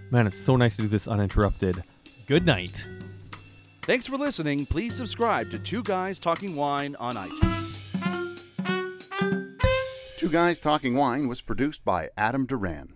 [SPEAKER 5] man, it's so nice to do this uninterrupted. Good night.
[SPEAKER 1] Thanks for listening. Please subscribe to Two Guys Talking Wine on iTunes.
[SPEAKER 3] Two Guys Talking Wine was produced by Adam Duran.